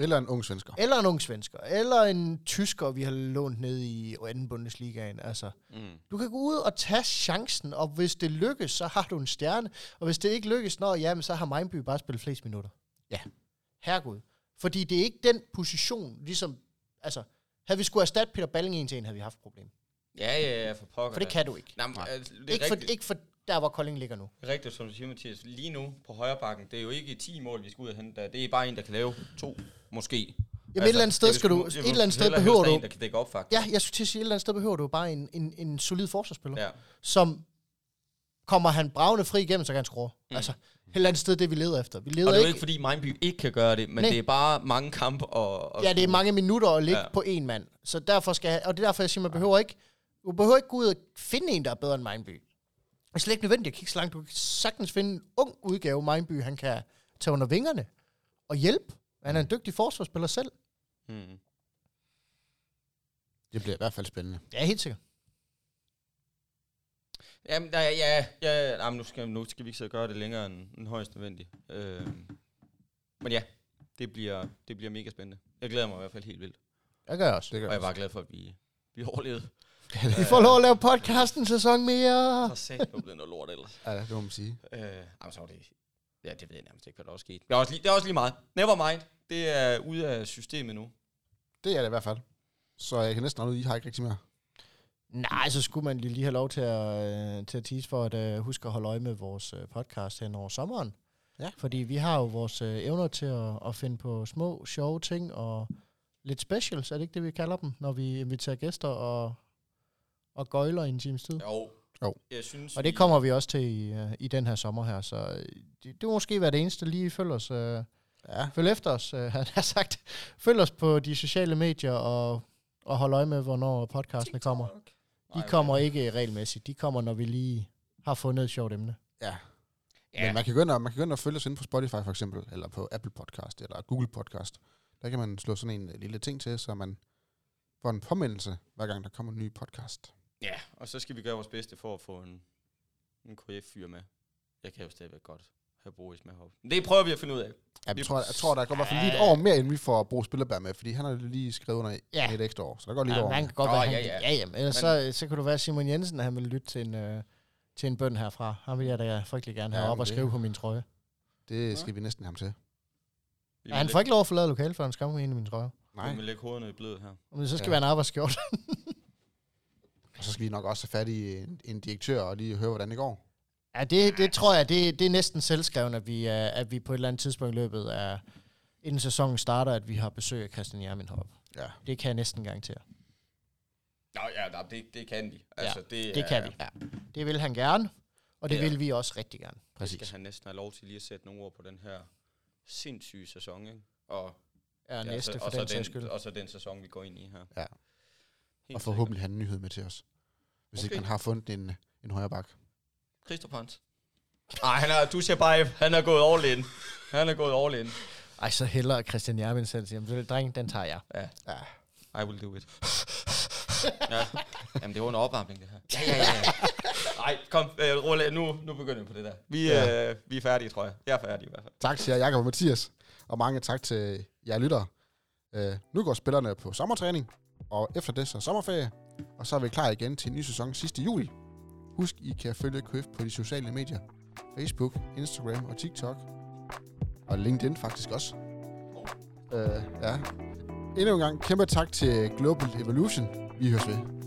S1: Eller en ung svensker.
S2: eller en ung svensker, eller en tysker, vi har lånt ned i anden Bundesligaen. Altså,
S3: Mm.
S2: du kan gå ud og tage chancen, og hvis det lykkes, så har du en stjerne. Og hvis det ikke lykkes, nå, jamen, så har Mindby bare spillet flest minutter.
S1: Ja.
S2: Herregud. Fordi det er ikke den position, ligesom... Altså, havde vi skulle erstatte Peter Balling en til en, havde vi haft et problem.
S3: Ja, ja, ja, for pokker.
S2: For det
S3: da.
S2: kan du ikke.
S3: Nej, men, altså, det er
S2: Ikke for,
S3: rigtigt,
S2: ikke for der, hvor Kolding ligger nu.
S3: rigtigt, som du siger, Mathias. Lige nu på højre bakken, det er jo ikke 10 mål, vi skal ud og hente. der. Det er bare en, der kan lave to, måske.
S2: Jamen, et eller andet sted
S3: Altså, det ligesom-
S2: skal du...
S3: vil sgu- det
S2: Et
S3: vil
S2: eller andet
S3: sgu
S2: sted
S3: hellere
S2: behøver
S3: helst
S2: du...
S3: en, der kan dække op, faktisk.
S2: Ja, jeg skulle til at sige, et eller andet sted behøver du bare en, en, en solid forsvarsspiller.
S3: ja.
S2: Som kommer han bravende fri igennem, så kan han score. Mm. Altså, et eller andet sted, det vi leder efter. Vi leder
S3: Og det er jo
S2: ikke
S3: ikke, fordi Mindby ikke kan gøre det, men
S2: Nej.
S3: det er bare mange kampe og... og
S2: Ja, det er mange minutter at ligge ja.
S3: Ja.
S2: på en mand. Så derfor skal jeg, og det er derfor, jeg siger, man behøver ikke, du behøver ikke gå ud og finde en, der er bedre end Mindby. Det er slet ikke nødvendigt at kigge så langt. Du kan sagtens finde en ung udgave, Mindby, han kan tage under vingerne og hjælpe. Han er en dygtig forsvarsspiller selv.
S3: Mm.
S1: Det bliver i hvert fald spændende.
S2: Ja, helt sikkert.
S3: Jamen, nej, ja, ja, ja, jamen, nu, skal, nu skal vi ikke sidde og gøre det længere end, end højst nødvendigt. Øh, men ja, det bliver, det bliver mega spændende. Jeg glæder mig i hvert fald helt vildt.
S2: Jeg gør også.
S1: Det gør
S3: Og jeg er bare glad for, at vi, vi overlevede.
S2: Vi får lov at lave podcasten en sæson mere.
S3: Så sagde jeg, det noget lort ellers.
S1: Ja, det må man sige.
S3: Øh, jamen, så var det... Ja, det ved jeg nærmest ikke, hvad der også skete. Det er også lige, det er også lige meget. Never mind. Det er ude af systemet nu.
S1: Det er det i hvert fald. Så jeg kan næsten holde ud, I har ikke rigtig mere.
S2: Nej, så skulle man lige lige have lov til at, øh, til at tease for at øh, huske at holde øje med vores øh, podcast hen over sommeren.
S1: Ja.
S2: Fordi vi har jo vores øh, evner til at, at finde på små, sjove ting og lidt specials, er det ikke det, vi kalder dem, når vi inviterer gæster og, og gøjler i en times tid?
S3: Jo.
S1: Jo.
S3: Jeg synes,
S2: Og det
S3: vi-
S2: kommer vi også til i, øh, i den her sommer her, så øh, det, det må måske være det eneste, lige følg os, øh,
S1: Ja.
S2: følg efter os, øh, han har sagt. Følg os på de sociale medier og, og hold øje med, hvornår podcastene kommer. De
S3: Nej, okay.
S2: kommer ikke regelmæssigt. De kommer, når vi lige har fundet et sjovt emne.
S1: ja.
S3: Ja.
S1: Men man kan, gå ind og, man kan gå ind og følge os inde på Spotify for eksempel, eller på Apple Podcast, eller Google Podcast. Der kan man slå sådan en øh, lille ting til, så man får en påmindelse, hver gang der kommer en ny podcast.
S3: Ja, og så skal vi gøre vores bedste for at få en, en KF-fyr med. Jeg kan jo stadigvæk godt have Boris med heroppe. Men Det prøver vi at finde ud af.
S1: Ja, jeg,
S3: Det-
S1: tror, jeg tror, der går i hvert fald lige et
S2: Ja.
S1: år mere, inden vi får Bro Spillerbær med, fordi han har lige skrevet under
S2: Ja.
S1: ja. et ekstra år, så der går lige et
S2: Ja,
S1: år.
S2: man kan godt
S3: Nå,
S2: være, ja,
S3: ja,
S2: ja.
S3: ja.
S2: ja jamen, ellers
S3: Men-
S2: så, så kan du være Simon Jensen, at han vil lytte til en, øh, til en bøn herfra. Han vil jeg da frygtelig gerne have
S1: Ja,
S2: op
S1: men
S2: og
S1: det-
S2: skrive på min trøje.
S1: Det skal vi næsten have ham til.
S3: Vi
S2: Ja, han
S3: vil
S2: får ikke lov at forlade lokalet, før han skal komme ind i min trøje.
S3: lægge, vi
S1: Nej.
S3: vil lægge hovederne i blød her.
S2: Om det så skal ja.
S1: Ja.
S2: være en arbejdsskjort.
S1: Og så skal vi nok også have fat i en, en direktør og lige høre, hvordan det går.
S2: ja, det, det tror jeg, det, det er næsten selvskrevet, at vi, øh, at vi på et eller andet tidspunkt i løbet af inden sæsonen starter, at vi har besøg af Christian Jermin heroppe.
S1: Ja.
S2: Det kan jeg næsten garantere.
S3: Nå ja, nej, det, det kan de. Altså, det,
S2: Det kan
S3: er-
S2: vi. Ja. Det vil han gerne, og det
S3: Ja.
S2: vil vi også rigtig gerne.
S3: Præcis. skal han næsten have lov til lige at sætte nogle ord på den her sindssyge sæson, ikke? Og,
S2: Ja, næste
S3: så,
S2: for
S3: og,
S2: den
S3: så
S2: sags skyld.
S3: og så den sæson, vi går ind i her.
S1: Ja.
S3: Helt
S1: Og forhåbentlig have en nyhed med til os. Hvis okay. ikke
S3: Okay.
S1: man har fundet en, en højre bak.
S3: Christoph Hans. Nej, han er, du siger bare, han er gået all in. Han er gået all in.
S2: Ej, så hellere Christian Jermin selv siger, "Men, dreng, den tager jeg.
S3: Ja.
S2: Ja.
S3: I will do it. ja. Jamen, det var under opvarmning, det her. Ja, ja, ja. Nej, kom, øh, rulle, nu, nu begynder vi på det der. Vi, ja. øh, vi er færdige, tror jeg. Jeg er færdig i hvert fald.
S1: Tak til jer, Jakob og Mathias, og mange tak til jer lyttere. Øh, nu går spillerne på sommertræning, og efter det så sommerferie, og så er vi klar igen til en ny sæson sidste juli. Husk, I kan følge Køf på de sociale medier. Facebook, Instagram og TikTok. Og LinkedIn faktisk også. Øh, ja. Endnu en gang kæmpe tak til Global Evolution. Vi høres ved.